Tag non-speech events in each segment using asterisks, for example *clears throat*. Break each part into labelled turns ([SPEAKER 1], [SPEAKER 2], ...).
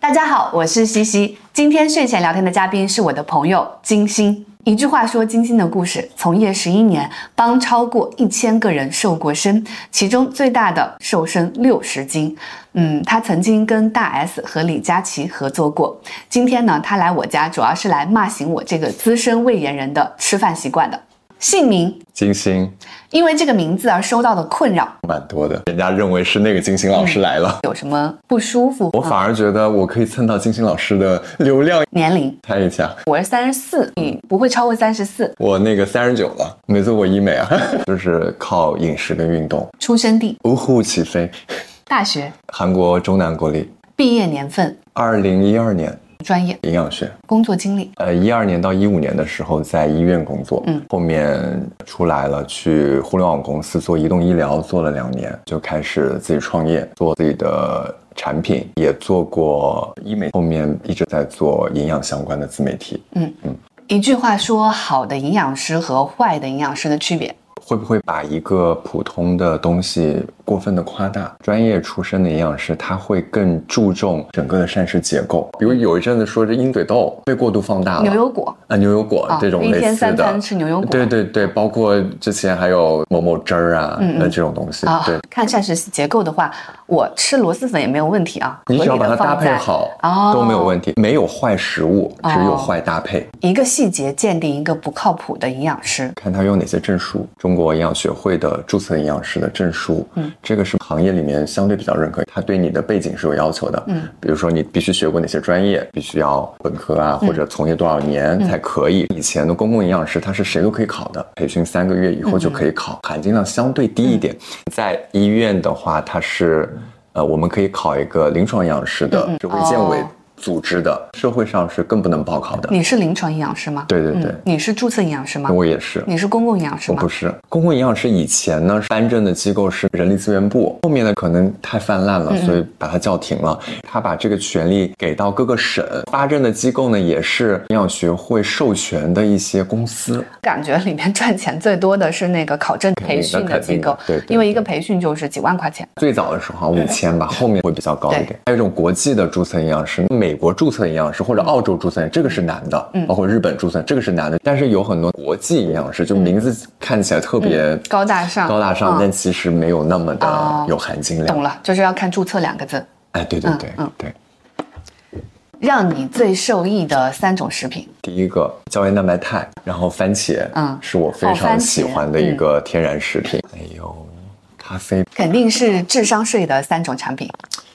[SPEAKER 1] 大家好，我是西西。今天睡前聊天的嘉宾是我的朋友金星。一句话说金星的故事，从业十一年，帮超过一千个人瘦过身，其中最大的瘦身六十斤。嗯，他曾经跟大 S 和李佳琦合作过。今天呢，他来我家主要是来骂醒我这个资深胃炎人的吃饭习惯的。姓名，
[SPEAKER 2] 金星
[SPEAKER 1] 因为这个名字而收到的困扰，
[SPEAKER 2] 蛮多的，人家认为是那个金星老师来了，
[SPEAKER 1] 有什么不舒服？
[SPEAKER 2] 我反而觉得我可以蹭到金星老师的流量。
[SPEAKER 1] 年龄，
[SPEAKER 2] 猜一下，
[SPEAKER 1] 我是三十四，你不会超过三十四。
[SPEAKER 2] 我那个三十九了，没做过医美啊， *laughs* 就是靠饮食跟运动，
[SPEAKER 1] 出生地，
[SPEAKER 2] 呜呼起飞。
[SPEAKER 1] 大学，
[SPEAKER 2] 韩国中南国立，
[SPEAKER 1] 毕业年份，
[SPEAKER 2] 二零一二年
[SPEAKER 1] 专业，
[SPEAKER 2] 营养学，
[SPEAKER 1] 工作经历。
[SPEAKER 2] 呃，一二年到一五年的时候在医院工作，
[SPEAKER 1] 嗯，
[SPEAKER 2] 后面出来了，去互联网公司做移动医疗，做了两年，就开始自己创业，做自己的产品，也做过医美，后面一直在做营养相关的自媒体。
[SPEAKER 1] 一句话说好的营养师和坏的营养师的区别。
[SPEAKER 2] 会不会把一个普通的东西过分的夸大？专业出身的营养师他会更注重整个的膳食结构，比如有一阵子说这鹰嘴豆被过度放大了，
[SPEAKER 1] 牛油果，
[SPEAKER 2] 啊，牛油果
[SPEAKER 1] 啊
[SPEAKER 2] 这种
[SPEAKER 1] 一
[SPEAKER 2] 类
[SPEAKER 1] 天
[SPEAKER 2] 似
[SPEAKER 1] 三
[SPEAKER 2] 的
[SPEAKER 1] 餐，吃牛油果
[SPEAKER 2] 对对对，包括之前还有某某汁儿啊，
[SPEAKER 1] 嗯嗯嗯
[SPEAKER 2] 呃这种东西，
[SPEAKER 1] 啊
[SPEAKER 2] 对，，
[SPEAKER 1] 看膳食结构的话，我吃螺蛳粉也没有问题啊，
[SPEAKER 2] 你只要把
[SPEAKER 1] 合
[SPEAKER 2] 它
[SPEAKER 1] 理地
[SPEAKER 2] 搭
[SPEAKER 1] 放
[SPEAKER 2] 配
[SPEAKER 1] 在
[SPEAKER 2] 好，
[SPEAKER 1] 哦
[SPEAKER 2] 都没有问题，没有坏食物，只有坏搭配。
[SPEAKER 1] 一个细节鉴定一个不靠谱的营养师。
[SPEAKER 2] 看他有哪些证书，中国营养学会的注册营养师的证书，
[SPEAKER 1] 嗯，
[SPEAKER 2] 这个是行业里面相对比较认可，他对你的背景是有要求的，
[SPEAKER 1] 嗯，
[SPEAKER 2] 比如说你必须学过哪些专业，必须要本科啊，
[SPEAKER 1] 嗯
[SPEAKER 2] 或者从业多少年才可以。以前的公共营养师他是谁都可以考的，培训三个月以后就可以考，
[SPEAKER 1] 嗯
[SPEAKER 2] 含金量相对低一点。在医院的话，它是，呃，我们可以考一个临床营养师的
[SPEAKER 1] 嗯嗯，
[SPEAKER 2] 是卫健委
[SPEAKER 1] 哦
[SPEAKER 2] 组织的，社会上是更不能报考的。
[SPEAKER 1] 你是临床营养师吗？
[SPEAKER 2] 对对对
[SPEAKER 1] 嗯你是注册营养师吗？
[SPEAKER 2] 我也是，
[SPEAKER 1] 你是公共营养师
[SPEAKER 2] 我
[SPEAKER 1] 吗
[SPEAKER 2] 哦不？是公共营养师，以前呢颁证的机构是人力资源部，后面呢可能太泛滥了，
[SPEAKER 1] 嗯
[SPEAKER 2] 所以把它叫停了。他把这个权利给到各个省，发证的机构呢也是营养学会授权的一些公司。
[SPEAKER 1] 感觉里面赚钱最多的是那个考证
[SPEAKER 2] 定
[SPEAKER 1] 培
[SPEAKER 2] 的
[SPEAKER 1] 训的
[SPEAKER 2] 肯
[SPEAKER 1] 机
[SPEAKER 2] 定的
[SPEAKER 1] 构，
[SPEAKER 2] 对对
[SPEAKER 1] 因为一个培训就是几万块钱。
[SPEAKER 2] 最早的时候五千吧，后面会比较高一点
[SPEAKER 1] 对。
[SPEAKER 2] 还有一种国际的注册营养师，美国注册营养师或者澳洲注册营养师，这个是难的，
[SPEAKER 1] 嗯
[SPEAKER 2] 包括日本注册这个是难的。但是有很多国际营养师，就名字看起来特别
[SPEAKER 1] 嗯高大上
[SPEAKER 2] 高大
[SPEAKER 1] 嗯
[SPEAKER 2] 上，但其实没有那么
[SPEAKER 1] 哦
[SPEAKER 2] 的有含金量。
[SPEAKER 1] 懂了，就是要看注册两个字。
[SPEAKER 2] 哎，对对
[SPEAKER 1] 嗯
[SPEAKER 2] 对，
[SPEAKER 1] 嗯
[SPEAKER 2] 对。
[SPEAKER 1] 让你最受益的三种食品，
[SPEAKER 2] 第一个胶原蛋白肽，然后番茄，
[SPEAKER 1] 嗯
[SPEAKER 2] 是我非
[SPEAKER 1] 哦番茄
[SPEAKER 2] 常
[SPEAKER 1] 嗯
[SPEAKER 2] 喜欢的一个天然食品。还有咖啡、
[SPEAKER 1] 肯定是智商税的三种产品。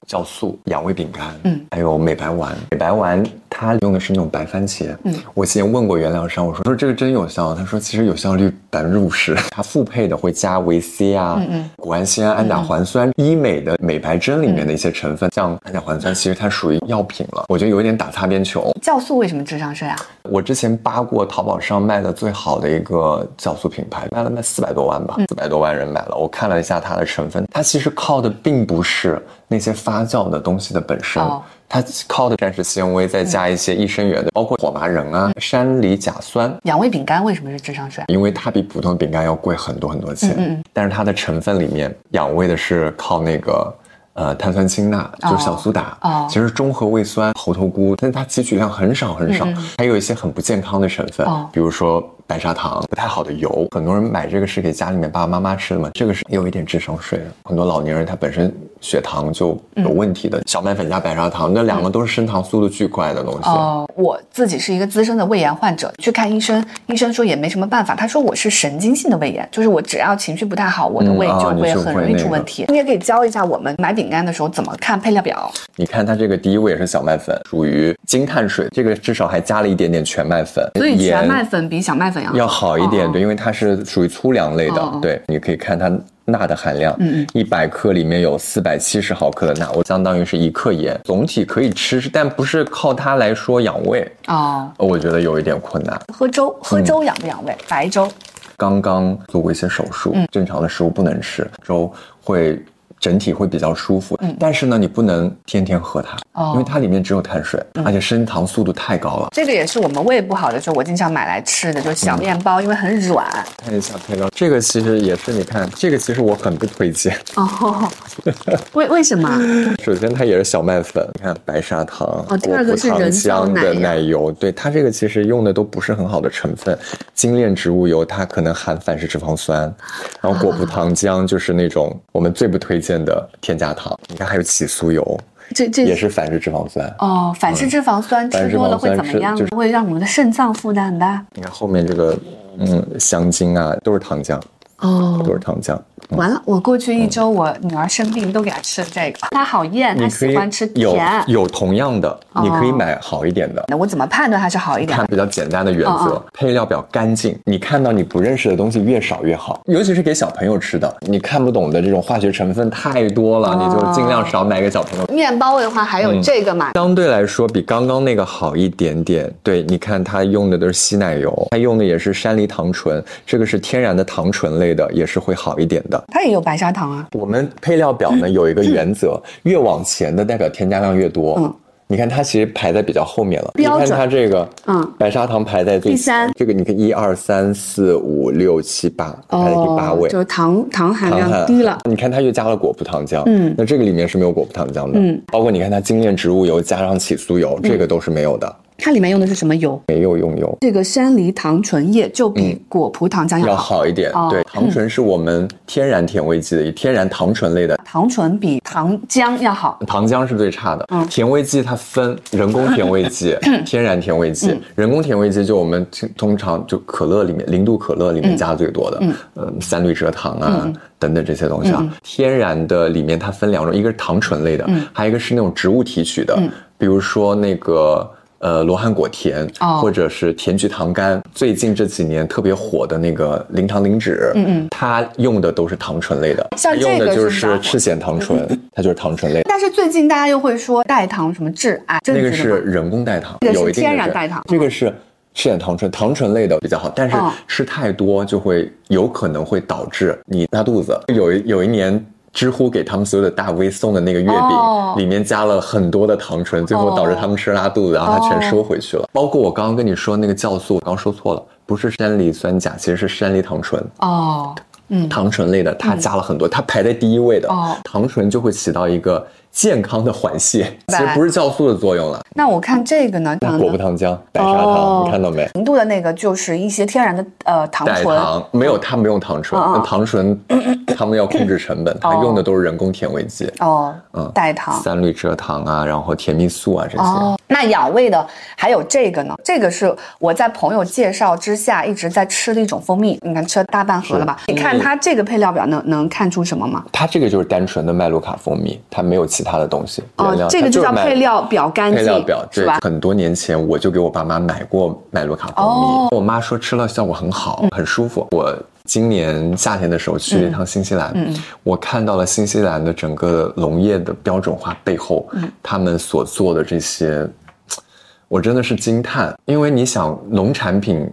[SPEAKER 2] 酵素、养胃饼干，
[SPEAKER 1] 嗯，
[SPEAKER 2] 还有美白丸。美白丸它用的是那种白番茄，
[SPEAKER 1] 嗯，
[SPEAKER 2] 我之前问过原料商，我说说这个真有效，啊他说其实有效率百分之五十，它复配的会加维 C 啊，
[SPEAKER 1] 嗯嗯
[SPEAKER 2] 谷氨酰胺、氨甲环酸，医美的美白针里面的一些成分，像氨甲环酸，其实它属于药品了，我觉得有点打擦边球。
[SPEAKER 1] 酵素为什么智商税啊？
[SPEAKER 2] 我之前扒过淘宝上卖的最好的一个酵素品牌，卖了卖四百多万吧，四百多万人买了。我看了一下它的成分，它其实靠的并不是那些发酵的东西的本身。
[SPEAKER 1] 哦
[SPEAKER 2] 它靠的膳食纤维，再加一些益生元的，包括火麻仁啊、山梨甲酸，
[SPEAKER 1] 养胃饼干为什么是智商税？啊
[SPEAKER 2] 因为它比普通饼干要贵很多很多钱，
[SPEAKER 1] 嗯嗯嗯
[SPEAKER 2] 但是它的成分里面养胃的是靠那个呃碳酸氢钠，
[SPEAKER 1] 哦
[SPEAKER 2] 就是小苏打，
[SPEAKER 1] 哦
[SPEAKER 2] 其实中和胃酸、猴头菇，但是它提取量很少很少，
[SPEAKER 1] 嗯
[SPEAKER 2] 还有一些很不健康的成分，
[SPEAKER 1] 哦
[SPEAKER 2] 比如说白砂糖、不太好的油，很多人买这个是给家里面爸爸妈妈吃的嘛，这个是有一点智商税的，很多老年人他本身血糖就
[SPEAKER 1] 嗯
[SPEAKER 2] 有问题的，小麦粉加白砂糖，那两个都是升糖速度巨快的东西，
[SPEAKER 1] 哦，我自己是一个资深的胃炎患者，去看医生，医生说也没什么办法。他说我是神经性的胃炎，就是我只要情绪不太好，我的
[SPEAKER 2] 嗯
[SPEAKER 1] 胃
[SPEAKER 2] 啊
[SPEAKER 1] 就
[SPEAKER 2] 你
[SPEAKER 1] 会
[SPEAKER 2] 就
[SPEAKER 1] 很
[SPEAKER 2] 会
[SPEAKER 1] 容易
[SPEAKER 2] 那
[SPEAKER 1] 出
[SPEAKER 2] 个
[SPEAKER 1] 问题。你也可以教一下我们买饼干的时候怎么看配料表。
[SPEAKER 2] 你看它这个第一位也是小麦粉，属于精碳水，这个至少还加了一点点全麦粉，
[SPEAKER 1] 所以全
[SPEAKER 2] 盐
[SPEAKER 1] 麦粉比小麦粉要
[SPEAKER 2] 要好一点，
[SPEAKER 1] 哦
[SPEAKER 2] 对，因为它是属于粗粮类的，
[SPEAKER 1] 哦哦
[SPEAKER 2] 对，你可以看它。钠的含量，
[SPEAKER 1] 嗯嗯，
[SPEAKER 2] 一百克里面有四百七十毫克的钠，我相当于是一克盐，总体可以吃，但不是靠它来说养胃，
[SPEAKER 1] 哦。
[SPEAKER 2] 我觉得有一点困难。
[SPEAKER 1] 喝粥，喝
[SPEAKER 2] 嗯
[SPEAKER 1] 粥养不养胃？白粥嗯
[SPEAKER 2] 刚刚做过一些手术，正常的食物不能吃，粥会整体会比较舒服。
[SPEAKER 1] 嗯
[SPEAKER 2] 但是呢，你不能天天喝它，
[SPEAKER 1] 哦嗯
[SPEAKER 2] 因为它里面只有碳水，而且升糖速度太高了。
[SPEAKER 1] 这个也是我们胃不好的时候，我经常买来吃的，就是小面包，因为很软。
[SPEAKER 2] 看一下配料，这个其实也是，你看这个其实我很不推荐。
[SPEAKER 1] 哦，为为什么？
[SPEAKER 2] 首先，它也是小麦粉，你看白砂糖、
[SPEAKER 1] 哦
[SPEAKER 2] 果
[SPEAKER 1] 第二个
[SPEAKER 2] 葡
[SPEAKER 1] 是
[SPEAKER 2] 糖
[SPEAKER 1] 人造
[SPEAKER 2] 浆
[SPEAKER 1] 奶
[SPEAKER 2] 的
[SPEAKER 1] 油
[SPEAKER 2] 奶油，对它这个其实用的都不是很好的成分。精炼植物油它可能含反式脂肪酸，然后果
[SPEAKER 1] 啊
[SPEAKER 2] 葡糖浆就是那种我们最不推荐的添加糖。你看还有起酥油，
[SPEAKER 1] 这这
[SPEAKER 2] 也是反式脂肪酸。
[SPEAKER 1] 哦，反式脂肪酸吃多了会怎么样
[SPEAKER 2] 反式脂肪酸
[SPEAKER 1] 呢？
[SPEAKER 2] 是就是
[SPEAKER 1] 会让我们的肾脏负担很大。
[SPEAKER 2] 你看后面这个，嗯，香精啊，都是糖浆，
[SPEAKER 1] 哦
[SPEAKER 2] 都是糖浆。
[SPEAKER 1] 完了，我过去一周我女儿生病都给她吃了这个，她好厌，她
[SPEAKER 2] 你可
[SPEAKER 1] 嗯喜
[SPEAKER 2] 以
[SPEAKER 1] 欢吃
[SPEAKER 2] 有
[SPEAKER 1] 甜。
[SPEAKER 2] 有同样的，
[SPEAKER 1] 哦
[SPEAKER 2] 你可以买好一点的。
[SPEAKER 1] 那我怎么判断它是好一点
[SPEAKER 2] 看
[SPEAKER 1] 的？
[SPEAKER 2] 比较简单的原则，
[SPEAKER 1] 嗯
[SPEAKER 2] 配料表干净。你看到你不认识的东西越少越好，尤其是给小朋友吃的，你看不懂的这种化学成分太多了，
[SPEAKER 1] 哦
[SPEAKER 2] 你就尽量少买给小朋友。
[SPEAKER 1] 面包的话，还有
[SPEAKER 2] 嗯
[SPEAKER 1] 这个嘛，
[SPEAKER 2] 相对来说比刚刚那个好一点点。对，你看它用的都是稀奶油，它用的也是山梨糖醇，这个是天然的糖醇类的，也是会好一点的。
[SPEAKER 1] 它也有白砂糖啊。
[SPEAKER 2] 我们配料表
[SPEAKER 1] 嗯
[SPEAKER 2] 呢有一个原则，越往前的代表添加量越多。
[SPEAKER 1] 嗯
[SPEAKER 2] 你看它其实排在比较后面了。
[SPEAKER 1] 标准
[SPEAKER 2] 你看它这个，
[SPEAKER 1] 嗯
[SPEAKER 2] 白砂糖排在最
[SPEAKER 1] 第三
[SPEAKER 2] 前这个你看一二三四五六七八，排在第八
[SPEAKER 1] 哦，
[SPEAKER 2] 位。
[SPEAKER 1] 就是糖糖含
[SPEAKER 2] 糖
[SPEAKER 1] 量
[SPEAKER 2] 含
[SPEAKER 1] 低了。。
[SPEAKER 2] 你看它又加了果葡糖浆，
[SPEAKER 1] 嗯
[SPEAKER 2] 那这个里面是没有果葡糖浆的，
[SPEAKER 1] 嗯，
[SPEAKER 2] 包括你看它精炼植物油加上起酥油，这个都是没有的，
[SPEAKER 1] 它里面用的是什么油？
[SPEAKER 2] 没有用油。
[SPEAKER 1] 这个山梨糖醇液就比果葡糖浆
[SPEAKER 2] 嗯要
[SPEAKER 1] 要好，
[SPEAKER 2] 好一点，
[SPEAKER 1] 哦
[SPEAKER 2] 对，糖醇是我们天然甜味剂的，以天然糖醇类的
[SPEAKER 1] 糖醇比糖浆要好。
[SPEAKER 2] 糖浆是最差的。
[SPEAKER 1] 嗯
[SPEAKER 2] 甜味剂它分人工甜味
[SPEAKER 1] *laughs*
[SPEAKER 2] 剂、天然甜味
[SPEAKER 1] 嗯
[SPEAKER 2] 剂。人工甜味剂就我们通通常就可乐里面零度可乐里面加最多的，嗯，三氯蔗糖啊、
[SPEAKER 1] 嗯
[SPEAKER 2] 等等这些东西啊。天然的里面它分两种，一个是糖醇类的，
[SPEAKER 1] 嗯
[SPEAKER 2] 还有一个是那种植物提取的，比如说那个。呃，罗汉果甜，
[SPEAKER 1] 哦
[SPEAKER 2] 或者是甜菊糖苷，最近这几年特别火的那个零糖零脂，
[SPEAKER 1] 嗯嗯
[SPEAKER 2] 它用的都是糖醇类的，
[SPEAKER 1] 像这个
[SPEAKER 2] 用的就是
[SPEAKER 1] 比较
[SPEAKER 2] 是
[SPEAKER 1] 火
[SPEAKER 2] 赤藓糖醇，它就是糖醇类。
[SPEAKER 1] 但是最近大家又会说代糖什么致癌，这
[SPEAKER 2] 那个
[SPEAKER 1] 觉得
[SPEAKER 2] 是
[SPEAKER 1] 吗
[SPEAKER 2] 人工代糖，
[SPEAKER 1] 这个是
[SPEAKER 2] 有一定的
[SPEAKER 1] 天然
[SPEAKER 2] 是
[SPEAKER 1] 代糖
[SPEAKER 2] 这个是赤藓糖醇，糖醇类的比较好，但是
[SPEAKER 1] 哦
[SPEAKER 2] 吃太多就会有可能会导致你拉肚子。有一有一年。知乎给他们所有的大 V 送的那个月饼，
[SPEAKER 1] 哦
[SPEAKER 2] 里面加了很多的糖醇，最后导致他们吃拉肚子，然后他全
[SPEAKER 1] 哦
[SPEAKER 2] 收回去了。包括我刚刚跟你说那个酵素，我刚说错了，不是山梨酸钾，其实是山梨糖醇。
[SPEAKER 1] 哦，
[SPEAKER 2] 糖醇类的，它加了很多，它排在第一位的。
[SPEAKER 1] 嗯哦
[SPEAKER 2] 糖醇就会起到一个健康的缓泻，其
[SPEAKER 1] 白
[SPEAKER 2] 实不是酵素的作用了。
[SPEAKER 1] 那我看这个呢，
[SPEAKER 2] 那果葡糖浆、白砂
[SPEAKER 1] 哦
[SPEAKER 2] 糖，你看到没？
[SPEAKER 1] 零度的那个就是一些天然的呃糖
[SPEAKER 2] 代
[SPEAKER 1] 醇，
[SPEAKER 2] 糖没有，它没用糖醇，
[SPEAKER 1] 嗯嗯
[SPEAKER 2] 那糖醇他们要控制成本，它用的都是人工甜味剂，
[SPEAKER 1] 哦，
[SPEAKER 2] 嗯
[SPEAKER 1] 代糖。
[SPEAKER 2] 三氯蔗糖啊，然后甜蜜素啊这些。
[SPEAKER 1] 哦，那养胃的还有这个呢，这个是我在朋友介绍之下一直在吃的一种蜂蜜，你看吃了大半盒了吧？
[SPEAKER 2] 是
[SPEAKER 1] 你看它这个配料表能能看出什么吗？
[SPEAKER 2] 它这个就是单纯的麦卢卡蜂蜜，它没有其他的东西。原
[SPEAKER 1] 哦
[SPEAKER 2] 料，
[SPEAKER 1] 这个
[SPEAKER 2] 它
[SPEAKER 1] 就叫
[SPEAKER 2] 麦
[SPEAKER 1] 配料表干净，
[SPEAKER 2] 配料表，
[SPEAKER 1] 是
[SPEAKER 2] 对
[SPEAKER 1] 吧，？
[SPEAKER 2] 很多年前我就给我爸妈买过麦卢卡蜂蜜，
[SPEAKER 1] 哦嗯
[SPEAKER 2] 我妈说吃了效果很好，很舒服。我今年夏天的时候去了一趟新西兰，
[SPEAKER 1] 嗯
[SPEAKER 2] 我看到了新西兰的整个农业的标准化背后，
[SPEAKER 1] 嗯
[SPEAKER 2] 他们所做的这些，我真的是惊叹，因为你想农产品。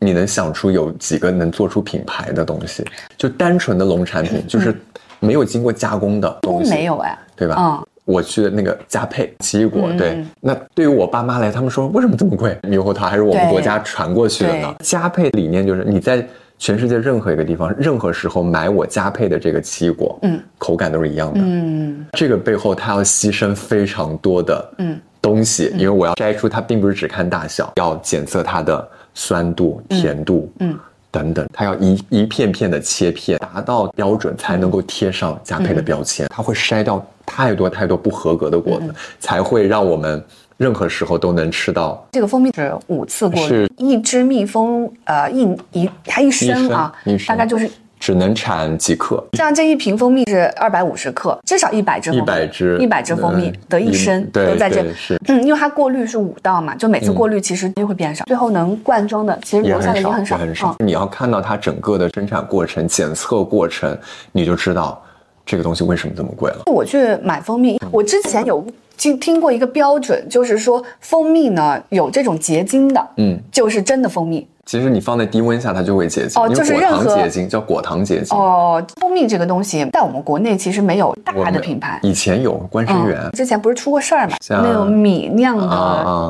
[SPEAKER 2] 你能想出有几个能做出品牌的东西？就单纯的农产品，就是没有经过加工的
[SPEAKER 1] 嗯都
[SPEAKER 2] 东西，啊
[SPEAKER 1] 没有哎，
[SPEAKER 2] 对吧？
[SPEAKER 1] 嗯
[SPEAKER 2] 我去的那个佳沛奇异果，
[SPEAKER 1] 嗯
[SPEAKER 2] 对
[SPEAKER 1] 嗯，
[SPEAKER 2] 那对于我爸妈来，他们说为什么这么贵？猕猴桃还是我们
[SPEAKER 1] 对
[SPEAKER 2] 国家传过去的呢？佳沛理念就是你在全世界任何一个地方、任何时候买我佳沛的这个奇异果，
[SPEAKER 1] 嗯，
[SPEAKER 2] 口感都是一样的。
[SPEAKER 1] 嗯
[SPEAKER 2] 这个背后它要牺牲非常多的
[SPEAKER 1] 嗯
[SPEAKER 2] 东西，因为我要摘出它，并不是只看大小，要检测它的酸度、甜度，
[SPEAKER 1] 嗯
[SPEAKER 2] 等等，它要一一片片的切片，达到标准才能够贴上佳沛的标
[SPEAKER 1] 嗯
[SPEAKER 2] 签。它会筛掉太多太多不合格的果子，才会让我们任何时候都能吃到
[SPEAKER 1] 这个蜂蜜是五次过滤
[SPEAKER 2] 是，
[SPEAKER 1] 一只蜜蜂呃一一它一升啊
[SPEAKER 2] 一升一，升
[SPEAKER 1] 大概就是
[SPEAKER 2] 只能产几克。
[SPEAKER 1] 这样，这一瓶蜂蜜是二百五十克，至少一百支蜂
[SPEAKER 2] 一
[SPEAKER 1] 蜜，
[SPEAKER 2] 百只，
[SPEAKER 1] 一百支蜂蜜
[SPEAKER 2] 嗯
[SPEAKER 1] 的一升
[SPEAKER 2] 对，
[SPEAKER 1] 都在这
[SPEAKER 2] 对。是
[SPEAKER 1] 嗯，因为它过滤是五道嘛，就每次过滤其实就会变少，最后能灌装的其实
[SPEAKER 2] 也
[SPEAKER 1] 留下的
[SPEAKER 2] 很
[SPEAKER 1] 也很少，
[SPEAKER 2] 少，
[SPEAKER 1] 嗯
[SPEAKER 2] 也很少。你要看到它整个的生产过程、检测过程，你就知道这个东西为什么这么贵了。嗯
[SPEAKER 1] 嗯我去买蜂蜜，我之前有听听过一个标准，就是说蜂蜜呢有这种结晶的，
[SPEAKER 2] 嗯，
[SPEAKER 1] 就是真的蜂蜜。
[SPEAKER 2] 其实你放在低温下，它就会结晶，
[SPEAKER 1] 哦
[SPEAKER 2] 因
[SPEAKER 1] 就是
[SPEAKER 2] 为果
[SPEAKER 1] 任
[SPEAKER 2] 糖
[SPEAKER 1] 何
[SPEAKER 2] 结晶叫果糖结晶。
[SPEAKER 1] 哦，蜂蜜这个东西在我们国内其实没有
[SPEAKER 2] 我
[SPEAKER 1] 大的
[SPEAKER 2] 们
[SPEAKER 1] 品牌。
[SPEAKER 2] 以前有观生园
[SPEAKER 1] 嗯，之前不是出过事儿嘛？
[SPEAKER 2] 像
[SPEAKER 1] 那种米酿的，
[SPEAKER 2] 啊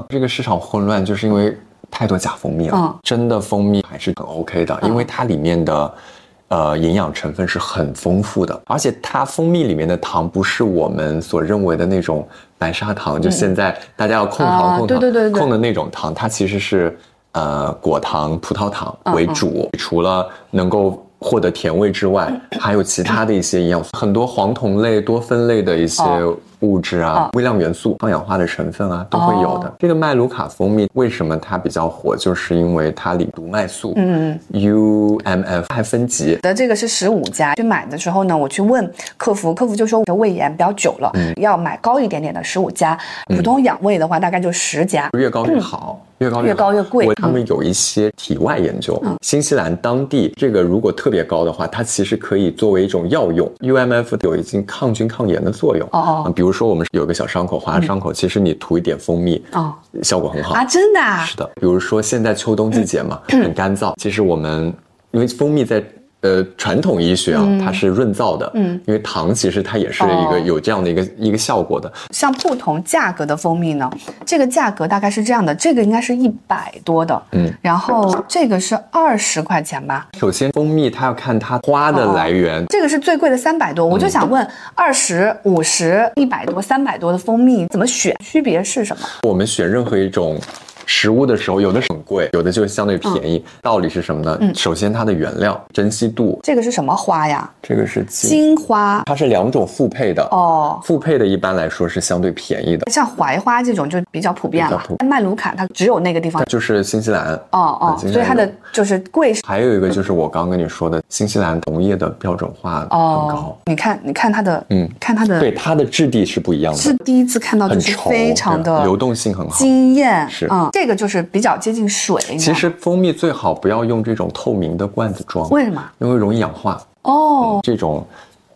[SPEAKER 2] 啊！这个市场混乱就是因为太多假蜂蜜了，
[SPEAKER 1] 嗯
[SPEAKER 2] 真的蜂蜜还是很 OK 的，
[SPEAKER 1] 嗯
[SPEAKER 2] 因为它里面的。呃，营养成分是很丰富的，而且它蜂蜜里面的糖不是我们所认为的那种白砂糖，就现在大家要控糖、
[SPEAKER 1] 嗯啊
[SPEAKER 2] 控糖、
[SPEAKER 1] 对对对对对
[SPEAKER 2] 控的那种糖，它其实是呃果糖、葡萄糖
[SPEAKER 1] 嗯
[SPEAKER 2] 为主，除了能够获得甜味之外，
[SPEAKER 1] 嗯
[SPEAKER 2] 还有其他的一些营养素，很多黄酮类、多酚类的一些
[SPEAKER 1] 哦
[SPEAKER 2] 物质啊、微量元素、抗氧化的成分啊，都会有的。
[SPEAKER 1] 哦
[SPEAKER 2] 这个麦卢卡蜂蜜为什么它比较火，就是因为它里毒麦素、
[SPEAKER 1] 嗯，
[SPEAKER 2] UMF 还分级。
[SPEAKER 1] 的这个是十五家去买的时候呢，我去问客服，客服就说我的胃炎比较久了，
[SPEAKER 2] 嗯
[SPEAKER 1] 要买高一点点的十五家，普通养胃的话大概就十家。
[SPEAKER 2] 越高越好，越高
[SPEAKER 1] 嗯越高越贵嗯
[SPEAKER 2] 我他们有一些体外研究，新西兰当地这个如果特别高的话，它其实可以作为一种药用。UMF 有一定抗菌抗炎的作用。
[SPEAKER 1] 哦哦
[SPEAKER 2] 嗯比如说我们有一个小伤口，划了伤口，其实你涂一点蜂蜜，
[SPEAKER 1] 哦
[SPEAKER 2] 效果很好
[SPEAKER 1] 啊，。真的啊
[SPEAKER 2] 嗯
[SPEAKER 1] 嗯
[SPEAKER 2] 是的，比如说现在秋冬季节嘛，很干燥。其实我们因为蜂蜜在呃传统医学啊，它是润燥的，
[SPEAKER 1] 嗯，
[SPEAKER 2] 因为糖其实它也是一个
[SPEAKER 1] 哦
[SPEAKER 2] 有这样的一个、一个效果的。
[SPEAKER 1] 像不同价格的蜂蜜呢，这个价格大概是这样的，这个应该是一百多的，
[SPEAKER 2] 嗯，
[SPEAKER 1] 然后这个是二十块钱吧，
[SPEAKER 2] 首先，蜂蜜它要看它花的
[SPEAKER 1] 哦
[SPEAKER 2] 来源。
[SPEAKER 1] 这个是最贵的三百多，
[SPEAKER 2] 嗯
[SPEAKER 1] 我就想问，二十五十、一百多、三百多的蜂蜜怎么选？区别是什么？
[SPEAKER 2] 我们选任何一种食物的时候，有的是很贵，有的就相对便
[SPEAKER 1] 嗯
[SPEAKER 2] 宜。道理是什么呢？首先它的原料珍稀度，
[SPEAKER 1] 这个是什么花呀？
[SPEAKER 2] 这个是金，
[SPEAKER 1] 金花
[SPEAKER 2] 它是两种复配的。
[SPEAKER 1] 哦，
[SPEAKER 2] 复配的一般来说是相对便宜的，
[SPEAKER 1] 像槐花这种就比较普遍
[SPEAKER 2] 比较
[SPEAKER 1] 了
[SPEAKER 2] 普。
[SPEAKER 1] 麦卢卡它只有那个地方
[SPEAKER 2] 它，就是新西兰。
[SPEAKER 1] 哦哦，
[SPEAKER 2] 金
[SPEAKER 1] 所以它
[SPEAKER 2] 那
[SPEAKER 1] 的
[SPEAKER 2] 种
[SPEAKER 1] 就是贵是
[SPEAKER 2] 还有一个就是我刚跟你说的，新西兰农业的标准化很
[SPEAKER 1] 哦
[SPEAKER 2] 高，。
[SPEAKER 1] 你看，你看它的，
[SPEAKER 2] 嗯
[SPEAKER 1] 看它的，
[SPEAKER 2] 对，它的质地是不一样
[SPEAKER 1] 是
[SPEAKER 2] 的，
[SPEAKER 1] 第一次看到，就
[SPEAKER 2] 很
[SPEAKER 1] 是
[SPEAKER 2] 稠，
[SPEAKER 1] 非常
[SPEAKER 2] 对
[SPEAKER 1] 的
[SPEAKER 2] 流动性很好。
[SPEAKER 1] 惊艳，
[SPEAKER 2] 是
[SPEAKER 1] 嗯，这个就是比较接近水，你知
[SPEAKER 2] 其
[SPEAKER 1] 道吗
[SPEAKER 2] 实蜂蜜最好不要用这种透明的罐子装，
[SPEAKER 1] 为什么？
[SPEAKER 2] 因为容易氧化。
[SPEAKER 1] 哦，
[SPEAKER 2] 这种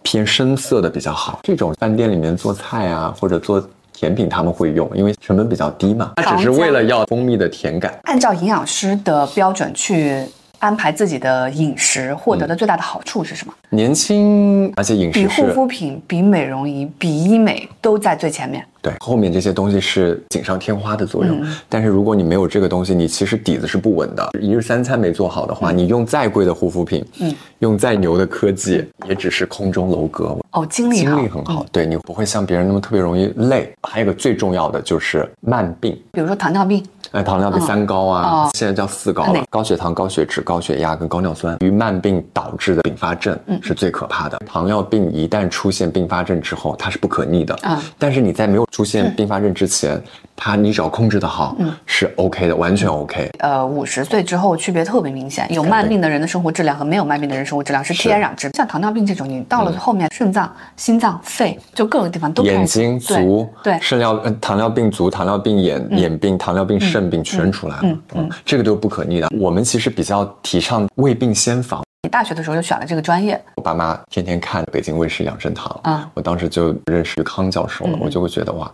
[SPEAKER 2] 偏深色的比较好。这种饭店里面做菜啊，或者做甜品，他们会用，因为成本比较低嘛。它只是为了要蜂蜜的甜感。
[SPEAKER 1] 按照营养师的标准去安排自己的饮食，获得的最大的好处是什么？
[SPEAKER 2] 年轻，而且饮
[SPEAKER 1] 比
[SPEAKER 2] 食
[SPEAKER 1] 护
[SPEAKER 2] 嗯是
[SPEAKER 1] 肤品、比美容仪、比医美都在最前面。
[SPEAKER 2] 对后面这些东西是锦上添花的作用。
[SPEAKER 1] 嗯
[SPEAKER 2] 但是如果你没有这个东西，你其实底子是不稳的。一日三餐没做好的话，你用再贵的护肤品，
[SPEAKER 1] 嗯，
[SPEAKER 2] 用再牛的科技，也只是空中楼阁。
[SPEAKER 1] 哦，精力
[SPEAKER 2] 精
[SPEAKER 1] 好，
[SPEAKER 2] 力很好，对你不会像别人那么特别容易累。还有一个最重要的就是慢病，
[SPEAKER 1] 比如说糖尿病，
[SPEAKER 2] 呃，糖尿病三高啊，
[SPEAKER 1] 哦
[SPEAKER 2] 现在叫四高
[SPEAKER 1] 哪
[SPEAKER 2] 了，高血糖、高血脂、高血压跟高尿酸，于慢病导致的并发症
[SPEAKER 1] 嗯
[SPEAKER 2] 是最可怕的。糖尿病一旦出现并发症之后，它是不可逆的。
[SPEAKER 1] 嗯
[SPEAKER 2] 但是你在没有出现并发症之前，它你只要控制的好，
[SPEAKER 1] 嗯
[SPEAKER 2] 是 OK 的，完全 OK。
[SPEAKER 1] 呃，五十岁之后区别特别明显，有
[SPEAKER 2] 肯定
[SPEAKER 1] 慢病的人的生活质量和没有慢病的人生活质量是天壤之别。像糖尿病这种，你到了后面，肾脏、心脏、肺，就各个地方都开始
[SPEAKER 2] 嗯眼睛、
[SPEAKER 1] 对
[SPEAKER 2] 足、
[SPEAKER 1] 对嗯
[SPEAKER 2] 肾尿、呃糖尿病足、糖尿病眼、眼病、糖尿病肾病全出来了，嗯这个都是不可逆的。我们其实比较提倡未病先防。
[SPEAKER 1] 你大学的时候就选了这个专业，
[SPEAKER 2] 我爸妈天天看北京卫视养生堂
[SPEAKER 1] 啊嗯
[SPEAKER 2] 我当时就认识康教授了，我就会觉得哇，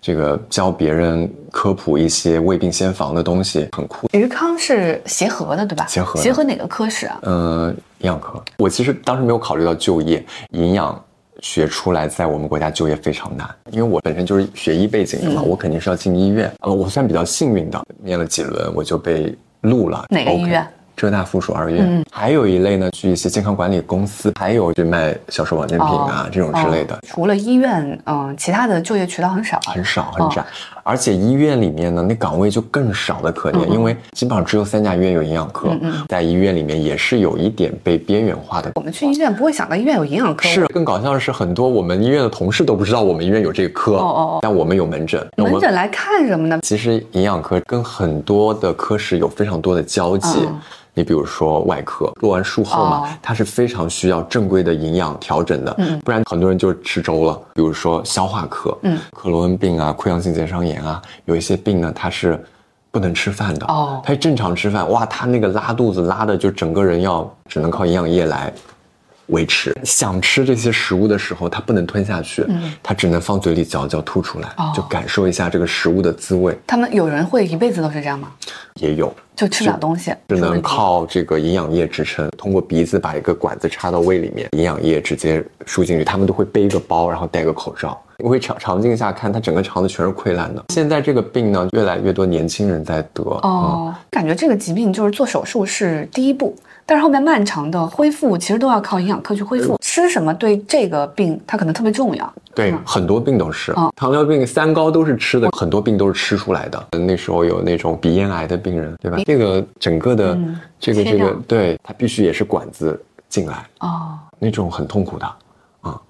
[SPEAKER 2] 这个教别人科普一些未病先防的东西很酷。
[SPEAKER 1] 于康是协和的，对吧？
[SPEAKER 2] 协和的
[SPEAKER 1] 协和哪个科室啊？
[SPEAKER 2] 嗯、营养科，我其实当时没有考虑到就业，营养学出来在我们国家就业非常难，因为我本身就是学医背景的
[SPEAKER 1] 嗯
[SPEAKER 2] 嘛，我肯定是要进医院。呃，我算比较幸运的，念了几轮我就被录了。
[SPEAKER 1] 哪个医院嗯
[SPEAKER 2] OK 浙大附属二院，还有一类呢，去一些健康管理公司，还有去卖销售保健品啊、这种之类的
[SPEAKER 1] 哦，除了医院，嗯、其他的就业渠道很少啊。
[SPEAKER 2] 很少很窄，而且医院里面呢，那岗位就更少的
[SPEAKER 1] 嗯
[SPEAKER 2] 可怜，因为基本上只有三甲医院有营养科，在医院里面也是有一点被边缘化的。
[SPEAKER 1] 我们去医院不会想到医院有营养科，
[SPEAKER 2] 是啊更搞笑的是，很多我们医院的同事都不知道我们医院有这个科，
[SPEAKER 1] 哦哦哦
[SPEAKER 2] 但我们有门诊，那我
[SPEAKER 1] 门
[SPEAKER 2] 们
[SPEAKER 1] 诊来看什么呢？
[SPEAKER 2] 其实营养科跟很多的科室有非常多的交集。
[SPEAKER 1] 嗯
[SPEAKER 2] 你比如说外科，做完术后嘛，
[SPEAKER 1] 哦
[SPEAKER 2] 它是非常需要正规的营养调整的，
[SPEAKER 1] 嗯
[SPEAKER 2] 不然很多人就吃粥了。比如说消化科，
[SPEAKER 1] 嗯
[SPEAKER 2] 克罗恩病啊、溃疡性结肠炎啊，有一些病呢，它是不能吃饭的。
[SPEAKER 1] 哦
[SPEAKER 2] 他正常吃饭，哇，他那个拉肚子拉的就整个人要只能靠营养液来维持。想吃这些食物的时候，它不能吞下去，它只能放嘴里嚼嚼吐出来，
[SPEAKER 1] 嗯哦
[SPEAKER 2] 就感受一下这个食物的滋味。
[SPEAKER 1] 他们有人会一辈子都是这样吗？
[SPEAKER 2] 也有，
[SPEAKER 1] 就吃不了东西，
[SPEAKER 2] 只
[SPEAKER 1] 是
[SPEAKER 2] 能
[SPEAKER 1] 问题
[SPEAKER 2] 靠这个营养液支撑，通过鼻子把一个管子插到胃里面，营养液直接输进去。他们都会背一个包，然后戴个口罩。因为肠肠镜下看，它整个肠子全是溃烂的。现在这个病呢，越来越多年轻人在得。嗯，
[SPEAKER 1] 哦，感觉这个疾病就是做手术是第一步，但是后面漫长的恢复其实都要靠营养科去恢复。吃什么对这个病它可能特别重要。
[SPEAKER 2] 对，
[SPEAKER 1] 嗯
[SPEAKER 2] 很多病都是
[SPEAKER 1] 哦，
[SPEAKER 2] 糖尿病、三高都是吃的，很多病都是吃出来的。那时候有那种鼻咽癌的病人，对吧？这个整个的
[SPEAKER 1] 嗯
[SPEAKER 2] 这个
[SPEAKER 1] 切
[SPEAKER 2] 这个
[SPEAKER 1] 掉，
[SPEAKER 2] 对，它必须也是管子进来，
[SPEAKER 1] 哦，
[SPEAKER 2] 那种很痛苦的，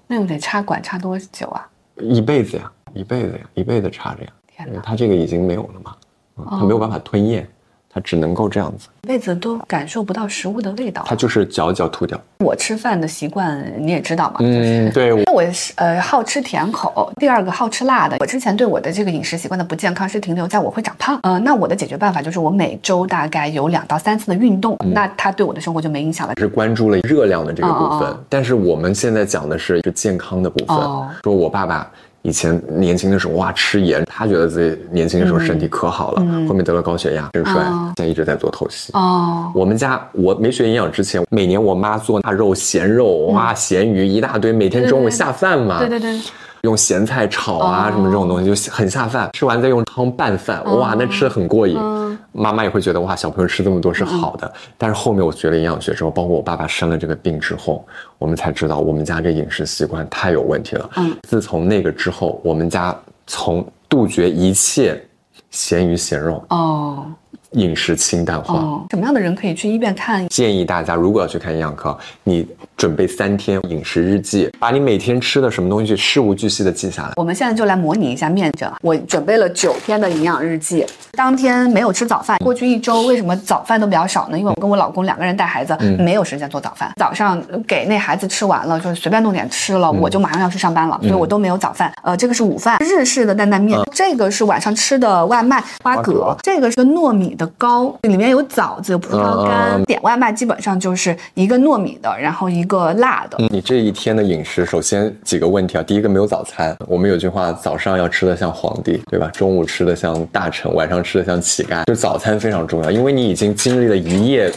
[SPEAKER 1] 那我得插管插多久啊？
[SPEAKER 2] 一辈子呀，一辈子呀，一辈子插着呀。
[SPEAKER 1] 天
[SPEAKER 2] 因为
[SPEAKER 1] 哪，
[SPEAKER 2] 它这个已经没有了嘛，嗯它
[SPEAKER 1] 哦
[SPEAKER 2] 没有办法吞咽，它只能够这样子，
[SPEAKER 1] 一辈子都感受不到食物的味道。
[SPEAKER 2] 它就是嚼一嚼吐掉。
[SPEAKER 1] 我吃饭的习惯你也知道嘛，就是
[SPEAKER 2] 嗯，对，我
[SPEAKER 1] 那我是呃好吃甜口，第二个好吃辣的。我之前对我的这个饮食习惯的不健康是停留在我会长胖。呃，那我的解决办法就是我每周大概有两到三次的运动，那它对我的生活就没影响了。
[SPEAKER 2] 是关注了热量的这个部分，
[SPEAKER 1] 哦哦哦
[SPEAKER 2] 但是我们现在讲的是一个健康的部分。
[SPEAKER 1] 哦
[SPEAKER 2] 说我爸爸以前年轻的时候哇吃盐，他觉得自己年轻的时候身体可好了，
[SPEAKER 1] 嗯嗯
[SPEAKER 2] 后面得了高血压，肾衰，
[SPEAKER 1] 哦
[SPEAKER 2] 现在一直在做透析。
[SPEAKER 1] 哦，
[SPEAKER 2] 我们家我没学营养之前，每年我妈做腊肉、咸肉，哇，咸鱼一大堆，每天中午
[SPEAKER 1] 嗯对对对
[SPEAKER 2] 下饭嘛，
[SPEAKER 1] 对对对，
[SPEAKER 2] 用咸菜炒啊、
[SPEAKER 1] 哦
[SPEAKER 2] 什么这种东西就很下饭，吃完再用汤拌饭，哇，那吃的很过瘾。
[SPEAKER 1] 嗯
[SPEAKER 2] 妈妈也会觉得哇，小朋友吃这么多是好的。但是后面我学了营养学之后，包括我爸爸生了这个病之后，我们才知道我们家这饮食习惯太有问题了。
[SPEAKER 1] 嗯
[SPEAKER 2] 自从那个之后，我们家从杜绝一切咸鱼咸肉，
[SPEAKER 1] 哦
[SPEAKER 2] 饮食清淡化。
[SPEAKER 1] 哦，什么样的人可以去医院看？
[SPEAKER 2] 建议大家，如果要去看营养课，你准备三天饮食日记，把你每天吃的什么东西事无巨细的记下来。
[SPEAKER 1] 我们现在就来模拟一下面诊。啊我准备了九天的营养日记，当天没有吃早饭。过去一周为什么早饭都比较少呢？因为我跟我老公两个人带孩子，
[SPEAKER 2] 嗯
[SPEAKER 1] 没有时间做早饭。早上给那孩子吃完了，就是随便弄点吃
[SPEAKER 2] 嗯
[SPEAKER 1] 了，我就马上要去上班了，所以我都没有早饭。呃，这个是午饭，日式的担担
[SPEAKER 2] 嗯
[SPEAKER 1] 面，这个是晚上吃的外卖花
[SPEAKER 2] 花蛤
[SPEAKER 1] 蛤，这个是糯米的糕，里面有枣子、有葡萄
[SPEAKER 2] 嗯嗯
[SPEAKER 1] 干。点外卖基本上就是一个糯米的，然后一个辣的，
[SPEAKER 2] 你这一天的饮食，首先几个问题啊。第一个没有早餐，我们有句话，早上要吃的像皇帝，对吧？中午吃的像大臣，晚上吃的像乞丐。就早餐非常重要，因为你已经经历了一夜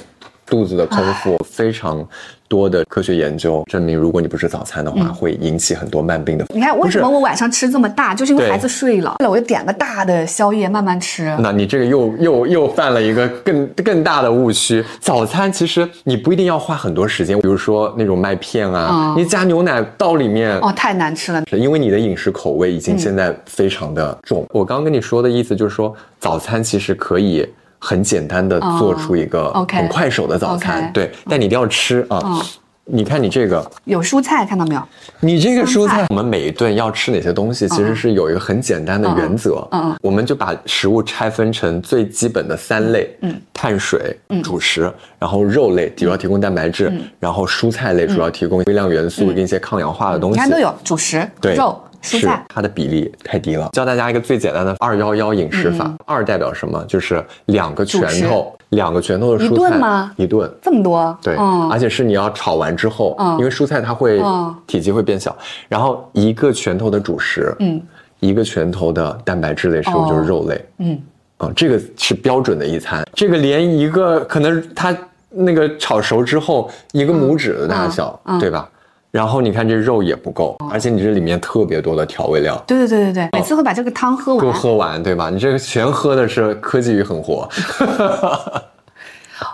[SPEAKER 2] 肚子的空腹，非常多的科学研究证明，如果你不吃早餐的话，会引起很多慢病的。
[SPEAKER 1] 你看为什么我晚上吃这么大，就是因为
[SPEAKER 2] 对嗯
[SPEAKER 1] 孩子睡了，睡了我就点个大的宵夜慢慢吃。
[SPEAKER 2] 那你这个又又又犯了一个更更大的误区。早餐其实你不一定要花很多时间，比如说那种麦片啊，
[SPEAKER 1] 嗯
[SPEAKER 2] 你加牛奶倒里面，
[SPEAKER 1] 哦，太难吃了。
[SPEAKER 2] 是因为你的饮食口味已
[SPEAKER 1] 嗯
[SPEAKER 2] 经现在非常的重。我刚跟你说的意思就是说，早餐其实可以很简单的
[SPEAKER 1] 哦
[SPEAKER 2] 做出一个
[SPEAKER 1] OK
[SPEAKER 2] 很快手的早餐，
[SPEAKER 1] OK
[SPEAKER 2] 对，但你一定要吃啊。
[SPEAKER 1] 嗯
[SPEAKER 2] 你看你这个，
[SPEAKER 1] 有蔬菜看到没有？
[SPEAKER 2] 你这个蔬
[SPEAKER 1] 蔬菜嗯
[SPEAKER 2] 菜，我们每一顿要吃哪些东西，其实是有一个很简单的原则。
[SPEAKER 1] 嗯嗯嗯
[SPEAKER 2] 我们就把食物拆分成最基本的三类：
[SPEAKER 1] 嗯，嗯
[SPEAKER 2] 碳水、主食，然后肉类主要提供蛋白质，然后蔬菜类主要提供微量元素跟一些抗氧化的东
[SPEAKER 1] 你
[SPEAKER 2] 西。
[SPEAKER 1] 看都有主食、
[SPEAKER 2] 对，
[SPEAKER 1] 肉、蔬
[SPEAKER 2] 是
[SPEAKER 1] 菜。
[SPEAKER 2] 它的比例太低了。教大家一个最简单的二幺幺饮食法，二代表什么？就是两个
[SPEAKER 1] 嗯主
[SPEAKER 2] 拳
[SPEAKER 1] 食
[SPEAKER 2] 头，两个拳头的蔬菜，
[SPEAKER 1] 一顿吗
[SPEAKER 2] 一顿
[SPEAKER 1] 这么多，
[SPEAKER 2] 对，哎而
[SPEAKER 1] 嗯，
[SPEAKER 2] 且是你要炒完之后，
[SPEAKER 1] 嗯
[SPEAKER 2] 因为蔬菜它会、
[SPEAKER 1] 嗯
[SPEAKER 2] 体积会变小，然后一个拳头的主食，
[SPEAKER 1] 嗯，
[SPEAKER 2] 一个拳头的蛋白质类食物
[SPEAKER 1] 哦
[SPEAKER 2] 就是肉类，
[SPEAKER 1] 嗯，
[SPEAKER 2] 啊、这个是标准的一餐，这个连一个可能它那个炒熟之后一个拇指的大小，
[SPEAKER 1] 嗯嗯嗯哦
[SPEAKER 2] 对吧？然后你看这肉也不够，而且你这里面特别多的调味料，
[SPEAKER 1] 对对对对对，每次会把这个汤喝
[SPEAKER 2] 够
[SPEAKER 1] 完。
[SPEAKER 2] 哦喝完对吧？你这个全喝的是科技与狠活，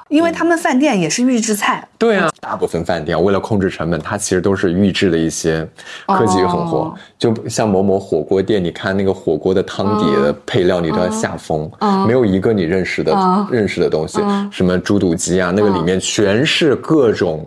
[SPEAKER 1] 因为他们饭店也是预制菜，
[SPEAKER 2] 对啊，大部分饭店为了控制成本，它其实都是预制的一些科技与狠活，
[SPEAKER 1] 哦
[SPEAKER 2] 就像某某火锅店，你看那个火锅的汤底的配料，你都要下风，
[SPEAKER 1] 嗯
[SPEAKER 2] 没有一个你认识的、
[SPEAKER 1] 嗯
[SPEAKER 2] 认识的东西，
[SPEAKER 1] 嗯
[SPEAKER 2] 什么猪肚鸡啊，那个里面全是各种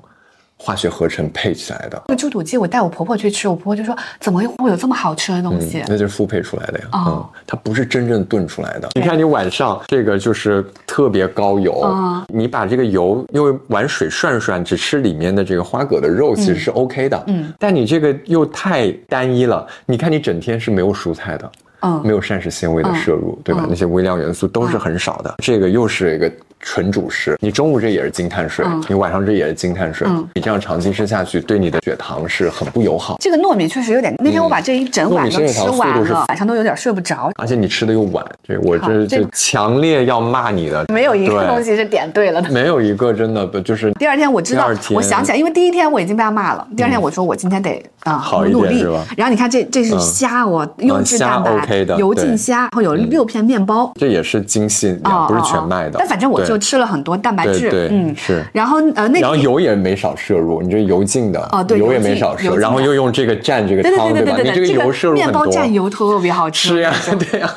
[SPEAKER 2] 化学合成配起来的，
[SPEAKER 1] 那个猪肚鸡我带我婆婆去吃，我婆婆就说怎么会有这么好吃的东西？
[SPEAKER 2] 嗯那就是复配出来的呀，
[SPEAKER 1] 哦
[SPEAKER 2] 嗯，它不是真正炖出来的。你看你晚上这个就是特别高油，
[SPEAKER 1] 嗯
[SPEAKER 2] 你把这个油用碗水涮涮，只吃里面的这个花蛤的肉，其实是 OK 的，
[SPEAKER 1] 嗯，
[SPEAKER 2] 但你这个又太单一了。你看你整天是没有蔬菜的，
[SPEAKER 1] 嗯
[SPEAKER 2] 没有膳食纤维的摄入，对吧？
[SPEAKER 1] 嗯
[SPEAKER 2] 那些微量元素都是很少的，这个又是一个纯主食，你中午这也是精碳水，
[SPEAKER 1] 嗯
[SPEAKER 2] 你晚上这也是精碳水，你这样长期吃下去，对你的血糖是很不友好。
[SPEAKER 1] 这个糯米确实有点，那天我把这一整碗
[SPEAKER 2] 嗯糯
[SPEAKER 1] 都
[SPEAKER 2] 米
[SPEAKER 1] 吃
[SPEAKER 2] 生长速度
[SPEAKER 1] 完
[SPEAKER 2] 是
[SPEAKER 1] 了，晚上都有点睡不着。
[SPEAKER 2] 而且你吃的又晚，对我
[SPEAKER 1] 好
[SPEAKER 2] 这
[SPEAKER 1] 这
[SPEAKER 2] 就强烈要骂你的。
[SPEAKER 1] 没有一个
[SPEAKER 2] 对
[SPEAKER 1] 东西是点对了的。
[SPEAKER 2] 没有一个真的不就是
[SPEAKER 1] 第二天我知道
[SPEAKER 2] 第二，天嗯
[SPEAKER 1] 我想起来，因为第一天我已经被他骂了。第二天我说我今天得啊、
[SPEAKER 2] 好一点
[SPEAKER 1] 努力
[SPEAKER 2] 是吧。
[SPEAKER 1] 然后你看这这是
[SPEAKER 2] 嗯
[SPEAKER 1] 虾，我优质
[SPEAKER 2] 虾
[SPEAKER 1] 蛋白、
[SPEAKER 2] OK 的
[SPEAKER 1] 油
[SPEAKER 2] 对
[SPEAKER 1] 浸虾，然后有六片面包，
[SPEAKER 2] 这也是精细
[SPEAKER 1] 哦
[SPEAKER 2] 粮，不是全麦
[SPEAKER 1] 哦哦
[SPEAKER 2] 的。
[SPEAKER 1] 但反正我就吃了很多蛋白
[SPEAKER 2] 对
[SPEAKER 1] 质，
[SPEAKER 2] 对
[SPEAKER 1] 嗯。
[SPEAKER 2] 是。
[SPEAKER 1] 然后呃那
[SPEAKER 2] 然后油也没少摄入，你这油进的
[SPEAKER 1] 哦对
[SPEAKER 2] 油也
[SPEAKER 1] 油进
[SPEAKER 2] 没少
[SPEAKER 1] 油
[SPEAKER 2] 摄，
[SPEAKER 1] 进
[SPEAKER 2] 然后
[SPEAKER 1] 的
[SPEAKER 2] 又用这个蘸这个
[SPEAKER 1] 对对
[SPEAKER 2] 汤，
[SPEAKER 1] 对
[SPEAKER 2] 吧？
[SPEAKER 1] 对
[SPEAKER 2] 你
[SPEAKER 1] 对
[SPEAKER 2] 这
[SPEAKER 1] 对，
[SPEAKER 2] 个
[SPEAKER 1] 这
[SPEAKER 2] 油摄
[SPEAKER 1] 个
[SPEAKER 2] 入
[SPEAKER 1] 面
[SPEAKER 2] 很
[SPEAKER 1] 包
[SPEAKER 2] 多。
[SPEAKER 1] 蘸油特别好吃，
[SPEAKER 2] 是呀， *laughs* 对呀，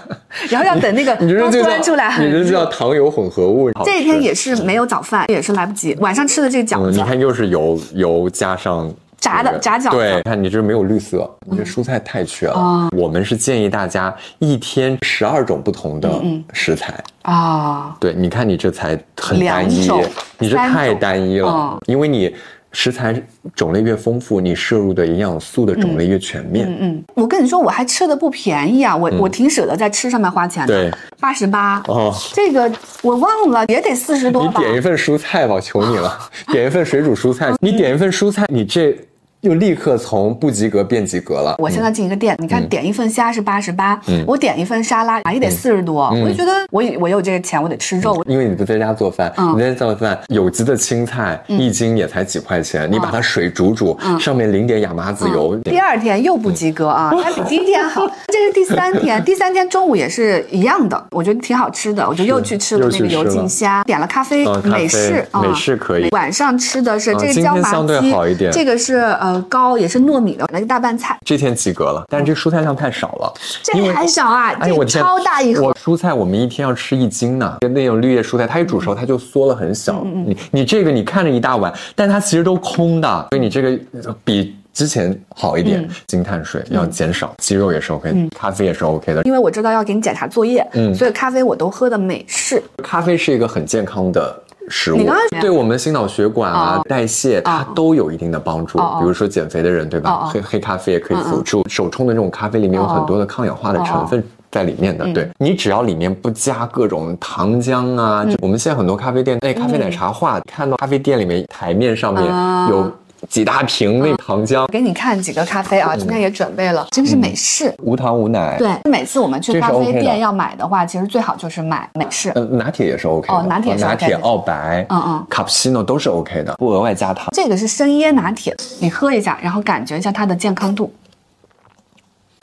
[SPEAKER 1] 然后要等那个
[SPEAKER 2] *laughs* 你这
[SPEAKER 1] 刚
[SPEAKER 2] 就叫
[SPEAKER 1] 端出来
[SPEAKER 2] 你
[SPEAKER 1] 很
[SPEAKER 2] 这就
[SPEAKER 1] 热
[SPEAKER 2] 叫糖油混合物。好
[SPEAKER 1] 这一天
[SPEAKER 2] 吃
[SPEAKER 1] 也是没有早饭，也是来不及。晚上吃的这个饺
[SPEAKER 2] 嗯，你
[SPEAKER 1] 子，
[SPEAKER 2] 看又是油油加上
[SPEAKER 1] 炸的
[SPEAKER 2] 那个
[SPEAKER 1] 炸饺子嗯
[SPEAKER 2] 对，看你这没有绿色，你这蔬菜太缺了
[SPEAKER 1] 哦。
[SPEAKER 2] 我们是建议大家一天十二种不同
[SPEAKER 1] 嗯
[SPEAKER 2] 的食材。
[SPEAKER 1] 啊、
[SPEAKER 2] 对，你看你这才很单一
[SPEAKER 1] 两种，
[SPEAKER 2] 你这
[SPEAKER 1] 三
[SPEAKER 2] 太
[SPEAKER 1] 种
[SPEAKER 2] 单一了
[SPEAKER 1] 嗯，
[SPEAKER 2] 因为你食材种类越丰富，你摄入的营养素的种类越全面。
[SPEAKER 1] 嗯，我跟你说，我还吃的不便宜啊，我、我挺舍得在吃上面花钱的，
[SPEAKER 2] 嗯对，
[SPEAKER 1] 八十八。
[SPEAKER 2] 哦，
[SPEAKER 1] 这个我忘了，也得四十多
[SPEAKER 2] 你
[SPEAKER 1] 吧？
[SPEAKER 2] 点一份蔬菜吧，我求
[SPEAKER 1] *laughs*
[SPEAKER 2] 你了，点一份水煮蔬菜，
[SPEAKER 1] 嗯
[SPEAKER 2] 你点一份蔬菜，你这又立刻从不及格变及格了。
[SPEAKER 1] 我现在进一个店，你
[SPEAKER 2] 嗯
[SPEAKER 1] 看点一份虾是八十八，我点一份沙拉啊也得四十多，
[SPEAKER 2] 嗯
[SPEAKER 1] 我就觉得我有我有这个钱，我得吃肉，哦我
[SPEAKER 2] 因为你不在家做饭，
[SPEAKER 1] 嗯
[SPEAKER 2] 你在家做饭，有机的青菜一斤也才几块钱，你把它水煮煮，
[SPEAKER 1] 嗯
[SPEAKER 2] 上面淋点亚麻籽油，
[SPEAKER 1] 第二天又
[SPEAKER 2] 嗯
[SPEAKER 1] 不及格啊，但比第一天好。这是第三天，第三天中午也是一样的，我觉得挺好吃的，我就又去吃了
[SPEAKER 2] 又
[SPEAKER 1] 那个
[SPEAKER 2] 去吃
[SPEAKER 1] 油浸
[SPEAKER 2] 了
[SPEAKER 1] 虾，点了咖啡
[SPEAKER 2] 嗯咖啡
[SPEAKER 1] 美式啊，
[SPEAKER 2] 美式可以
[SPEAKER 1] 晚上吃的是
[SPEAKER 2] 嗯
[SPEAKER 1] 这个
[SPEAKER 2] 今
[SPEAKER 1] 椒
[SPEAKER 2] 天
[SPEAKER 1] 麻
[SPEAKER 2] 相对
[SPEAKER 1] 鸡
[SPEAKER 2] 好一，点
[SPEAKER 1] 这个是呃糕，也是糯米的，来个大拌菜，
[SPEAKER 2] 这天及格了。但是这蔬菜量太少了，
[SPEAKER 1] 这
[SPEAKER 2] 因为
[SPEAKER 1] 还小啊，这
[SPEAKER 2] 哎呦我
[SPEAKER 1] 个
[SPEAKER 2] 的天
[SPEAKER 1] 超大一盒
[SPEAKER 2] 我。蔬菜我们一天要吃一斤呢，那种绿叶蔬菜，它一煮熟
[SPEAKER 1] 嗯
[SPEAKER 2] 它就缩了很小。你你这个你看着一大碗，但它其实都空的，所以你这个呃比之前好一
[SPEAKER 1] 嗯
[SPEAKER 2] 点，精碳水要减少，鸡肉也是 OK，的咖啡也是 OK 的。
[SPEAKER 1] 因为我知道要给你检查作业，
[SPEAKER 2] 嗯
[SPEAKER 1] 所以咖啡我都喝的美式，
[SPEAKER 2] 咖啡是一个很健康的食物
[SPEAKER 1] 你刚刚，
[SPEAKER 2] 对我们心脑血管啊
[SPEAKER 1] 哦、
[SPEAKER 2] 代谢它都有一定的帮助
[SPEAKER 1] 哦哦。
[SPEAKER 2] 比如说减肥的人，对
[SPEAKER 1] 哦
[SPEAKER 2] 吧
[SPEAKER 1] 哦？嗯
[SPEAKER 2] 黑黑咖啡也可以辅助。手冲的这种咖啡里面有很多的抗氧化的成
[SPEAKER 1] 哦
[SPEAKER 2] 分。在里面
[SPEAKER 1] 嗯
[SPEAKER 2] 的，对你只要里面不加各种糖浆啊，
[SPEAKER 1] 嗯
[SPEAKER 2] 就我们现在很多咖啡店，哎，咖啡奶茶化，看到咖啡店里面台面上面
[SPEAKER 1] 啊嗯
[SPEAKER 2] 有几大瓶那糖浆
[SPEAKER 1] 我，给你看几个咖啡
[SPEAKER 2] 嗯
[SPEAKER 1] 啊，今天也准备了，这个是美式。
[SPEAKER 2] 无糖无奶，
[SPEAKER 1] 对，每次我们去
[SPEAKER 2] 嗯这是
[SPEAKER 1] 咖啡
[SPEAKER 2] OK 的
[SPEAKER 1] 店要买的话，其实最好就是买美式。
[SPEAKER 2] 呃，拿铁也是 OK 的，啊
[SPEAKER 1] 哦拿铁也是
[SPEAKER 2] 拿
[SPEAKER 1] OK
[SPEAKER 2] 铁、
[SPEAKER 1] 的
[SPEAKER 2] 澳白，
[SPEAKER 1] 嗯嗯，
[SPEAKER 2] 卡布奇诺都是 OK 的，不额外加糖。
[SPEAKER 1] 这个是生椰拿铁，你喝一下，然后感觉一下它的健康度。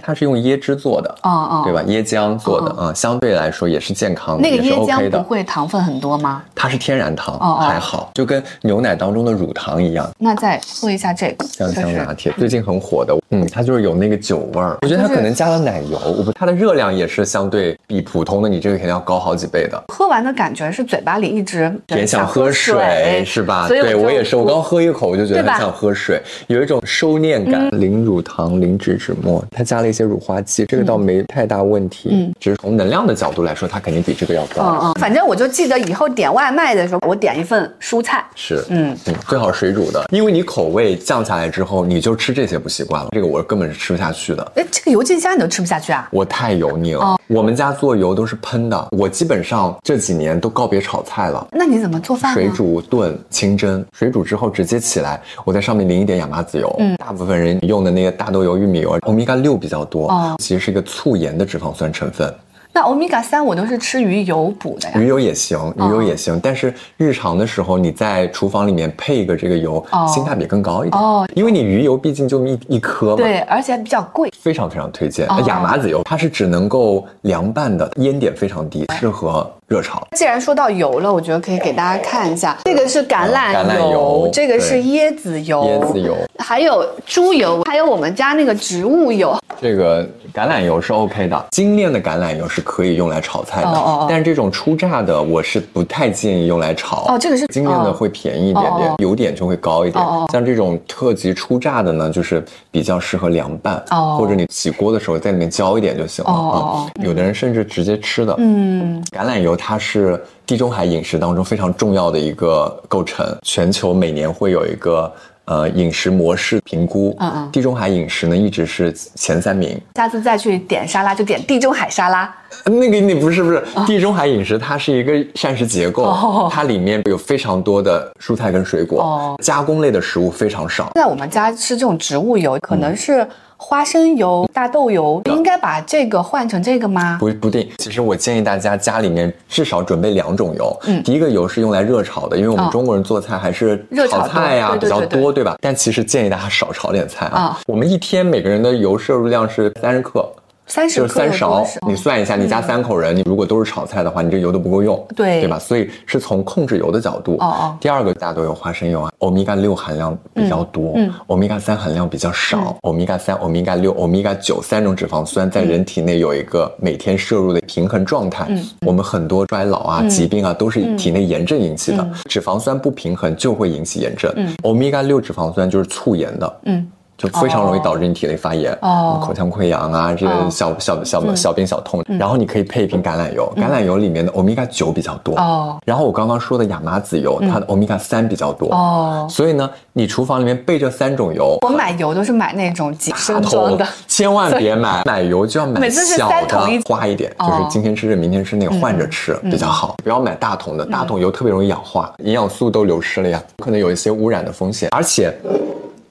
[SPEAKER 2] 它是用椰汁做的，
[SPEAKER 1] 哦哦，
[SPEAKER 2] 对？吧？椰浆做的啊、相对来说也是健康的，
[SPEAKER 1] 那个
[SPEAKER 2] 也是
[SPEAKER 1] 椰
[SPEAKER 2] OK
[SPEAKER 1] 浆不
[SPEAKER 2] 的。
[SPEAKER 1] 会糖分很多吗？
[SPEAKER 2] 它是天然糖，
[SPEAKER 1] 哦哦
[SPEAKER 2] 还好，就跟牛奶当中的乳糖一样。
[SPEAKER 1] 那再喝一下这个，
[SPEAKER 2] 酱
[SPEAKER 1] 就
[SPEAKER 2] 香
[SPEAKER 1] 是
[SPEAKER 2] 拿铁最近很火的，嗯，它就是有那个酒味儿。我觉得它
[SPEAKER 1] 就是
[SPEAKER 2] 可能加了奶油，我不，它的热量也是相对比普通的你这个肯定要高好几倍的。
[SPEAKER 1] 喝完的感觉是嘴巴里一直
[SPEAKER 2] 也想喝水是吧？
[SPEAKER 1] 所以
[SPEAKER 2] 对
[SPEAKER 1] 就
[SPEAKER 2] 我也是，我刚喝一口我就觉得
[SPEAKER 1] 对吧嗯
[SPEAKER 2] 很想喝水，有一种收敛感。零乳糖、零脂脂末，它加了一些乳化剂，这个倒没太大问题。
[SPEAKER 1] 嗯
[SPEAKER 2] 只是从能量的角度来说，它肯定比这个要高。
[SPEAKER 1] 嗯嗯，反正我就记得以后点外卖的时候，我点一份蔬菜。
[SPEAKER 2] 是，
[SPEAKER 1] 嗯
[SPEAKER 2] 嗯，最好水煮的，因为你口味降下来之后，你就吃这些不习惯了。这个我根本是吃不下去的，
[SPEAKER 1] 哎，这个油浸虾你都吃不下去啊？
[SPEAKER 2] 我太油腻了。我们家做油都是喷的，我基本上这几年都告别炒菜了。
[SPEAKER 1] 那你怎么做饭呢？
[SPEAKER 2] 水煮、炖、清蒸，水煮之后直接起来，我在上面淋一点亚麻籽油。
[SPEAKER 1] 嗯
[SPEAKER 2] 大部分人用的那个大豆油、玉米油，欧米伽六比较多，
[SPEAKER 1] 哦
[SPEAKER 2] 其实是一个促盐的脂肪酸成分。
[SPEAKER 1] 那欧米伽三我都是吃鱼油补的呀。
[SPEAKER 2] 鱼油也行，
[SPEAKER 1] 哦
[SPEAKER 2] 鱼油也行，但是日常的时候你在厨房里面配一个这个油，
[SPEAKER 1] 哦
[SPEAKER 2] 性价比更高一点。
[SPEAKER 1] 哦，
[SPEAKER 2] 因为你鱼油毕竟就一一颗嘛。
[SPEAKER 1] 对，而且比较贵。
[SPEAKER 2] 非常非常推荐
[SPEAKER 1] 哦
[SPEAKER 2] 亚麻籽油，它是只能够凉拌的，烟点非常低，适合热炒。
[SPEAKER 1] 既然说到油了，我觉得可以给大家看一下，这个是橄榄油，
[SPEAKER 2] 嗯橄榄油
[SPEAKER 1] 这个是
[SPEAKER 2] 对
[SPEAKER 1] 椰子油，
[SPEAKER 2] 椰子油，
[SPEAKER 1] 还有猪油，还有我们家那个植物油。
[SPEAKER 2] 这个橄榄油是 OK 的，精炼的橄榄油是可以用来炒菜的，
[SPEAKER 1] 哦哦哦
[SPEAKER 2] 但是这种初榨的我是不太建议用来炒。
[SPEAKER 1] 哦，这个是
[SPEAKER 2] 精炼的
[SPEAKER 1] 哦
[SPEAKER 2] 会便宜一点点，
[SPEAKER 1] 哦哦
[SPEAKER 2] 油点就会高一点。
[SPEAKER 1] 哦哦
[SPEAKER 2] 像这种特级初榨的呢，就是比较适合凉拌，
[SPEAKER 1] 哦
[SPEAKER 2] 或者你起锅的时候在里面浇一点就行了。
[SPEAKER 1] 哦哦哦
[SPEAKER 2] 啊有的人甚至直接吃的。
[SPEAKER 1] 嗯，
[SPEAKER 2] 橄榄油它是地中海饮食当中非常重要的一个构成，全球每年会有一个呃饮食模式评估，
[SPEAKER 1] 嗯嗯
[SPEAKER 2] 地中海饮食呢一直是前三名。
[SPEAKER 1] 下次再去点沙拉就点地中海沙拉。
[SPEAKER 2] 那个你不是不是，地中海饮食它是一个膳食结构，
[SPEAKER 1] 啊哦
[SPEAKER 2] 它里面有非常多的蔬菜跟水果，
[SPEAKER 1] 哦
[SPEAKER 2] 加工类的食物非常少。
[SPEAKER 1] 在我们家吃这种植物油，可能是花生油、大豆油，
[SPEAKER 2] 嗯
[SPEAKER 1] 应该把这个换成这个吗？
[SPEAKER 2] 不不定，其实我建议大家家里面至少准备两种油。
[SPEAKER 1] 嗯
[SPEAKER 2] 第一个油是用来热炒的，因为我
[SPEAKER 1] 哦
[SPEAKER 2] 们中国人做菜还是
[SPEAKER 1] 热炒
[SPEAKER 2] 炒菜呀、
[SPEAKER 1] 多对
[SPEAKER 2] 比
[SPEAKER 1] 对
[SPEAKER 2] 较
[SPEAKER 1] 对对
[SPEAKER 2] 多，对吧？但其实建议大家少炒点菜啊。
[SPEAKER 1] 啊
[SPEAKER 2] 我们一天每个人的油摄入量是三十克，
[SPEAKER 1] 三十
[SPEAKER 2] 就
[SPEAKER 1] 克
[SPEAKER 2] 是三
[SPEAKER 1] 有
[SPEAKER 2] 勺
[SPEAKER 1] 多少，嗯
[SPEAKER 2] 你算一下，你家三口人，你如果都是炒菜的话，你这油都不够用，
[SPEAKER 1] 对
[SPEAKER 2] 对吧？所以是从控制油的角度。
[SPEAKER 1] 哦哦
[SPEAKER 2] 第二个，大豆油、花生油啊，欧米伽六含量比较多，
[SPEAKER 1] 嗯
[SPEAKER 2] 欧米伽三含量比较少，欧米伽三、欧米伽六、欧米伽九三种脂肪酸在人体内有一个每天摄入的平衡状态。
[SPEAKER 1] 嗯
[SPEAKER 2] 我们很多衰老啊、疾病啊都是体内炎症引起的，
[SPEAKER 1] 嗯
[SPEAKER 2] 脂肪酸不平衡就会引起炎症。
[SPEAKER 1] 嗯
[SPEAKER 2] 欧米伽六脂肪酸就是促炎的，
[SPEAKER 1] 嗯，
[SPEAKER 2] 就非常容易导致你体内发炎，
[SPEAKER 1] 哦
[SPEAKER 2] 口腔溃疡啊，这
[SPEAKER 1] 哦嗯
[SPEAKER 2] 个小、小小小病小痛。然后你可以配一瓶橄榄油，橄榄油里面的欧米伽九比较多。
[SPEAKER 1] 哦嗯
[SPEAKER 2] 然后我刚刚说的亚麻籽油，它的欧米伽三比较多。
[SPEAKER 1] 哦，
[SPEAKER 2] 所以呢，你厨房里面备这三种油，
[SPEAKER 1] 我买油都是买那种几
[SPEAKER 2] 大
[SPEAKER 1] 升装
[SPEAKER 2] 桶
[SPEAKER 1] 的。
[SPEAKER 2] 千万别买，买油就要
[SPEAKER 1] 每
[SPEAKER 2] 买
[SPEAKER 1] 次是
[SPEAKER 2] 小
[SPEAKER 1] 三
[SPEAKER 2] 的
[SPEAKER 1] 桶一，
[SPEAKER 2] 花一点，
[SPEAKER 1] 哦嗯
[SPEAKER 2] 就是今天吃这，明天吃那个，换着吃比较好，不要买大桶的，大桶油特别容易氧化，营养素都流失了呀，可能有一些污染的风险，而且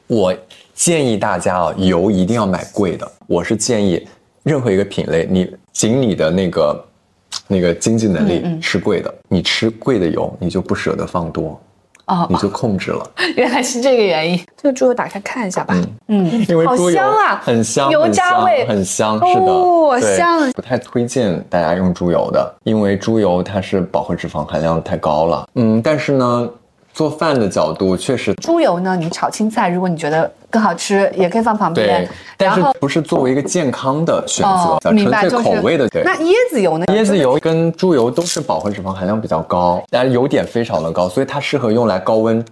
[SPEAKER 2] 我建议大家啊，油一定要买贵的。我是建议任何一个品类，你仅你的那个那个经济能
[SPEAKER 1] 嗯
[SPEAKER 2] 力吃贵的，你吃贵的油，你就不舍得放多，
[SPEAKER 1] 哦
[SPEAKER 2] 你，就控制了，
[SPEAKER 1] *laughs* 原来是这个原因。这个猪油打开看一下吧。嗯，
[SPEAKER 2] 因为
[SPEAKER 1] 好
[SPEAKER 2] 猪油
[SPEAKER 1] 香啊
[SPEAKER 2] 很香，
[SPEAKER 1] 油
[SPEAKER 2] 很
[SPEAKER 1] 炸
[SPEAKER 2] 香
[SPEAKER 1] 味
[SPEAKER 2] 很香，是的，
[SPEAKER 1] 哦
[SPEAKER 2] 对
[SPEAKER 1] 香
[SPEAKER 2] 不太推荐大家用猪油的，因为猪油它是饱和脂肪含量太高了。嗯，但是呢，做饭的角度确实
[SPEAKER 1] 猪油呢，你炒青菜，如果你觉得更好吃，也可以放旁边
[SPEAKER 2] 对。，但
[SPEAKER 1] 然
[SPEAKER 2] 是
[SPEAKER 1] 后
[SPEAKER 2] 不是作为一个健康的选择呃
[SPEAKER 1] 哦，，明白
[SPEAKER 2] 纯
[SPEAKER 1] 就
[SPEAKER 2] 粹
[SPEAKER 1] 是
[SPEAKER 2] 口味的。对，
[SPEAKER 1] 那椰子油呢？
[SPEAKER 2] 椰子油跟猪油都是饱和脂肪含量比较高，但油点非常的高，所以它适合用来高温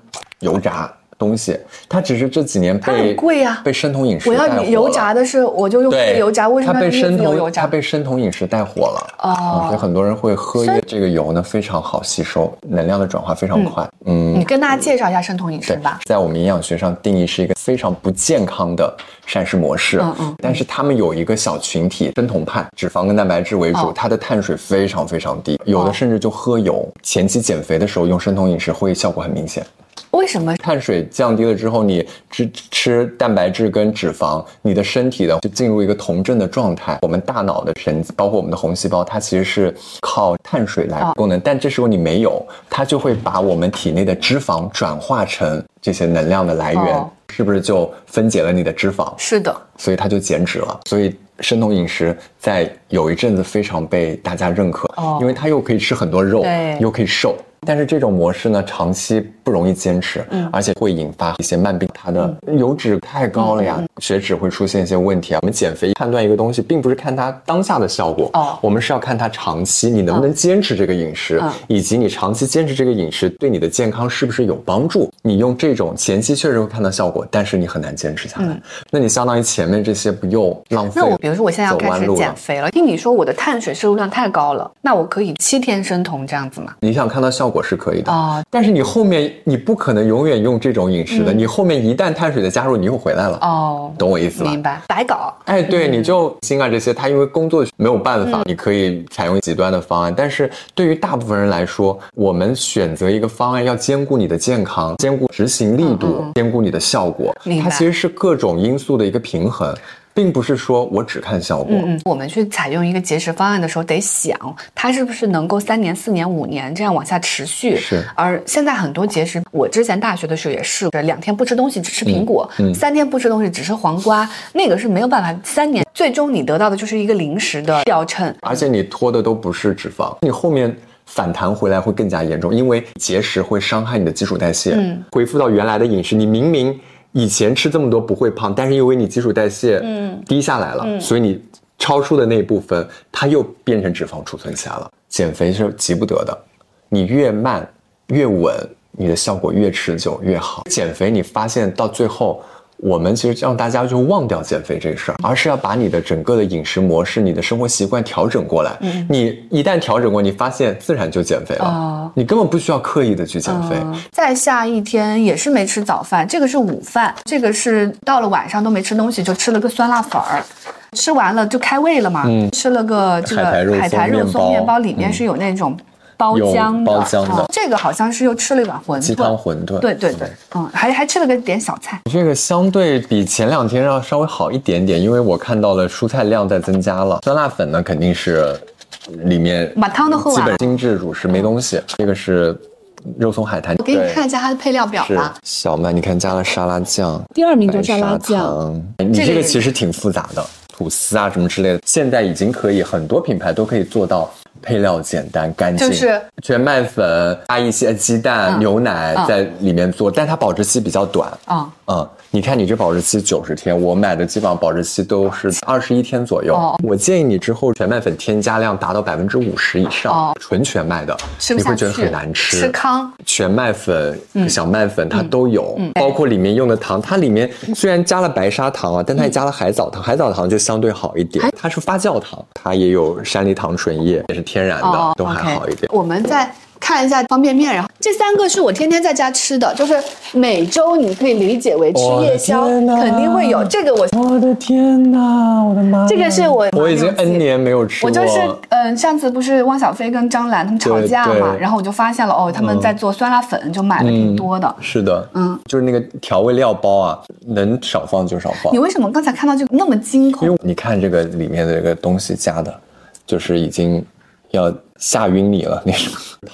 [SPEAKER 2] 油炸东西。它只是这几年
[SPEAKER 1] 它很
[SPEAKER 2] 被
[SPEAKER 1] 贵呀
[SPEAKER 2] 被生酮饮食
[SPEAKER 1] 我
[SPEAKER 2] 带
[SPEAKER 1] 要
[SPEAKER 2] 火
[SPEAKER 1] 油
[SPEAKER 2] 了
[SPEAKER 1] 炸的是，我就用这
[SPEAKER 2] 对
[SPEAKER 1] 个油炸，为什
[SPEAKER 2] 它
[SPEAKER 1] 么要
[SPEAKER 2] 被
[SPEAKER 1] 用椰
[SPEAKER 2] 生
[SPEAKER 1] 子油
[SPEAKER 2] 酮
[SPEAKER 1] 油炸
[SPEAKER 2] 它？被生酮饮食带火了。
[SPEAKER 1] 哦
[SPEAKER 2] 啊所以很多人会喝
[SPEAKER 1] 所以
[SPEAKER 2] 这个油呢，非常好吸收，能量的转化非常快。嗯，
[SPEAKER 1] 你跟大家介绍一下生酮饮食
[SPEAKER 2] 对
[SPEAKER 1] 吧。
[SPEAKER 2] 在我们营养学上定义是一个非常不健康的膳食模式。
[SPEAKER 1] 嗯嗯
[SPEAKER 2] 但是他们有一个小群体，生酮派，脂肪跟蛋白质为主，
[SPEAKER 1] 哦
[SPEAKER 2] 它的碳水非常非常低，有
[SPEAKER 1] 哦
[SPEAKER 2] 的甚至就喝油。前期减肥的时候用生酮饮食会效果很明显，
[SPEAKER 1] 为什么？
[SPEAKER 2] 碳水降低了之后，你吃吃蛋白质跟脂肪，你的身体的就进入一个酮症的状态。我们大脑的神经，包括我们的红细胞，它其实是靠碳水来功能，但这时候你没有，它就会把我们体内的脂肪转化成这些能量的来源，
[SPEAKER 1] 哦
[SPEAKER 2] 是不是就分解了你的脂肪？
[SPEAKER 1] 是的，
[SPEAKER 2] 所以它就减脂了。所以生酮饮食在有一阵子非常被大家认可，
[SPEAKER 1] 哦
[SPEAKER 2] 因为它又可以吃很多肉
[SPEAKER 1] 对，
[SPEAKER 2] 又可以瘦。但是这种模式呢，长期不容易坚持，
[SPEAKER 1] 嗯
[SPEAKER 2] 而且会引发一些慢病。它的油脂太高了呀，
[SPEAKER 1] 嗯
[SPEAKER 2] 血脂会出现一些问题啊。我们减肥判断一个东西，并不是看它当下的效果，
[SPEAKER 1] 哦
[SPEAKER 2] 我们是要看它长期你能不能坚持这个饮食，
[SPEAKER 1] 嗯
[SPEAKER 2] 以及你长期坚持这个饮食对你的健康是不是有帮助。你用这种前期确实会看到效果，但是你很难坚持下来。那你相当于前面这些不又浪费
[SPEAKER 1] 嗯那
[SPEAKER 2] 了？
[SPEAKER 1] 我比如说我现在要
[SPEAKER 2] 走
[SPEAKER 1] 开
[SPEAKER 2] 弯
[SPEAKER 1] 始
[SPEAKER 2] 路
[SPEAKER 1] 减
[SPEAKER 2] 了。
[SPEAKER 1] 肥了，听你说我的碳水摄入量太高了，那我可以七天生酮这样子吗？
[SPEAKER 2] 你想看到效果是可以的，
[SPEAKER 1] 哦
[SPEAKER 2] 但是你后面你不可能永远用这种饮食的，你后面一旦碳水的加入，你又回来了，
[SPEAKER 1] 嗯哦，
[SPEAKER 2] 懂我意思吧
[SPEAKER 1] 明？白，白搞。
[SPEAKER 2] 哎，对，
[SPEAKER 1] 嗯
[SPEAKER 2] 你就心啊这些，它因为工作没有办法，你可以采用极端的方案。但是对于大部分人来说，我们选择一个方案要兼顾你的健康，兼顾执行力度，兼顾你的效果
[SPEAKER 1] 嗯明，
[SPEAKER 2] 它
[SPEAKER 1] 白
[SPEAKER 2] 其实是各种因素的一个平衡，并不是说我只看效果。
[SPEAKER 1] 嗯，我们去采用一个节食方案的时候，得想它是不是能够三年、四年、五年这样往下持续。
[SPEAKER 2] 是
[SPEAKER 1] 而现在很多节食，我之前大学的时候也试过，两天不吃东西只吃苹果，
[SPEAKER 2] 嗯嗯
[SPEAKER 1] 三天不吃东西只吃黄瓜，那个是没有办法。三年最终你得到的就是一个零食的掉秤。
[SPEAKER 2] 而且你脱的都不是脂肪，你后面反弹回来会更加严重，因为节食会伤害你的基础代谢。
[SPEAKER 1] 嗯，
[SPEAKER 2] 恢复到原来的饮食，你明明以前吃这么多不会胖，但是因为你基础代谢
[SPEAKER 1] 嗯
[SPEAKER 2] 低下来了，
[SPEAKER 1] 嗯
[SPEAKER 2] 所以你超出的那部分它又变成脂肪储存起来了。减肥是急不得的，你越慢越稳，你的效果越持久越好。减肥你发现到最后。我们其实让大家就忘掉减肥这事儿，而是要把你的整个的饮食模式、你的生活习惯调整过来。
[SPEAKER 1] 嗯
[SPEAKER 2] 你一旦调整过，你发现自然就减肥了，
[SPEAKER 1] 哦
[SPEAKER 2] 你根本不需要刻意的去减肥。
[SPEAKER 1] 嗯再下一天也是没吃早饭，这个是午饭，这个是到了晚上都没吃东西，就吃了个酸辣粉儿。吃完了就开胃了嘛，
[SPEAKER 2] 嗯
[SPEAKER 1] 吃了个这个
[SPEAKER 2] 海
[SPEAKER 1] 海
[SPEAKER 2] 苔肉松
[SPEAKER 1] 苔肉
[SPEAKER 2] 面
[SPEAKER 1] 松
[SPEAKER 2] 包嗯
[SPEAKER 1] 面包，里面是有那种包
[SPEAKER 2] 有
[SPEAKER 1] 浆的，
[SPEAKER 2] 包浆的
[SPEAKER 1] 哦这个好像是又吃了一碗馄
[SPEAKER 2] 鸡汤
[SPEAKER 1] 饨，
[SPEAKER 2] 馄饨，
[SPEAKER 1] 对对对，嗯，还还吃了个点小菜，
[SPEAKER 2] 这个相对比前两天要稍微好一点点，因为我看到了蔬菜量在增加了。酸辣粉呢，肯定是里面
[SPEAKER 1] 把汤都喝
[SPEAKER 2] 基
[SPEAKER 1] 完了
[SPEAKER 2] 本精致主食没东西。这个是肉松海苔，
[SPEAKER 1] 我给你看一下它的配料表
[SPEAKER 2] 是
[SPEAKER 1] 吧。
[SPEAKER 2] 小麦，你看加了沙拉酱、
[SPEAKER 3] 第二名就
[SPEAKER 2] 白
[SPEAKER 3] 沙拉酱，
[SPEAKER 2] 糖。你
[SPEAKER 1] 这个
[SPEAKER 2] 这个
[SPEAKER 1] 也
[SPEAKER 2] 其实挺复杂的，吐司啊什么之类的，现在已经可以很多品牌都可以做到。配料简单干净，
[SPEAKER 1] 就是
[SPEAKER 2] 全麦粉加一些鸡蛋、
[SPEAKER 1] 嗯
[SPEAKER 2] 牛奶
[SPEAKER 1] 嗯
[SPEAKER 2] 在里面做，但它保质期比较短，
[SPEAKER 1] 啊、
[SPEAKER 2] 嗯，你看你这保质期九十天，我买的基本上保质期都是二十一天左右。
[SPEAKER 1] 哦
[SPEAKER 2] 我建议你之后全麦粉添加量达到百分之五十以上，
[SPEAKER 1] 哦
[SPEAKER 2] 纯全麦的，
[SPEAKER 1] 吃不
[SPEAKER 2] 你
[SPEAKER 1] 下
[SPEAKER 2] 会觉
[SPEAKER 1] 去，
[SPEAKER 2] 得很难吃。
[SPEAKER 1] 吃糠，
[SPEAKER 2] 全麦粉、
[SPEAKER 1] 嗯
[SPEAKER 2] 小麦粉它都有，
[SPEAKER 1] 嗯
[SPEAKER 2] 包括里面用的糖，它里面虽然加了白砂糖啊，但
[SPEAKER 1] 嗯
[SPEAKER 2] 它也加了海藻糖，海藻糖就相对好一点，它是发酵糖，它也有山梨糖醇液，也是天然的，
[SPEAKER 1] 哦
[SPEAKER 2] 都还
[SPEAKER 1] OK
[SPEAKER 2] 好一点。
[SPEAKER 1] 我们再看一下方便面，然后
[SPEAKER 3] 这三个是我天天在家吃的，就是每周你可以理解为吃
[SPEAKER 2] 我的
[SPEAKER 3] 夜宵，
[SPEAKER 2] 天哪
[SPEAKER 3] 肯定会有这个我。
[SPEAKER 2] 我的天哪，我的妈！
[SPEAKER 3] 这个是我
[SPEAKER 2] 我已经 N 年没有吃
[SPEAKER 1] 我
[SPEAKER 2] 过。
[SPEAKER 1] 就是嗯、上次不是汪小菲跟张兰他们吵架
[SPEAKER 2] 对嗯
[SPEAKER 1] 嘛，
[SPEAKER 2] 对
[SPEAKER 1] 然后我就发现了哦，他们在做酸辣粉，就买了挺多的。
[SPEAKER 2] 是的，
[SPEAKER 1] 嗯，
[SPEAKER 2] 就是那个调味料包啊，能少放就少放
[SPEAKER 1] 你，为什么刚才看到就那么惊
[SPEAKER 2] 因
[SPEAKER 1] 恐
[SPEAKER 2] 为？你看这个里面的这个东西加的，就是已经要吓晕你了。
[SPEAKER 1] *laughs*
[SPEAKER 2] 那种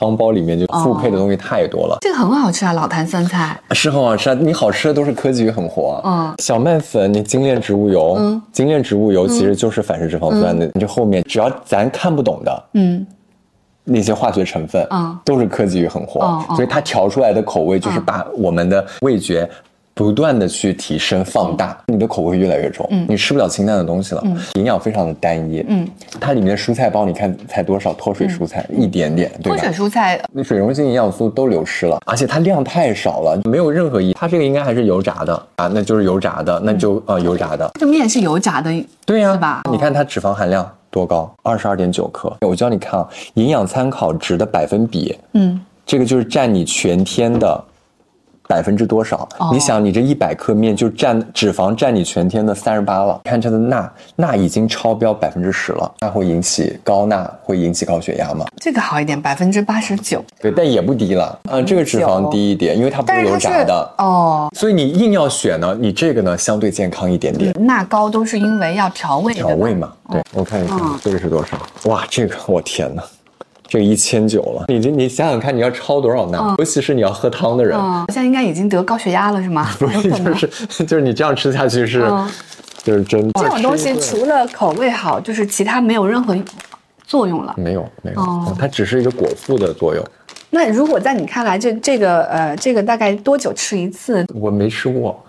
[SPEAKER 2] 汤包里面就
[SPEAKER 1] 哦
[SPEAKER 2] 复配的东西太多了，
[SPEAKER 1] 这个很好吃啊，老坛酸菜。
[SPEAKER 2] 是很好吃啊。你好吃的都是科技与狠活啊。
[SPEAKER 1] 嗯
[SPEAKER 2] 小麦粉，你精炼植物油，
[SPEAKER 1] 嗯
[SPEAKER 2] 精炼植物油其实就是反式脂肪酸的。你这后面只要咱看不懂的，
[SPEAKER 1] 嗯，
[SPEAKER 2] 那些化学成分
[SPEAKER 1] 嗯
[SPEAKER 2] 都是科技与狠活，
[SPEAKER 1] 嗯嗯
[SPEAKER 2] 所以它调出来的口味就是
[SPEAKER 1] 嗯
[SPEAKER 2] 把我们的味觉不断的去提升、放大，
[SPEAKER 1] 嗯
[SPEAKER 2] 你的口味越来越重，你吃不了清淡的东西了，营养非常的单一。
[SPEAKER 1] 嗯，
[SPEAKER 2] 它里面的蔬菜包你看才多少脱水蔬菜，一点点，对
[SPEAKER 1] 嗯脱
[SPEAKER 2] 啊吧
[SPEAKER 1] 水？蔬菜
[SPEAKER 2] 那水溶性营养素都流失了，而且它量太少了，没有任何意义。它这个应该还是油炸的啊，那就是油炸的，那就呃油炸的，
[SPEAKER 1] 这个面是油炸的，
[SPEAKER 2] 对呀、
[SPEAKER 1] 嗯是吧嗯
[SPEAKER 2] 你看它脂肪含量多高，二十二点九克。我教你看啊，营养参考值的百分比，
[SPEAKER 1] 嗯，
[SPEAKER 2] 这个就是占你全天的百分之多少？
[SPEAKER 1] 哦
[SPEAKER 2] 你想，你这一百克面就占脂肪占你全天的三十八了。看它的钠，钠已经超标百分之十了，钠会引起高钠，会引起高血压吗？
[SPEAKER 1] 这个好一点，百分之八十九，
[SPEAKER 2] 对，但也不低了。嗯、这个脂肪低一点，因为它不
[SPEAKER 1] 但
[SPEAKER 2] 是
[SPEAKER 1] 是
[SPEAKER 2] 油
[SPEAKER 1] 它是
[SPEAKER 2] 炸的。
[SPEAKER 1] 哦，
[SPEAKER 2] 所以你硬要选呢，你这个呢相对健康一点点。
[SPEAKER 1] 钠高都是因为要调味的吧
[SPEAKER 2] 调味嘛，对，我看一下
[SPEAKER 1] 嗯
[SPEAKER 2] 这个是多少？哇，这个我天哪，这个一千九了！你这你想想看，你要超多少钠？尤其是你要喝汤的人，
[SPEAKER 1] 嗯，现在应该已经得高血压了是
[SPEAKER 2] *laughs*
[SPEAKER 1] 吗？
[SPEAKER 2] 所以就是就是你这样吃下去是，
[SPEAKER 1] 嗯
[SPEAKER 2] 就是真
[SPEAKER 1] *laughs* 这种东西
[SPEAKER 2] 哇吃一顿
[SPEAKER 1] 除了口味好，就是其他没有任何作用了。
[SPEAKER 2] 没有没有、嗯
[SPEAKER 1] 哦
[SPEAKER 2] 它只是一个果腹的作用。
[SPEAKER 1] 那如果在你看来，这这个呃，这个大概多久吃一次？
[SPEAKER 2] 我没吃过，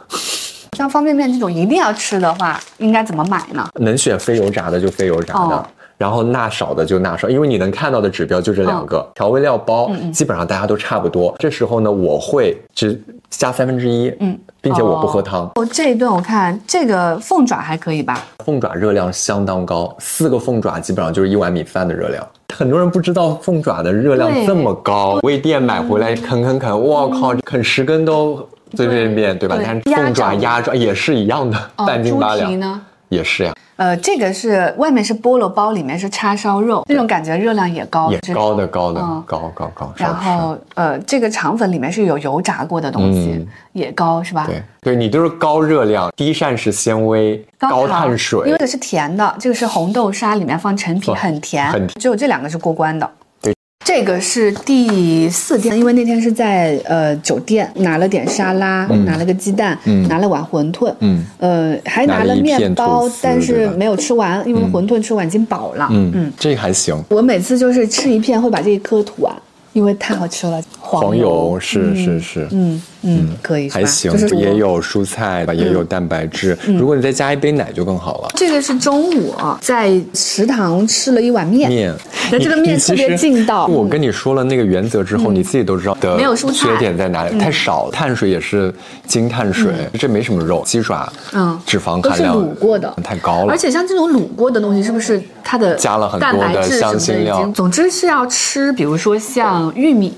[SPEAKER 1] 像方便面这种一定要吃的话，应该怎么买呢？
[SPEAKER 2] 能选非油炸的就非油炸的。
[SPEAKER 1] 哦
[SPEAKER 2] 然后钠少的就钠少，因为你能看到的指标就这
[SPEAKER 1] 嗯
[SPEAKER 2] 两个、调味料包，基本上大家都差不多。这时候呢，我会只加三分之一，
[SPEAKER 1] 嗯
[SPEAKER 2] 并且我不喝
[SPEAKER 1] 哦
[SPEAKER 2] 汤，
[SPEAKER 1] 哦，这一顿我看这个凤爪还可以吧？
[SPEAKER 2] 凤爪热量相当高，四个凤爪基本上就是一碗米饭的热量。很多人不知道凤爪的热量
[SPEAKER 1] 对嗯
[SPEAKER 2] 这么高，微店买回来啃啃啃，我靠，啃十根都随随便便，对吧？
[SPEAKER 1] 对
[SPEAKER 2] 但是
[SPEAKER 1] 鸭
[SPEAKER 2] 凤爪、
[SPEAKER 1] 掌
[SPEAKER 2] 鸭爪也是一样的，
[SPEAKER 1] 哦，
[SPEAKER 2] *laughs* 半斤
[SPEAKER 1] 猪
[SPEAKER 2] 八
[SPEAKER 1] 蹄
[SPEAKER 2] 两，
[SPEAKER 1] 呢？
[SPEAKER 2] 也是呀，
[SPEAKER 1] 呃，这个是外面是菠萝包，里面是叉烧肉，这种感觉热量也高，
[SPEAKER 2] 也
[SPEAKER 1] 就是
[SPEAKER 2] 高的高的
[SPEAKER 1] 哦嗯
[SPEAKER 2] 高高高，
[SPEAKER 1] 然
[SPEAKER 2] 少吃
[SPEAKER 1] 后呃，这个肠粉里面是有油炸过的东西，
[SPEAKER 2] 嗯
[SPEAKER 1] 也高是吧？
[SPEAKER 2] 对对，你都是高热量、低膳食纤维、高
[SPEAKER 1] 糖
[SPEAKER 2] 碳
[SPEAKER 1] 因
[SPEAKER 2] 水
[SPEAKER 1] 为，这是甜的，这个是红豆沙，里面放陈皮，
[SPEAKER 2] 哇
[SPEAKER 1] 很甜，
[SPEAKER 2] 很
[SPEAKER 1] 只有这两个是过关的。
[SPEAKER 2] 对，
[SPEAKER 1] 这个是第四天，因为那天是在呃酒店拿了点沙拉，
[SPEAKER 2] 嗯
[SPEAKER 1] 拿了个鸡蛋，
[SPEAKER 2] 嗯
[SPEAKER 1] 拿了碗馄饨，
[SPEAKER 2] 嗯
[SPEAKER 1] 呃还拿
[SPEAKER 2] 拿了
[SPEAKER 1] 了
[SPEAKER 2] 一片
[SPEAKER 1] 面包
[SPEAKER 2] 吐司，
[SPEAKER 1] 但
[SPEAKER 2] 对
[SPEAKER 1] 是
[SPEAKER 2] 吧
[SPEAKER 1] 没有吃完，因为
[SPEAKER 2] 嗯
[SPEAKER 1] 馄饨吃完已经饱了。
[SPEAKER 2] 嗯，这还行。
[SPEAKER 1] 我每次就是吃一片会把这一颗吐完，因为太好吃了。黄油
[SPEAKER 2] 油是是是，
[SPEAKER 1] 嗯嗯，可以是吧
[SPEAKER 2] 还行
[SPEAKER 1] 就是，嗯
[SPEAKER 2] 也有蔬菜吧，也有蛋白质。如果你再加一杯奶就更好了。
[SPEAKER 1] 这个是中午啊在食堂吃了一碗面，
[SPEAKER 2] 面，
[SPEAKER 1] 那
[SPEAKER 2] 你
[SPEAKER 1] 这个面
[SPEAKER 2] 你其
[SPEAKER 1] 特别
[SPEAKER 2] 实
[SPEAKER 1] 劲道嗯
[SPEAKER 2] 我跟你说了那个原则之后，你自己都知道的
[SPEAKER 1] 没有蔬菜嗯
[SPEAKER 2] 缺点在哪里，太少了，碳水也是精碳水，这没什么肉，鸡爪，
[SPEAKER 1] 嗯
[SPEAKER 2] 脂肪
[SPEAKER 3] 都
[SPEAKER 2] 含
[SPEAKER 3] 是
[SPEAKER 2] 量
[SPEAKER 3] 卤过的
[SPEAKER 2] 太高了
[SPEAKER 1] 而。且像这种卤过的东西，是不是它的
[SPEAKER 2] 加了很多
[SPEAKER 1] 蛋
[SPEAKER 2] 的
[SPEAKER 1] 白质什么
[SPEAKER 2] 香
[SPEAKER 1] 的
[SPEAKER 2] 辛
[SPEAKER 1] 已
[SPEAKER 2] 料
[SPEAKER 1] 经？总之是要吃，比如说像玉米、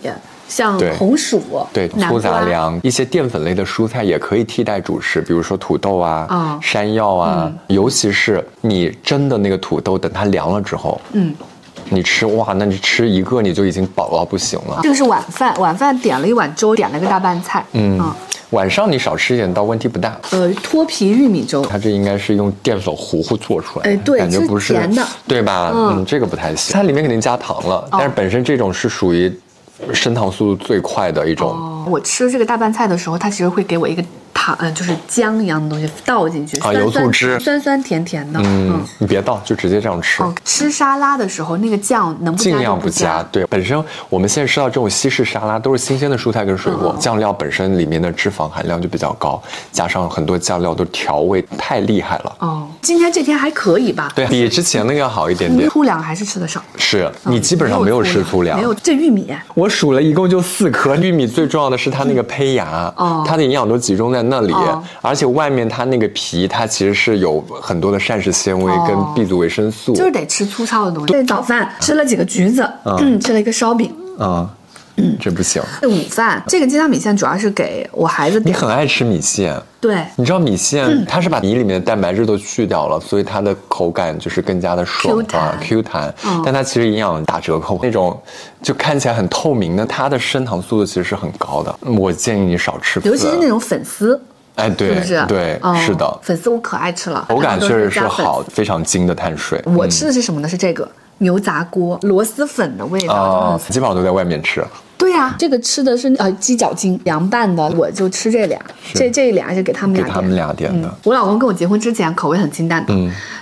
[SPEAKER 1] 像
[SPEAKER 2] 对
[SPEAKER 1] 红薯、
[SPEAKER 2] 对
[SPEAKER 1] 南
[SPEAKER 2] 粗杂
[SPEAKER 1] 瓜
[SPEAKER 2] 粮，一些淀粉类的蔬菜也可以替代主食，比如说土豆啊、
[SPEAKER 1] 啊
[SPEAKER 2] 山药啊，尤其是你蒸的那个土豆，等它凉了之后，
[SPEAKER 1] 嗯，
[SPEAKER 2] 你吃哇，那你吃一个你就已经饱到不行了。
[SPEAKER 1] 这个是晚饭，晚饭点了一碗粥，点了个大拌菜，啊
[SPEAKER 2] 嗯，晚上你少吃一点倒问题不大。
[SPEAKER 1] 呃，脱皮玉米粥。
[SPEAKER 2] 它这应该是用淀粉糊糊做出来的，
[SPEAKER 1] 哎对
[SPEAKER 2] 感觉
[SPEAKER 1] 是
[SPEAKER 2] 不是
[SPEAKER 1] 甜的
[SPEAKER 2] 对吧？
[SPEAKER 1] 嗯哦
[SPEAKER 2] 嗯这个不太行。它里面肯定加糖了，但是本身这种是属于升糖速度最快的一种。
[SPEAKER 1] 哦，我吃这个大拌菜的时候，它其实会给我一个糖，嗯、就是姜一样的东西倒进去，酸
[SPEAKER 2] 啊油
[SPEAKER 1] 酸
[SPEAKER 2] 醋汁
[SPEAKER 1] 酸酸甜甜的，
[SPEAKER 2] 嗯，你别倒，就直接这样吃。
[SPEAKER 1] 哦，吃沙拉的时候那个酱能不加就
[SPEAKER 2] 尽量不加，对，本身我们现在吃到这种西式沙拉都是新鲜的蔬菜跟水果，
[SPEAKER 1] 嗯
[SPEAKER 2] 酱料本身里面的脂肪含量就比较高，加上很多酱料都调味太厉害了，
[SPEAKER 1] 哦，今天这天还可以吧？
[SPEAKER 2] 对比之前那个要好一点点。
[SPEAKER 1] 粗粮还是吃的少。
[SPEAKER 2] 是你基本上没有吃粗
[SPEAKER 1] 嗯
[SPEAKER 2] 粮，
[SPEAKER 1] 啊没有这玉米，
[SPEAKER 2] 我数了一共就四颗玉米，最重要的是它那个胚芽，
[SPEAKER 1] 哦
[SPEAKER 2] 它的营养都集中在那里，
[SPEAKER 1] 哦
[SPEAKER 2] 而且外面它那个皮，它其实是有很多的膳食纤维跟
[SPEAKER 1] 哦
[SPEAKER 2] B 族维生素，
[SPEAKER 1] 就是得吃粗糙的东西。对，啊早饭吃了几个橘子，嗯，吃了一个烧饼。
[SPEAKER 2] 啊，这不行。
[SPEAKER 1] 对午饭这个鸡汤米线主要是给我孩子
[SPEAKER 2] 你
[SPEAKER 1] 点，
[SPEAKER 2] 很爱吃米线，
[SPEAKER 1] 对，
[SPEAKER 2] 你知道米
[SPEAKER 1] 嗯
[SPEAKER 2] 线它是把米里面的蛋白质都去掉了，所以它的口感就是更加的
[SPEAKER 1] Q
[SPEAKER 2] 爽啊
[SPEAKER 1] 弹
[SPEAKER 2] ，Q 弹
[SPEAKER 1] 嗯，
[SPEAKER 2] 但它其实营养打折扣，那种就看起来很透明的，它的升糖速度其实是很高的。我建议你少吃粉，
[SPEAKER 1] 尤其是那种粉丝，
[SPEAKER 2] 哎，
[SPEAKER 1] 是
[SPEAKER 2] 对
[SPEAKER 1] 不是？
[SPEAKER 2] 对
[SPEAKER 1] 哦，
[SPEAKER 2] 是的，
[SPEAKER 1] 粉丝我可爱吃了，
[SPEAKER 2] 口感确实是
[SPEAKER 1] 然后都加粉
[SPEAKER 2] 好，嗯非常精的碳水。
[SPEAKER 1] 我吃的是什么呢？是这个牛杂锅，螺蛳粉的味道。嗯
[SPEAKER 2] 啊，基本上都在外面吃。
[SPEAKER 1] 对啊呀、
[SPEAKER 3] 这个吃的是呃鸡脚筋，
[SPEAKER 1] 凉拌的我就吃这俩，这这俩是给他们
[SPEAKER 2] 给
[SPEAKER 1] 俩
[SPEAKER 2] 他
[SPEAKER 1] 点
[SPEAKER 2] 们俩点的。
[SPEAKER 1] 嗯
[SPEAKER 2] 嗯
[SPEAKER 1] 我老公跟我结婚之前口味很清淡的，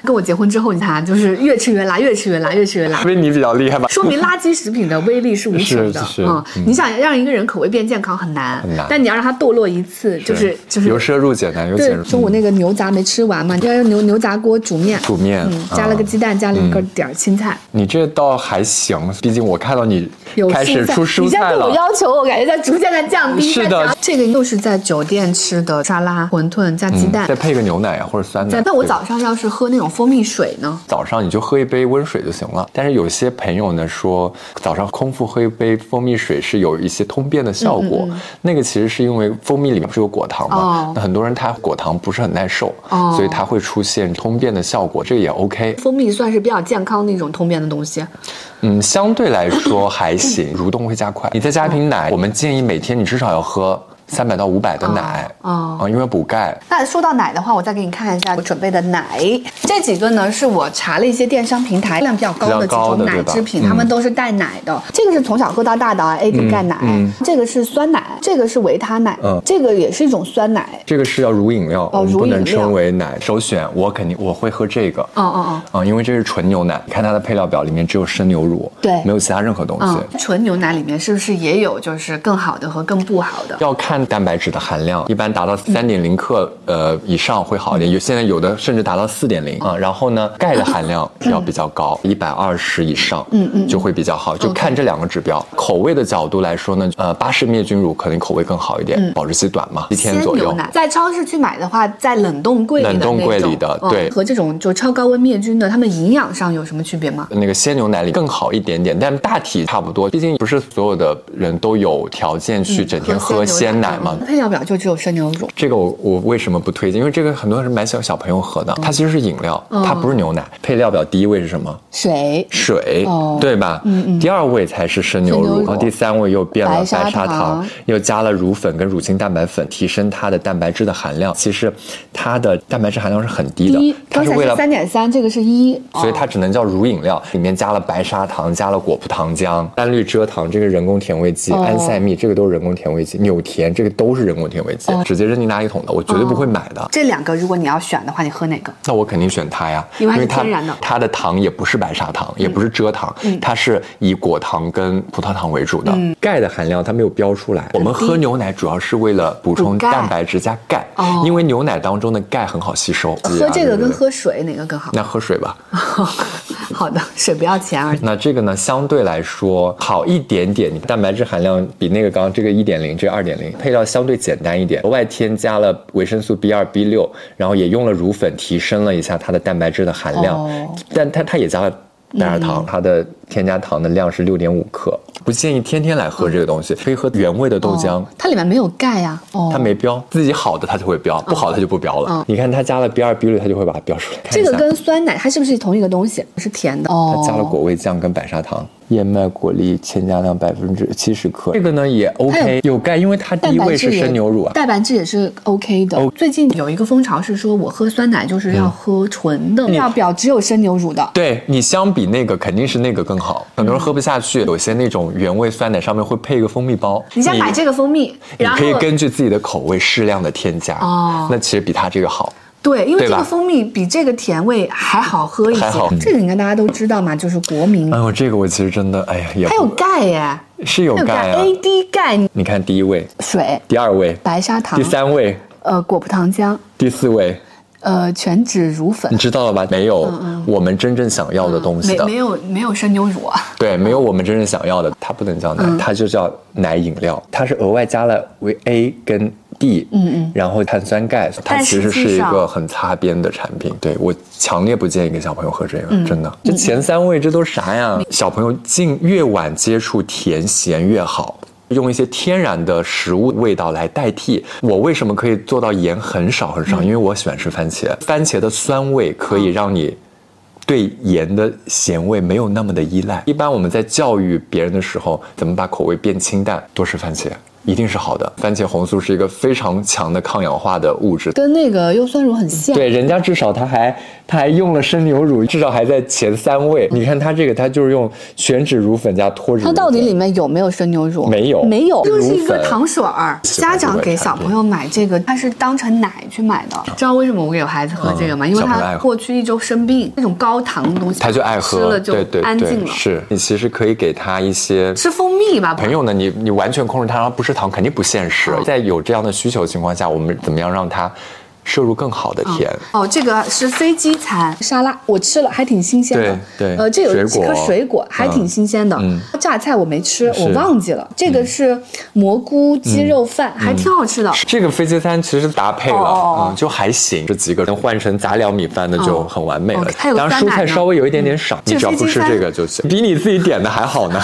[SPEAKER 1] 跟我结婚之后，你看就是越吃越辣，越吃越辣，越吃越辣。
[SPEAKER 2] 因为你比较厉害吧？
[SPEAKER 1] 说明垃圾食品的威力是无穷的，
[SPEAKER 2] 是是
[SPEAKER 1] 嗯，你想让一个人口味变健康很难，
[SPEAKER 2] 很难
[SPEAKER 1] 但你要让他堕落一次，就是就是
[SPEAKER 2] 由奢入俭，难由俭
[SPEAKER 3] 对
[SPEAKER 2] 入，
[SPEAKER 3] 中午那个牛杂没吃完嘛，要用牛牛杂锅煮面，
[SPEAKER 2] 煮面
[SPEAKER 3] 嗯，加了个
[SPEAKER 2] 啊
[SPEAKER 3] 鸡蛋，加了一个点儿青菜，
[SPEAKER 2] 你这倒还行，毕竟我看到你
[SPEAKER 3] 有
[SPEAKER 2] 嗯开始出蔬菜
[SPEAKER 3] 你现在对我
[SPEAKER 2] 了。
[SPEAKER 3] 要求，我感觉在逐渐的降低。
[SPEAKER 2] 是的
[SPEAKER 3] 在降
[SPEAKER 1] 这个又是在酒店吃的沙拉、馄饨加鸡蛋
[SPEAKER 2] 嗯再。配个牛奶啊，或者酸奶。
[SPEAKER 1] 但我
[SPEAKER 2] 对
[SPEAKER 1] 早上要是喝那种蜂蜜水呢？
[SPEAKER 2] 早上你就喝一杯温水就行了。但是有些朋友呢说，早上空腹喝一杯蜂蜜水是有一些通便的效
[SPEAKER 1] 嗯
[SPEAKER 2] 果，那个其实是因为蜂蜜里面不是有果糖吗？
[SPEAKER 1] 哦
[SPEAKER 2] 那很多人他果糖不是很耐受，
[SPEAKER 1] 哦
[SPEAKER 2] 所以它会出现通便的效果，这个也 OK。
[SPEAKER 1] 蜂蜜算是比较健康的一种通便的东西。
[SPEAKER 2] 嗯，相对来说还
[SPEAKER 1] *coughs*
[SPEAKER 2] 行，蠕动会加快。你再加一瓶奶，我们建议每天你至少要喝三百到五百的奶
[SPEAKER 1] 哦
[SPEAKER 2] 啊，因为补钙。
[SPEAKER 1] 那说到奶的话，我再给你看一下我准备的奶。这几个呢，是我查了一些电商平台量比较高的
[SPEAKER 2] 比
[SPEAKER 1] 几
[SPEAKER 2] 较高
[SPEAKER 1] 种
[SPEAKER 2] 的
[SPEAKER 1] 奶
[SPEAKER 2] 对吧
[SPEAKER 1] 制品，
[SPEAKER 2] 嗯
[SPEAKER 1] 他们都是带奶的。这个是从小喝到大的啊 A B 钙奶，
[SPEAKER 2] 嗯
[SPEAKER 1] 这个是酸奶，这个是维他奶，
[SPEAKER 2] 嗯
[SPEAKER 1] 这个也是一种酸奶。
[SPEAKER 2] 这个是要乳饮料，
[SPEAKER 1] 哦
[SPEAKER 2] 我们
[SPEAKER 1] 乳
[SPEAKER 2] 不
[SPEAKER 1] 饮
[SPEAKER 2] 能
[SPEAKER 1] 料
[SPEAKER 2] 称为奶。首选我肯定我会喝这个，
[SPEAKER 1] 哦哦
[SPEAKER 2] 啊、因为这是纯牛奶，你看它的配料表里面只有生牛乳，
[SPEAKER 1] 对
[SPEAKER 2] 没有其他任何东
[SPEAKER 1] 哦，
[SPEAKER 2] 西。
[SPEAKER 1] 嗯，纯牛奶里面是不是也有就是更好的和更不好的？
[SPEAKER 2] 要看蛋白质的含量，一般达到
[SPEAKER 1] 嗯
[SPEAKER 2] 三点零克呃以上会好一点，有现在有的甚至达到四点零啊。然后呢，钙的含量
[SPEAKER 1] 嗯
[SPEAKER 2] 要比较高，一百二十以上，嗯嗯，就会比较好。就看这两个指标。口味的角度来说呢，呃，巴氏灭菌乳肯定口味更好一点，保质期短嘛，一天
[SPEAKER 1] 嗯鲜
[SPEAKER 2] 左
[SPEAKER 1] 牛
[SPEAKER 2] 右。
[SPEAKER 1] 奶在超市去买的话，在冷冻柜里的
[SPEAKER 2] 冷冻柜
[SPEAKER 1] 那
[SPEAKER 2] 里的
[SPEAKER 1] 种
[SPEAKER 2] 对
[SPEAKER 1] 嗯和这种就超高温灭菌的，它们营养上有什么区别吗？
[SPEAKER 2] 那个鲜牛奶里更好一点点，但大体差不多。毕竟不是所有的人都有条件去整天喝鲜奶嘛。
[SPEAKER 1] 嗯配料表就只有生牛乳。
[SPEAKER 2] 这个我我为什么不推荐？因为这个很多人是买小小朋友喝的，它其实是饮料，它不是牛奶。配料表第一位是什么？
[SPEAKER 3] 水
[SPEAKER 2] 水，
[SPEAKER 3] 哦
[SPEAKER 2] 对吧？嗯嗯。第二位才是生牛
[SPEAKER 3] 生牛
[SPEAKER 2] 乳，
[SPEAKER 3] 乳
[SPEAKER 2] 然后第三位又变了
[SPEAKER 3] 白
[SPEAKER 2] 白
[SPEAKER 3] 砂
[SPEAKER 2] 砂
[SPEAKER 3] 糖
[SPEAKER 2] 糖，又加了乳粉跟乳清蛋白粉，提升它的蛋白质的含量。其实它的蛋白质含量是很低
[SPEAKER 3] 一
[SPEAKER 2] 的，，它
[SPEAKER 3] 刚
[SPEAKER 2] 是
[SPEAKER 3] 才
[SPEAKER 2] 为
[SPEAKER 3] 是
[SPEAKER 2] 了
[SPEAKER 3] 三点三，这个是一，
[SPEAKER 1] 哦
[SPEAKER 2] 所以它只能叫乳饮料，里面加了白砂糖，加了果葡糖浆、单氯蔗糖这个人工甜味剂，
[SPEAKER 3] 哦
[SPEAKER 2] 安赛蜜这个都是人工甜味剂，纽甜这个都是人工甜味剂，直接扔进垃圾桶的，我绝对不会买的。
[SPEAKER 1] 这两个如果你要选的话，你喝哪个？
[SPEAKER 2] 那我肯定选它呀，
[SPEAKER 1] 因为它是
[SPEAKER 2] 它
[SPEAKER 1] 天然的嗯
[SPEAKER 2] 它的糖也不是白砂糖，也不是蔗糖，它是以果糖跟葡萄糖为主的，钙的含量它没有标出来。我们喝牛奶主要是为了补充
[SPEAKER 1] 补钙
[SPEAKER 2] 蛋白质加钙
[SPEAKER 1] 哦，
[SPEAKER 2] 因为牛奶当中的钙很好吸收。
[SPEAKER 1] 喝这个跟喝水哪个更好？
[SPEAKER 2] 那喝水吧。
[SPEAKER 1] *laughs* 好的，水不要钱而
[SPEAKER 2] 那这个呢，相对来说好一点点，你蛋白质含量比那个刚刚这个一点零，这二点零配料相对简单一点，额外添加了维生素 B 二、B 六，然后也用了乳粉提升了一下它的蛋白质的含量，
[SPEAKER 1] 哦
[SPEAKER 2] 但它它也加了。代
[SPEAKER 3] 嗯
[SPEAKER 2] 二糖，它的添加糖的量是六点五克，不建议天天来喝这个东西，可以喝原味的豆浆，
[SPEAKER 1] 哦它里面没有钙呀、哦
[SPEAKER 2] 它没标，自己好的它就会标，不好的它就不标了。
[SPEAKER 1] 嗯
[SPEAKER 2] 你看它加了 B 二、B 六，它就会把它标出来。看
[SPEAKER 3] 哦这
[SPEAKER 2] 一
[SPEAKER 3] 个
[SPEAKER 2] 下
[SPEAKER 3] 跟酸奶它是不是同一个东西？
[SPEAKER 1] 是甜的
[SPEAKER 2] 它
[SPEAKER 1] 哦
[SPEAKER 2] 加了果味酱跟白砂糖，燕麦果粒添加量百分之七十克，这个呢也 OK，有钙，因为它第
[SPEAKER 1] 蛋
[SPEAKER 2] 一
[SPEAKER 1] 白
[SPEAKER 2] 位
[SPEAKER 1] 质
[SPEAKER 2] 是
[SPEAKER 1] 也
[SPEAKER 2] 生牛乳啊。
[SPEAKER 1] 蛋白质也是 OK 的。
[SPEAKER 2] 哦嗯
[SPEAKER 1] 最近有一个风潮是说，我喝酸奶就是要喝纯的，
[SPEAKER 3] 量表只有生牛乳的，
[SPEAKER 2] 对你相比那个肯定是那个更好，很多
[SPEAKER 1] 嗯
[SPEAKER 2] 人喝不下去，有些那种原味酸奶上面会配一个蜂蜜包，
[SPEAKER 1] 你先买这个蜂蜜，
[SPEAKER 2] 嗯你
[SPEAKER 1] 然后
[SPEAKER 2] 可以根据自己的口味适量的添加，
[SPEAKER 1] 哦
[SPEAKER 2] 那其实比它这个好。
[SPEAKER 1] 对，因为
[SPEAKER 2] 对
[SPEAKER 1] 这
[SPEAKER 2] 吧
[SPEAKER 1] 个蜂蜜比这个甜味还好喝一些
[SPEAKER 2] 还好。
[SPEAKER 1] 这个应该大家都知道嘛，就是国民，
[SPEAKER 2] 哎呦，这个我其实真的，哎呀，也
[SPEAKER 1] 它有钙耶，
[SPEAKER 2] 是有
[SPEAKER 1] 它有
[SPEAKER 2] 钙啊。
[SPEAKER 1] ，AD 钙、
[SPEAKER 2] 你看第一位，
[SPEAKER 1] 水、
[SPEAKER 2] 第二位，
[SPEAKER 1] 白砂糖
[SPEAKER 2] 第、三位，
[SPEAKER 1] 呃果葡糖浆、
[SPEAKER 2] 第四位，
[SPEAKER 1] 呃全脂乳粉
[SPEAKER 2] 你，知道了吧？没有我们真正想要的东
[SPEAKER 1] 嗯
[SPEAKER 2] 西
[SPEAKER 1] 没
[SPEAKER 2] 的。
[SPEAKER 1] 没有没有生牛乳啊。
[SPEAKER 2] 对，没有我们真正想要的，它不能叫奶，
[SPEAKER 1] 嗯
[SPEAKER 2] 它就叫奶饮料，它是额外加了维 A 跟 D，嗯嗯，然后碳酸钙，它
[SPEAKER 1] 但
[SPEAKER 2] 其实
[SPEAKER 1] 实际
[SPEAKER 2] 是一
[SPEAKER 1] 上
[SPEAKER 2] 个很擦边的产品。对我强烈不建议给小朋友喝这
[SPEAKER 1] 嗯
[SPEAKER 2] 个，真的。这前三位这都啥呀？小朋友尽越晚接触甜咸越好。用一些天然的食物味道来代替。我为什么可以做到盐很少很
[SPEAKER 1] 嗯
[SPEAKER 2] 少？因为我喜欢吃番茄，番茄的酸味可以让你对盐的咸味没有那么的依赖。一般我们在教育别人的时候，怎么把口味变清淡？多吃番茄一定是好的。番茄红素是一个非常强的抗氧化的物质。
[SPEAKER 3] 跟那个优酸乳很像。
[SPEAKER 2] 对，人家至少他还他还用了生牛乳，至少还在前三位。你看他这个，他就是用全脂乳粉加脱脂
[SPEAKER 3] 它
[SPEAKER 2] 乳粉。
[SPEAKER 3] 到底里面有没有生牛乳？
[SPEAKER 2] 嗯没有
[SPEAKER 3] 没有。
[SPEAKER 1] 就是一
[SPEAKER 2] 乳
[SPEAKER 1] 个
[SPEAKER 2] 粉
[SPEAKER 1] 糖水儿，
[SPEAKER 2] 喜欢
[SPEAKER 1] 家长
[SPEAKER 2] 这个
[SPEAKER 1] 给
[SPEAKER 2] 产
[SPEAKER 1] 小
[SPEAKER 2] 品
[SPEAKER 1] 朋友买这个，他是当成奶去买的。知道为什么我给我孩子喝这个吗？
[SPEAKER 2] 嗯
[SPEAKER 1] 因为
[SPEAKER 2] 小朋友
[SPEAKER 1] 他
[SPEAKER 2] 爱喝
[SPEAKER 1] 过去一周生病，那种高糖的东西
[SPEAKER 2] 他就爱喝，
[SPEAKER 1] 吃了就
[SPEAKER 2] 对对
[SPEAKER 1] 安静
[SPEAKER 2] 对，
[SPEAKER 1] 了。
[SPEAKER 2] 是你其实可以给他一些
[SPEAKER 1] 吃蜂蜜吧，
[SPEAKER 2] 朋友呢，你你完全控制它，让它不吃糖肯定不现实。在有这样的需求情况下，我们怎么样让它摄入更好的甜？
[SPEAKER 1] 哦，这个是飞机餐，
[SPEAKER 3] 沙拉我吃了，还挺新鲜的。
[SPEAKER 2] 对对
[SPEAKER 3] 呃，这有几
[SPEAKER 2] 水
[SPEAKER 3] 颗
[SPEAKER 2] 果
[SPEAKER 3] 水果，还挺新鲜的。
[SPEAKER 2] 嗯
[SPEAKER 3] 榨菜我没吃，
[SPEAKER 2] 是
[SPEAKER 3] 我
[SPEAKER 2] 嗯
[SPEAKER 3] 忘记了。这个是蘑菇鸡肉饭，还
[SPEAKER 1] 还挺好吃的。
[SPEAKER 2] *laughs* 这个飞机餐其实搭配了，
[SPEAKER 1] 哦哦
[SPEAKER 2] 嗯，就还行。这几个能换成杂粮米饭的就很完美了。
[SPEAKER 1] 哦还有
[SPEAKER 2] 当然
[SPEAKER 1] 酸
[SPEAKER 2] 蔬
[SPEAKER 1] 奶
[SPEAKER 2] 菜
[SPEAKER 1] 呢嗯
[SPEAKER 2] 稍微有一点点少，你
[SPEAKER 1] 这
[SPEAKER 2] 只要
[SPEAKER 1] 飞
[SPEAKER 2] 不
[SPEAKER 1] 机
[SPEAKER 2] 吃
[SPEAKER 1] 餐
[SPEAKER 2] 这个就行，比你自己点的还好
[SPEAKER 1] *laughs*
[SPEAKER 2] 呢。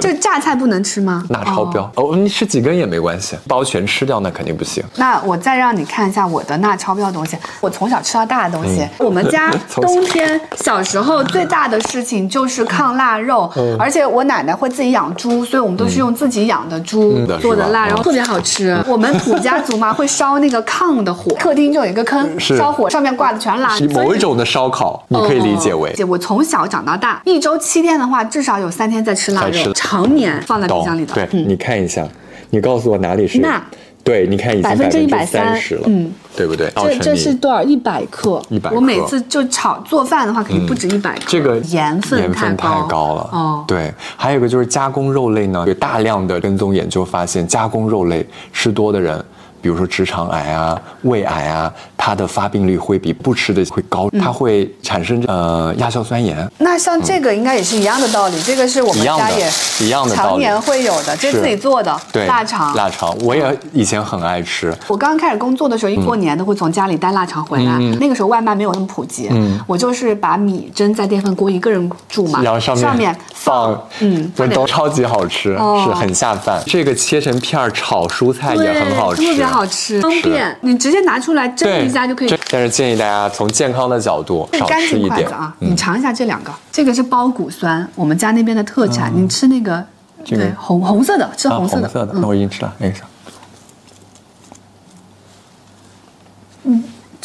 [SPEAKER 1] 这榨菜不能吃吗？
[SPEAKER 2] *laughs* 那超标哦，你吃几根也没关系，包全吃掉那肯定不行。
[SPEAKER 1] 那我再让你看一下我的钠超标的东西，我从小吃到大的东西。我们家
[SPEAKER 2] 嗯 *laughs* 从小
[SPEAKER 1] 冬天小时候最大的事情就是抗腊肉，
[SPEAKER 2] 嗯
[SPEAKER 1] 而且我奶奶会自己养猪，所以我们都是用自己养的猪
[SPEAKER 2] 嗯的
[SPEAKER 1] 做的
[SPEAKER 2] 是吧
[SPEAKER 1] 腊肉，
[SPEAKER 2] 嗯
[SPEAKER 1] 特别好吃。我们土家族嘛，会烧那个炕的
[SPEAKER 2] *laughs*
[SPEAKER 1] 火，客厅就有一个坑，
[SPEAKER 2] 是
[SPEAKER 1] 烧火上面挂的全是腊
[SPEAKER 2] 是
[SPEAKER 1] 肉。
[SPEAKER 2] 某一种的烧烤，
[SPEAKER 1] 哦
[SPEAKER 2] 你可以理解为
[SPEAKER 1] 而且我从小长到大，一周七天的话，至少有三天在吃腊
[SPEAKER 2] 在吃
[SPEAKER 1] 肉，常年哦放在冰箱里嗯的。
[SPEAKER 2] 对，你看一下，你告诉我哪里是
[SPEAKER 3] 钠？
[SPEAKER 2] 对，你看已经
[SPEAKER 3] 百分之
[SPEAKER 2] 三十
[SPEAKER 3] 130%
[SPEAKER 2] 了，嗯，对不对？造
[SPEAKER 3] 这
[SPEAKER 2] 成
[SPEAKER 3] 这是
[SPEAKER 2] 你
[SPEAKER 3] 多少？一百克。
[SPEAKER 2] 一百克。嗯
[SPEAKER 1] 我每次就炒做饭的话，肯定不止一百克。
[SPEAKER 2] 这个
[SPEAKER 1] 盐分
[SPEAKER 2] 盐分
[SPEAKER 1] 高
[SPEAKER 2] 太高了，
[SPEAKER 1] 哦，
[SPEAKER 2] 对。还有一个就是加工肉类呢，有大量的跟踪研究发现，加工肉类吃多的人。比如说直肠癌啊、胃癌啊，它的发病率会比不吃的会高，
[SPEAKER 1] 嗯
[SPEAKER 2] 它会产生呃亚硝酸盐，
[SPEAKER 1] 那像这个应该也是一样的道理，这个是我们
[SPEAKER 2] 嗯一样
[SPEAKER 1] 家
[SPEAKER 2] 的
[SPEAKER 1] 也
[SPEAKER 2] 一样的道理
[SPEAKER 1] 常年会有的，这是
[SPEAKER 2] 是
[SPEAKER 1] 自己做的
[SPEAKER 2] 对，
[SPEAKER 1] 腊肠。
[SPEAKER 2] 腊肠，我也以前很爱吃，
[SPEAKER 1] 我刚开始工作的时
[SPEAKER 2] 嗯
[SPEAKER 1] 候，一过年都会从家里带腊肠回来。那个时候外卖没有那么普及，我就是把米蒸在电饭锅一个人煮嘛，
[SPEAKER 2] 嗯然后上面放，
[SPEAKER 1] 嗯
[SPEAKER 2] 那
[SPEAKER 1] 放点
[SPEAKER 2] 都超级好吃，
[SPEAKER 1] 哦
[SPEAKER 2] 是很下饭。这个切成片儿炒蔬菜也
[SPEAKER 1] 对，
[SPEAKER 2] 很好吃，
[SPEAKER 1] 特别好吃，方便，你直接拿出来蒸
[SPEAKER 2] 对，
[SPEAKER 1] 一下就可以
[SPEAKER 2] 这。但是建议大家从健康的角度
[SPEAKER 1] 这
[SPEAKER 2] 少
[SPEAKER 1] 干
[SPEAKER 2] 吃
[SPEAKER 1] 净
[SPEAKER 2] 一
[SPEAKER 1] 筷
[SPEAKER 2] 点嗯
[SPEAKER 1] 子啊，你尝一下这两个，这个是包谷酸，我们家那边的特产。你吃那个，
[SPEAKER 2] 哦这个
[SPEAKER 1] 对红红色的，吃
[SPEAKER 2] 啊，
[SPEAKER 1] 红色的，
[SPEAKER 2] 红色的，
[SPEAKER 1] 嗯
[SPEAKER 2] 那我已经吃了，那个啥，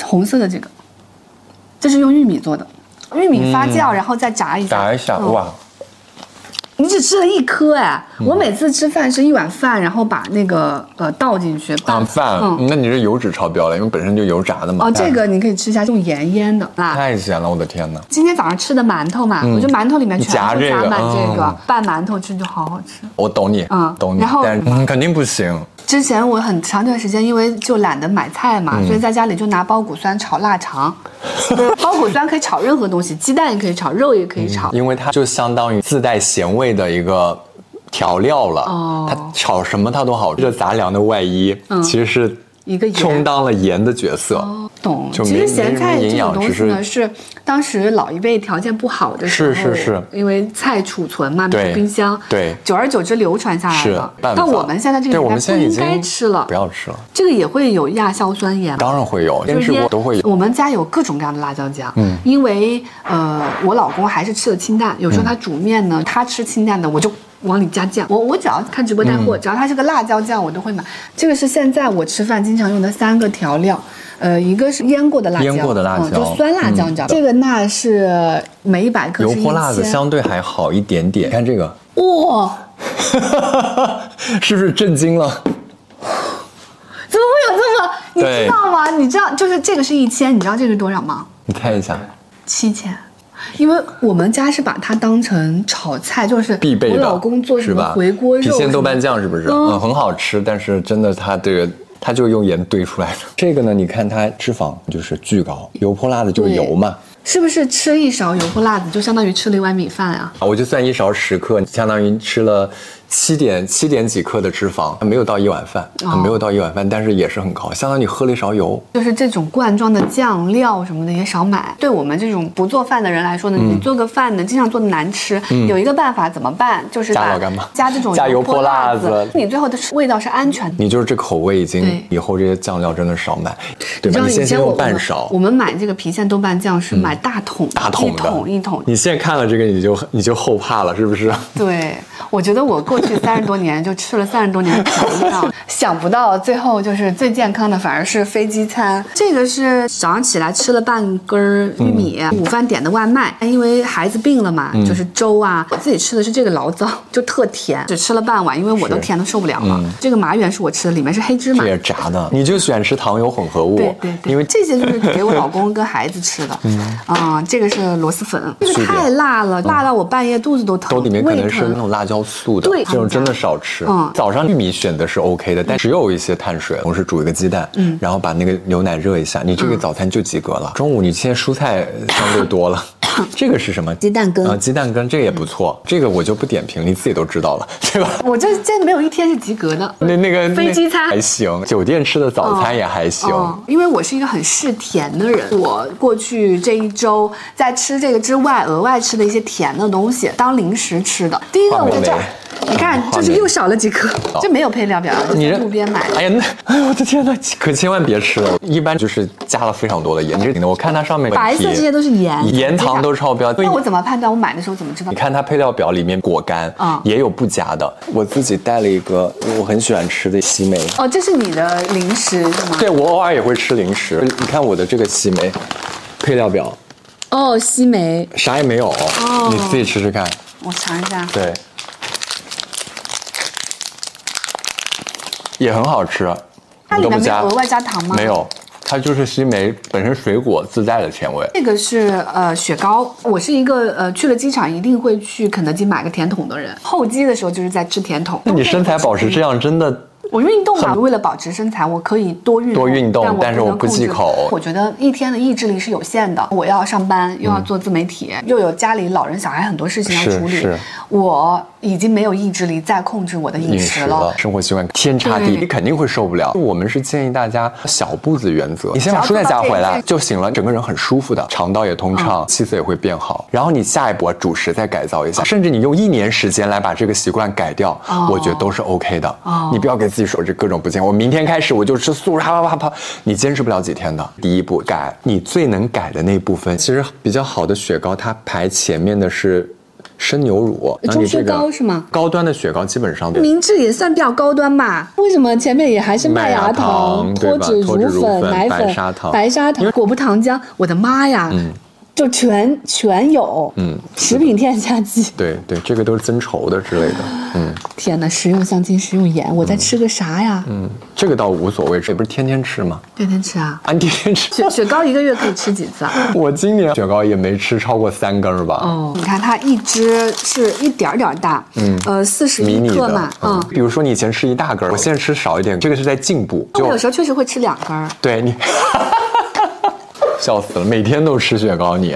[SPEAKER 1] 红色的这个，这是用玉米做的，玉米发酵、然后再炸一下，
[SPEAKER 2] 嗯炸一下，
[SPEAKER 1] 嗯
[SPEAKER 2] 哇，
[SPEAKER 1] 你只吃了一颗哎，
[SPEAKER 2] 嗯
[SPEAKER 1] 我每次吃饭是一碗饭，然后把那个呃倒进去。
[SPEAKER 2] 啊饭，嗯
[SPEAKER 1] 嗯
[SPEAKER 2] 那你是油脂超标了，因为本身就油炸的嘛。
[SPEAKER 1] 哦，
[SPEAKER 2] 饭
[SPEAKER 1] 这个你可以吃一下，用盐腌的啊。
[SPEAKER 2] 太咸了，我的天哪！
[SPEAKER 1] 今天早上吃的馒头嘛，我觉得馒头里面全
[SPEAKER 2] 嗯夹
[SPEAKER 1] 部
[SPEAKER 2] 这
[SPEAKER 1] 夹
[SPEAKER 2] 个
[SPEAKER 1] 满这个
[SPEAKER 2] 嗯，
[SPEAKER 1] 拌馒头吃就好好吃。
[SPEAKER 2] 我懂你，
[SPEAKER 1] 嗯
[SPEAKER 2] 懂你
[SPEAKER 1] 然后，
[SPEAKER 2] 但是、嗯、肯定不行。
[SPEAKER 1] 之前我很长一段时间，因为就懒得买菜嘛，
[SPEAKER 2] 嗯
[SPEAKER 1] 所以在家里就拿包谷酸炒腊
[SPEAKER 2] *laughs*
[SPEAKER 1] 肠。包谷酸可以炒任何东西，鸡蛋也可以炒，肉也可以炒。
[SPEAKER 2] 因为它就相当于自带咸味的一个调料了。
[SPEAKER 1] 哦嗯
[SPEAKER 2] 它炒什么它都好吃。这个杂粮的外衣、其实是
[SPEAKER 1] 一个盐哦
[SPEAKER 2] 充当了盐的角色。
[SPEAKER 1] 懂，
[SPEAKER 2] 嗯就
[SPEAKER 1] 其实
[SPEAKER 2] 没
[SPEAKER 1] 咸
[SPEAKER 2] 没
[SPEAKER 1] 菜
[SPEAKER 2] 没
[SPEAKER 1] 这
[SPEAKER 2] 营
[SPEAKER 1] 种
[SPEAKER 2] 养
[SPEAKER 1] 东
[SPEAKER 2] 只
[SPEAKER 1] 西呢，
[SPEAKER 2] 是
[SPEAKER 1] 是当时老一辈条件不好的时候，
[SPEAKER 2] 是是是
[SPEAKER 1] 因为菜储存嘛，没
[SPEAKER 2] 对
[SPEAKER 1] 有冰箱，
[SPEAKER 2] 对
[SPEAKER 1] 久而久之流传下来
[SPEAKER 2] 是
[SPEAKER 1] 了。
[SPEAKER 2] 办法。
[SPEAKER 1] 但我们现在这个
[SPEAKER 2] 对，我
[SPEAKER 1] 年
[SPEAKER 2] 们
[SPEAKER 1] 代
[SPEAKER 2] 现
[SPEAKER 1] 不
[SPEAKER 2] 在已
[SPEAKER 1] 应
[SPEAKER 2] 经
[SPEAKER 1] 该吃了
[SPEAKER 2] 不，要吃了。
[SPEAKER 1] 这个也会有亚硝酸盐。
[SPEAKER 2] 当然会有，腌制
[SPEAKER 1] 就是
[SPEAKER 2] 过都会有。
[SPEAKER 1] 我们家有各种各样的辣椒酱，嗯，因为呃，我老公还是吃的清淡，有时
[SPEAKER 2] 嗯
[SPEAKER 1] 候他煮面呢，他吃清淡的，我就。往里加酱，我我只要看直播带
[SPEAKER 2] 嗯
[SPEAKER 1] 货，只要它是个辣椒酱，我都会买。这个是现在我吃饭经常用的三个调料，呃，一个是腌过的辣椒，
[SPEAKER 2] 腌过的辣
[SPEAKER 1] 嗯就
[SPEAKER 2] 椒
[SPEAKER 1] 酸辣椒，
[SPEAKER 2] 嗯
[SPEAKER 1] 你知道吧？这个钠是每一百克
[SPEAKER 2] 油
[SPEAKER 1] 是
[SPEAKER 2] 泼辣子
[SPEAKER 1] 1000
[SPEAKER 2] 相对还好一点点。你看这个， *laughs*
[SPEAKER 1] 哇，
[SPEAKER 2] 是不是震惊了？
[SPEAKER 1] 怎么会有这么？你
[SPEAKER 2] 对
[SPEAKER 1] 知道吗？你知道就是这个是一千，你知道这个是多少吗？
[SPEAKER 2] 你看一下，
[SPEAKER 1] 七千，因为我们家是把它当成炒菜，就是
[SPEAKER 2] 必备的，
[SPEAKER 1] 我老公做什
[SPEAKER 2] 是
[SPEAKER 1] 么
[SPEAKER 2] 吧？
[SPEAKER 1] 回锅肉
[SPEAKER 2] 郫
[SPEAKER 1] 什
[SPEAKER 2] 县
[SPEAKER 1] 么
[SPEAKER 2] 豆瓣酱是不是？
[SPEAKER 1] 嗯
[SPEAKER 2] 嗯，很好吃，但是真的它这个。它就用盐兑出来的。 *laughs* 这个呢，你看它脂肪就是巨高，油泼辣子就是油嘛。
[SPEAKER 1] 是不是吃一勺油泼辣子就相当于吃了一碗米饭啊？
[SPEAKER 2] 啊我就算一勺十克，相当于吃了七点七点几克的脂肪，没有到一碗饭，
[SPEAKER 1] 哦
[SPEAKER 2] 没有到一碗饭，但是也是很高，相当于你喝了一勺油。
[SPEAKER 1] 就是这种罐装的酱料什么的也少买。对我们这种不做饭的人来说呢，
[SPEAKER 2] 嗯
[SPEAKER 1] 你做个饭呢，经常做的难吃，有一个办法怎么办？就是
[SPEAKER 2] 加
[SPEAKER 1] 把
[SPEAKER 2] 老干妈
[SPEAKER 1] 加这种
[SPEAKER 2] *laughs* 加油泼辣
[SPEAKER 1] 子，
[SPEAKER 2] 子
[SPEAKER 1] 你最后的味道是安全的。
[SPEAKER 2] 你就是这口味已经
[SPEAKER 1] 对，
[SPEAKER 2] 以后这些酱料真的少买，对
[SPEAKER 1] 你知
[SPEAKER 2] 吧？
[SPEAKER 1] 道
[SPEAKER 2] 你
[SPEAKER 1] 以
[SPEAKER 2] 先
[SPEAKER 1] 前
[SPEAKER 2] 先
[SPEAKER 1] 我
[SPEAKER 2] 用半
[SPEAKER 1] 们
[SPEAKER 2] 勺嗯
[SPEAKER 1] 我，们买这个郫县豆瓣酱是买大桶的，
[SPEAKER 2] 大桶
[SPEAKER 1] 一
[SPEAKER 2] 的，
[SPEAKER 1] 桶一桶
[SPEAKER 2] 你现在看了这个，你就你就后怕了，是不是？
[SPEAKER 1] 对，我觉得我过去三十多年就吃了三十多年的
[SPEAKER 2] *laughs*
[SPEAKER 1] 调料，想不到最后就是最健康的反而是飞机餐。这个是早上起来吃了半根儿玉米，
[SPEAKER 2] 嗯
[SPEAKER 1] 午饭点的外卖，哎因为孩子病了嘛，就是粥啊。我自己吃的是这个醪糟，就特甜，只吃了半碗，因为我都
[SPEAKER 2] 是嗯
[SPEAKER 1] 甜的受不了了。这个麻圆是我吃的，里面是黑芝麻
[SPEAKER 2] 这。也炸的，你就喜欢吃糖油混合物，
[SPEAKER 1] 对对对，
[SPEAKER 2] 因为嗯
[SPEAKER 1] 这些就是给我老公跟孩子吃的，啊、这个是螺蛳粉，这
[SPEAKER 2] 是
[SPEAKER 1] 个
[SPEAKER 2] 的
[SPEAKER 1] 太辣了，辣到我半夜肚子都
[SPEAKER 2] 都
[SPEAKER 1] 疼，
[SPEAKER 2] 里面可
[SPEAKER 1] 胃
[SPEAKER 2] 能是
[SPEAKER 1] 疼
[SPEAKER 2] 那种辣椒素的，
[SPEAKER 1] 对
[SPEAKER 2] 这种真的少吃。
[SPEAKER 1] 嗯
[SPEAKER 2] 早上玉米选的是 OK 的，但只有一些碳水，同时煮一个鸡蛋，嗯，然后把那个牛奶热一下，你这
[SPEAKER 1] 嗯
[SPEAKER 2] 个早餐就及格了。中午你现在蔬菜相对
[SPEAKER 1] *laughs*
[SPEAKER 2] 多了，这个是什么？
[SPEAKER 1] 鸡蛋羹嗯
[SPEAKER 2] 啊，鸡蛋羹这个也不错，这个我就不点评，你自己都知道了，
[SPEAKER 1] *laughs*
[SPEAKER 2] 对吧？
[SPEAKER 1] 我这这没有一天是及格的。
[SPEAKER 2] 那那个那
[SPEAKER 1] 飞机餐
[SPEAKER 2] 还行，酒店吃的早餐也还行，
[SPEAKER 1] 嗯，因为我是一个很嗜甜的人，我过去这一周在吃这个之外，额外吃的一些甜的东西当零食吃的。第一个
[SPEAKER 2] 话
[SPEAKER 1] 我
[SPEAKER 2] 梅
[SPEAKER 1] 在这儿，你看，
[SPEAKER 2] 话
[SPEAKER 1] 就是
[SPEAKER 2] 梅
[SPEAKER 1] 又少了几颗，
[SPEAKER 2] 哦
[SPEAKER 1] 这没有配料表，就
[SPEAKER 2] 你
[SPEAKER 1] 在
[SPEAKER 2] 这
[SPEAKER 1] 路边买的。
[SPEAKER 2] 哎呀，那哎呦我的天呐，可千万别吃了！一般就是加了非常多的盐，这个我看它上面
[SPEAKER 1] 白色
[SPEAKER 2] 题
[SPEAKER 1] 这些都是盐，
[SPEAKER 2] 盐糖都超标。
[SPEAKER 1] 那我怎么判断？我买的时候怎么知道
[SPEAKER 2] 你？看它配料表里面果干
[SPEAKER 1] 啊
[SPEAKER 2] 也有不加的。我自己带了一个我很喜欢吃的西梅，
[SPEAKER 1] 哦，这是你的零食是吗？
[SPEAKER 2] 对我偶尔也会吃零食。你看我的这个西梅，配料表
[SPEAKER 1] 哦，西梅，
[SPEAKER 2] 啥也没有，
[SPEAKER 1] 哦
[SPEAKER 2] 你自己吃吃看。
[SPEAKER 1] 我尝一下。
[SPEAKER 2] 对，也很好吃。啊
[SPEAKER 1] 它里
[SPEAKER 2] 你都
[SPEAKER 1] 面
[SPEAKER 2] 不
[SPEAKER 1] 没有
[SPEAKER 2] 加
[SPEAKER 1] 额外加糖吗？
[SPEAKER 2] 没。有，它就是西梅本身水果自带的甜味。
[SPEAKER 1] 这个是呃雪糕，我是一个呃去了机场一定会去肯德基买个甜筒的人。候机的时候就是在吃甜筒。
[SPEAKER 2] 那你身材保持这样，真的
[SPEAKER 1] 我运动嘛，为了保持身材，我可以多运动，
[SPEAKER 2] 多运动但
[SPEAKER 1] 但
[SPEAKER 2] 是
[SPEAKER 1] 我
[SPEAKER 2] 我不
[SPEAKER 1] 能控
[SPEAKER 2] 忌
[SPEAKER 1] 制
[SPEAKER 2] 口
[SPEAKER 1] 我觉得一天的意志力是有限的，我要上班，又要做自媒体，又有家里老人小孩很多事情要
[SPEAKER 2] 嗯是
[SPEAKER 1] 处理
[SPEAKER 2] 是，
[SPEAKER 1] 我已经没有意志力再控制我的饮
[SPEAKER 2] 饮
[SPEAKER 1] 食
[SPEAKER 2] 食
[SPEAKER 1] 了
[SPEAKER 2] 了，。生活习惯天差地
[SPEAKER 1] 对
[SPEAKER 2] 别，你肯定会受不了。我们是建议大家小步子原则，你先把蔬菜加回来就行了，整个人很舒服的，肠道也通
[SPEAKER 1] 嗯
[SPEAKER 2] 畅，气色也会变好。然后你下一步啊主食再改造一下，甚至你用一年时间来把这个习惯改掉，
[SPEAKER 1] 哦
[SPEAKER 2] 我觉得都是 OK 的。你不要给自己说这各种不健康，我明天开始我就吃素，啪啪啪啪，你坚持不了几天的。第一步改，你最能改的那部分，其实比较好的雪糕，它排前面的是。生牛乳，那你
[SPEAKER 1] 中
[SPEAKER 2] 这
[SPEAKER 1] 秋
[SPEAKER 2] 个
[SPEAKER 1] 糕是吗
[SPEAKER 2] 高端的雪糕基本上
[SPEAKER 1] 明治也算比较高端吧？为什么前面也还是
[SPEAKER 2] 麦芽
[SPEAKER 1] 芽
[SPEAKER 2] 糖对吧脱脂
[SPEAKER 1] 乳
[SPEAKER 2] 乳粉
[SPEAKER 1] 奶粉、
[SPEAKER 2] 白砂糖
[SPEAKER 1] 白砂糖、果葡糖浆？我的妈呀！
[SPEAKER 3] 就全全有，
[SPEAKER 2] 嗯
[SPEAKER 3] 食品添加剂。 *laughs*
[SPEAKER 2] 对对，这个都是增稠的之类的。嗯
[SPEAKER 3] 天哪，食用香精、食用盐，我在吃个啥呀？
[SPEAKER 2] 嗯，这个倒无所谓，这不是天天吃吗？
[SPEAKER 1] 天天吃啊？
[SPEAKER 2] 按天天吃，
[SPEAKER 1] 雪雪糕一个月可以吃几次啊？
[SPEAKER 2] 我今年雪糕也没吃超过三根儿吧。
[SPEAKER 1] 哦，
[SPEAKER 3] 你看它一只是一点儿点儿大，嗯，呃，四十
[SPEAKER 2] 迷
[SPEAKER 3] 一
[SPEAKER 2] 你
[SPEAKER 3] 克嘛
[SPEAKER 2] 的，，
[SPEAKER 3] 嗯，，
[SPEAKER 2] 比如说你以前吃一大根儿，我现在吃少一点，这个是在进步。
[SPEAKER 3] 我有
[SPEAKER 2] 就
[SPEAKER 3] 时候确实会吃两根儿。
[SPEAKER 2] 对你， *laughs* 笑死了，每天都吃雪糕你，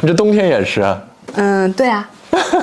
[SPEAKER 2] 你这冬天也吃？
[SPEAKER 3] 嗯，对啊，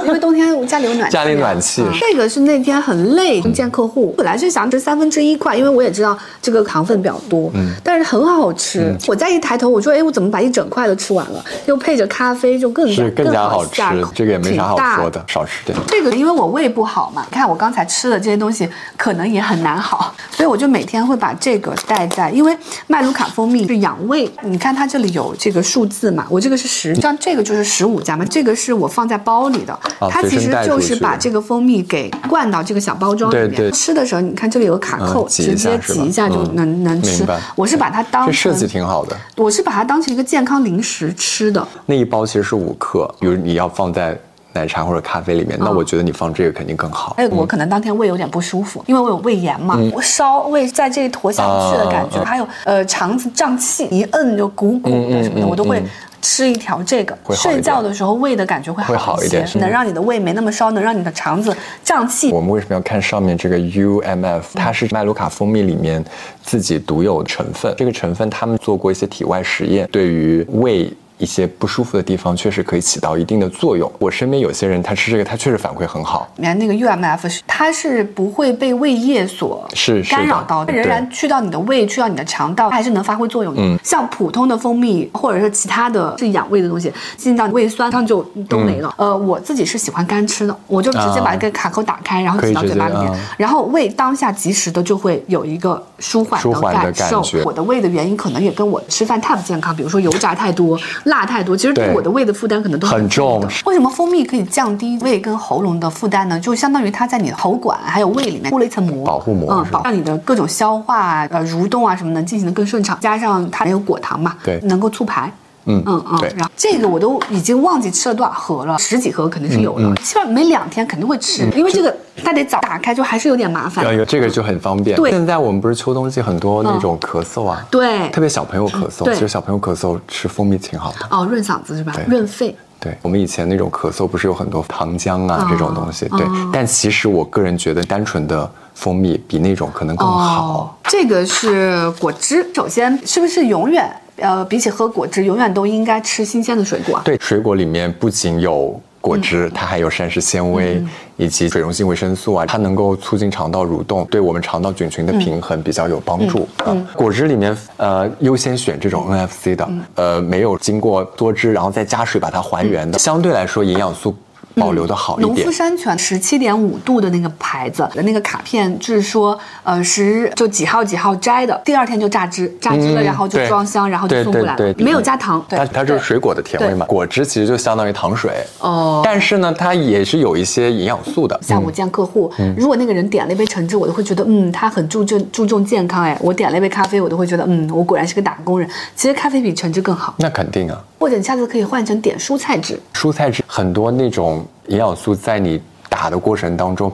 [SPEAKER 3] 因为冬天我家里有暖气啊，
[SPEAKER 2] 家里暖气
[SPEAKER 3] 嗯这个是那天很累见客户，本来是想吃三分之一块，因为我也知道这个糖分比较多，
[SPEAKER 2] 嗯
[SPEAKER 3] 但是很好吃。我再一抬头，我说，哎，我怎么把一整块都吃完了？又配着咖啡，就更加
[SPEAKER 2] 是更加好
[SPEAKER 3] 好
[SPEAKER 2] 吃
[SPEAKER 3] 下口，
[SPEAKER 2] 这个也没啥好
[SPEAKER 3] 挺大
[SPEAKER 2] 说的，少吃点。
[SPEAKER 1] 这个因为我胃不好嘛，看我刚才吃的这些东西可能也很难好，所以我就每天会把这个带在，因为麦卢卡蜂蜜是养胃，你看它这里有这个数字嘛，我这个是十，像这个就是十五加嘛，这个是我放在包里的，
[SPEAKER 2] 啊
[SPEAKER 1] 它
[SPEAKER 2] 随
[SPEAKER 1] 其
[SPEAKER 2] 身
[SPEAKER 1] 实
[SPEAKER 2] 带
[SPEAKER 1] 就
[SPEAKER 2] 出
[SPEAKER 1] 是
[SPEAKER 2] 去
[SPEAKER 1] 把这个蜂蜜给灌到这个小包装里面，
[SPEAKER 2] 对对
[SPEAKER 1] 吃的时候你看这里有个卡
[SPEAKER 2] 嗯
[SPEAKER 1] 扣，
[SPEAKER 2] 挤
[SPEAKER 1] 直
[SPEAKER 2] 一下
[SPEAKER 1] 接
[SPEAKER 2] 是
[SPEAKER 1] 挤
[SPEAKER 2] 吧
[SPEAKER 1] 一下就
[SPEAKER 2] 嗯
[SPEAKER 1] 能、能吃
[SPEAKER 2] 明白，
[SPEAKER 1] 我是把它当
[SPEAKER 2] 这
[SPEAKER 1] 成
[SPEAKER 2] 设计挺好的，
[SPEAKER 1] 我是把它当成一个健康零食吃的，
[SPEAKER 2] 那一包其实是五克，比如你要放在奶茶或者咖啡里面，那
[SPEAKER 3] 嗯
[SPEAKER 2] 我觉得你放这个肯定更好。
[SPEAKER 1] 还有哎我可能当天胃有点不舒服，因为我有胃炎嘛，我烧胃在这里坨下不去的感觉，
[SPEAKER 2] 嗯啊啊啊
[SPEAKER 1] 还有呃肠子胀气，一摁就鼓鼓的什么的，
[SPEAKER 2] 嗯嗯嗯
[SPEAKER 1] 我都会。吃一条这个，
[SPEAKER 2] 会好一
[SPEAKER 1] 睡
[SPEAKER 2] 点
[SPEAKER 1] 觉的时候胃的感觉会
[SPEAKER 2] 会好
[SPEAKER 1] 一
[SPEAKER 2] 一
[SPEAKER 1] 些
[SPEAKER 2] 点，是吗
[SPEAKER 1] 能让你的胃没那么烧，能让你的肠子胀气。
[SPEAKER 2] 我们为什么要看上面这个 UMF？它是麦卢卡蜂蜜里面自己独有的成分。这个成分他们做过一些体外实验，对于胃。一些不舒服的地方确实可以起到一定的作用。我身边有些人他吃这个，他确实反馈很好。
[SPEAKER 1] 里面那个 UMF 是它是不会被胃液所
[SPEAKER 2] 是是的
[SPEAKER 1] 干扰到的，
[SPEAKER 2] 对
[SPEAKER 1] 仍然去到你的胃，去到你的肠道，它还是能发挥作用的。
[SPEAKER 2] 嗯
[SPEAKER 1] 像普通的蜂蜜或者是其他的是养胃的东西，进到胃酸上就都没了。
[SPEAKER 2] 嗯
[SPEAKER 1] 呃，我自己是喜欢干吃的，我就直接把
[SPEAKER 2] 啊
[SPEAKER 1] 这个卡口打开，然后
[SPEAKER 2] 可
[SPEAKER 1] 挤
[SPEAKER 2] 以
[SPEAKER 1] 到嘴巴里
[SPEAKER 2] 直接
[SPEAKER 1] 面
[SPEAKER 2] 啊，
[SPEAKER 1] 然后胃当下及时的就会有一个舒缓
[SPEAKER 2] 舒缓的
[SPEAKER 1] 感受
[SPEAKER 2] 感。觉
[SPEAKER 1] 我的胃的原因可能也跟我吃饭太不健康，比如说油炸太多、辣太多，其实对
[SPEAKER 2] 对
[SPEAKER 1] 我的胃的负担可能都
[SPEAKER 2] 很
[SPEAKER 1] 重
[SPEAKER 2] 重
[SPEAKER 1] 的为什么蜂蜜可以降低胃跟喉咙的负担呢？就相当于它在你的喉管还有胃里面铺了一层膜，
[SPEAKER 2] 保护膜
[SPEAKER 1] 嗯，
[SPEAKER 2] 是吧
[SPEAKER 1] 保让你的各种消化啊、呃蠕动啊什么能进行的更顺畅。加上它还有果糖嘛，
[SPEAKER 2] 对
[SPEAKER 1] 能够促排。
[SPEAKER 2] 嗯
[SPEAKER 1] 嗯嗯
[SPEAKER 2] 对，
[SPEAKER 1] 然后这个我都已经忘记吃了多少盒了，十几盒肯定是有
[SPEAKER 2] 嗯
[SPEAKER 1] 了，基本上每两天肯定会吃，因为这个它得早打开，就还是有点麻烦。
[SPEAKER 2] 哎呦，这个就很方便。
[SPEAKER 1] 对嗯
[SPEAKER 2] 现在我们不是秋冬季很多那种咳嗽啊，
[SPEAKER 1] 对
[SPEAKER 2] 特别小朋友咳嗽，
[SPEAKER 1] 对
[SPEAKER 2] 其实小朋友咳嗽吃蜂蜜挺好的。
[SPEAKER 1] 哦，润嗓子是吧
[SPEAKER 2] 对？
[SPEAKER 1] 润肺。
[SPEAKER 2] 对我们以前那种咳嗽，不是有很多糖浆啊、
[SPEAKER 1] 哦
[SPEAKER 2] 这种东西？对，
[SPEAKER 1] 哦
[SPEAKER 2] 但其实我个人觉得单纯的蜂蜜比那种可能更好。
[SPEAKER 1] 哦这个是果汁，首先是不是永远呃，比起喝果汁，永远都应该吃新鲜的水果啊？
[SPEAKER 2] 对，水果里面不仅有果汁，它还有膳食纤维、以及水溶性维生素啊，它能够促进肠道蠕动，对我们肠道菌群的平衡比较有帮助。啊果汁里面呃优先选这种 NFC 的，呃没有经过多汁，然后再加水把它还原的，相对来说营养素保留的好一
[SPEAKER 1] 农
[SPEAKER 2] 点
[SPEAKER 1] 夫。山泉十七点五度的那个牌子的那个卡片，就是说，呃，十就几号几号摘的，第二天就榨汁，榨汁了，
[SPEAKER 2] 嗯
[SPEAKER 1] 然后就
[SPEAKER 2] 对
[SPEAKER 1] 装箱，然后就
[SPEAKER 2] 对
[SPEAKER 1] 送过
[SPEAKER 2] 对
[SPEAKER 1] 来了
[SPEAKER 2] 对，，
[SPEAKER 1] 没有加糖，对
[SPEAKER 2] 它它就是
[SPEAKER 1] 对
[SPEAKER 2] 水果的甜味嘛。果汁其实就相当于糖水，
[SPEAKER 1] 哦。
[SPEAKER 2] 但是呢，它也是有一些营养素的。嗯
[SPEAKER 1] 像我见客户，如果那个人点了一杯橙汁，我都会觉得，嗯，他很注重注重健康。哎，我点了一杯咖啡，我都会觉得，嗯，我果然是个打工人。其实咖啡比橙汁更好，
[SPEAKER 2] 那肯定啊，
[SPEAKER 1] 或者你下次可以换成点蔬菜汁，
[SPEAKER 2] 蔬菜汁很多那种营养素在你打的过程当中，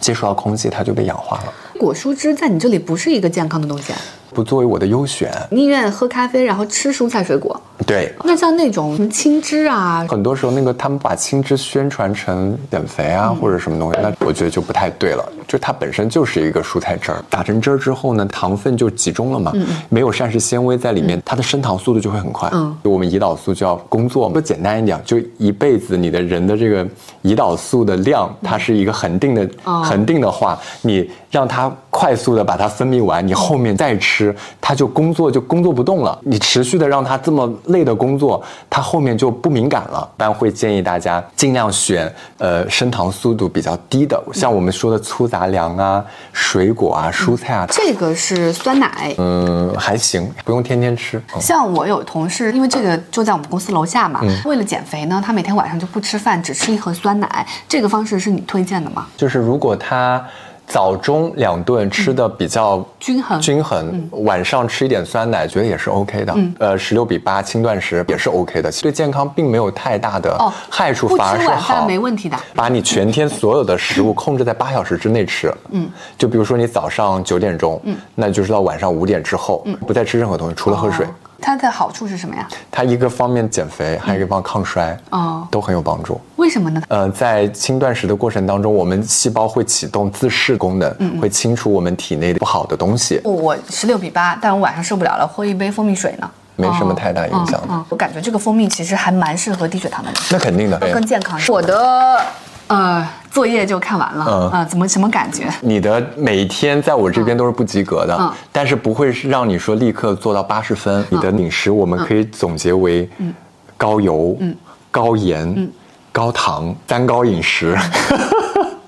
[SPEAKER 2] 接触到空气它就被氧化了，
[SPEAKER 1] 果蔬汁在你这里不是一个健康的东西啊，
[SPEAKER 2] 不作为我的优选。
[SPEAKER 1] 宁愿喝咖啡，然后吃蔬菜水果。
[SPEAKER 2] 对，
[SPEAKER 1] 那像那种什么青汁啊，
[SPEAKER 2] 很多时候那个他们把青汁宣传成减肥
[SPEAKER 1] 嗯
[SPEAKER 2] 啊、或者什么东西，那我觉得就不太对了。就它本身就是一个蔬菜汁儿，打成汁儿之后呢，糖分就集中了嘛，
[SPEAKER 1] 嗯
[SPEAKER 2] 没有膳食纤维在里面，它的升糖速度就会很快。
[SPEAKER 1] 嗯，
[SPEAKER 2] 我们胰岛素就要工作嘛，说简单一点，就一辈子你的人的这个胰岛素的量，它是一个恒定的、
[SPEAKER 1] 嗯哦
[SPEAKER 2] 恒定的话，你让它快速的把它分泌完，你后面再吃，它就工作就工作不动了。你持续的让它这么累的工作，它后面就不敏感了。一般会建议大家尽量选呃升糖速度比较低的，像我们说的粗杂粮啊、水果啊、蔬菜啊，
[SPEAKER 1] 这个是酸奶。
[SPEAKER 2] 嗯，还行，不用天天吃。嗯
[SPEAKER 1] 像我有同事，因为这个就在我们公司楼下嘛，为了减肥呢，他每天晚上就不吃饭，只吃一盒酸奶。这个方式是你推荐的吗？
[SPEAKER 2] 就是如果他早中两顿吃的比较
[SPEAKER 1] 均衡嗯
[SPEAKER 2] 均衡，晚上吃一点酸奶，觉得也是 OK 的。呃，十六比八轻断食也是 OK 的，对健康并没有太大的
[SPEAKER 1] 哦
[SPEAKER 2] 害处，
[SPEAKER 1] 不
[SPEAKER 2] 反而
[SPEAKER 1] 吃
[SPEAKER 2] 是
[SPEAKER 1] 晚饭
[SPEAKER 2] 好。
[SPEAKER 1] 没问题的。
[SPEAKER 2] 把你全天所有的食物控制在八小时之内吃。嗯，就比如说你早上九点钟，嗯，那就是到晚上五点之后，嗯，不再吃任何东西，除了喝水。
[SPEAKER 1] 哦它的好处是什么呀？
[SPEAKER 2] 它一个方面减肥，还有一个方面抗衰，
[SPEAKER 1] 嗯哦
[SPEAKER 2] 都很有帮助。
[SPEAKER 1] 为什么呢？
[SPEAKER 2] 呃，在轻断食的过程当中，我们细胞会启动自噬功能，
[SPEAKER 1] 嗯
[SPEAKER 2] 会清除我们体内不好的东西，
[SPEAKER 1] 哦我我十六比八，但我晚上受不了了，喝一杯蜂蜜水呢。
[SPEAKER 2] 没什么太大影响。
[SPEAKER 1] 嗯，我感觉这个蜂蜜其实还蛮适合低血糖的人，
[SPEAKER 2] 那肯定的，
[SPEAKER 1] 更健康一些。我的呃作业就看完了
[SPEAKER 2] 嗯
[SPEAKER 1] 啊、怎么什么感觉？
[SPEAKER 2] 你的每天在我这边都是不及格的，
[SPEAKER 1] 嗯
[SPEAKER 2] 但是不会是让你说立刻做到八十分。你的饮食我
[SPEAKER 1] 嗯
[SPEAKER 2] 们可以总结为高油、高盐、
[SPEAKER 1] 嗯
[SPEAKER 2] 高糖、三高
[SPEAKER 1] *laughs*
[SPEAKER 2] 饮食。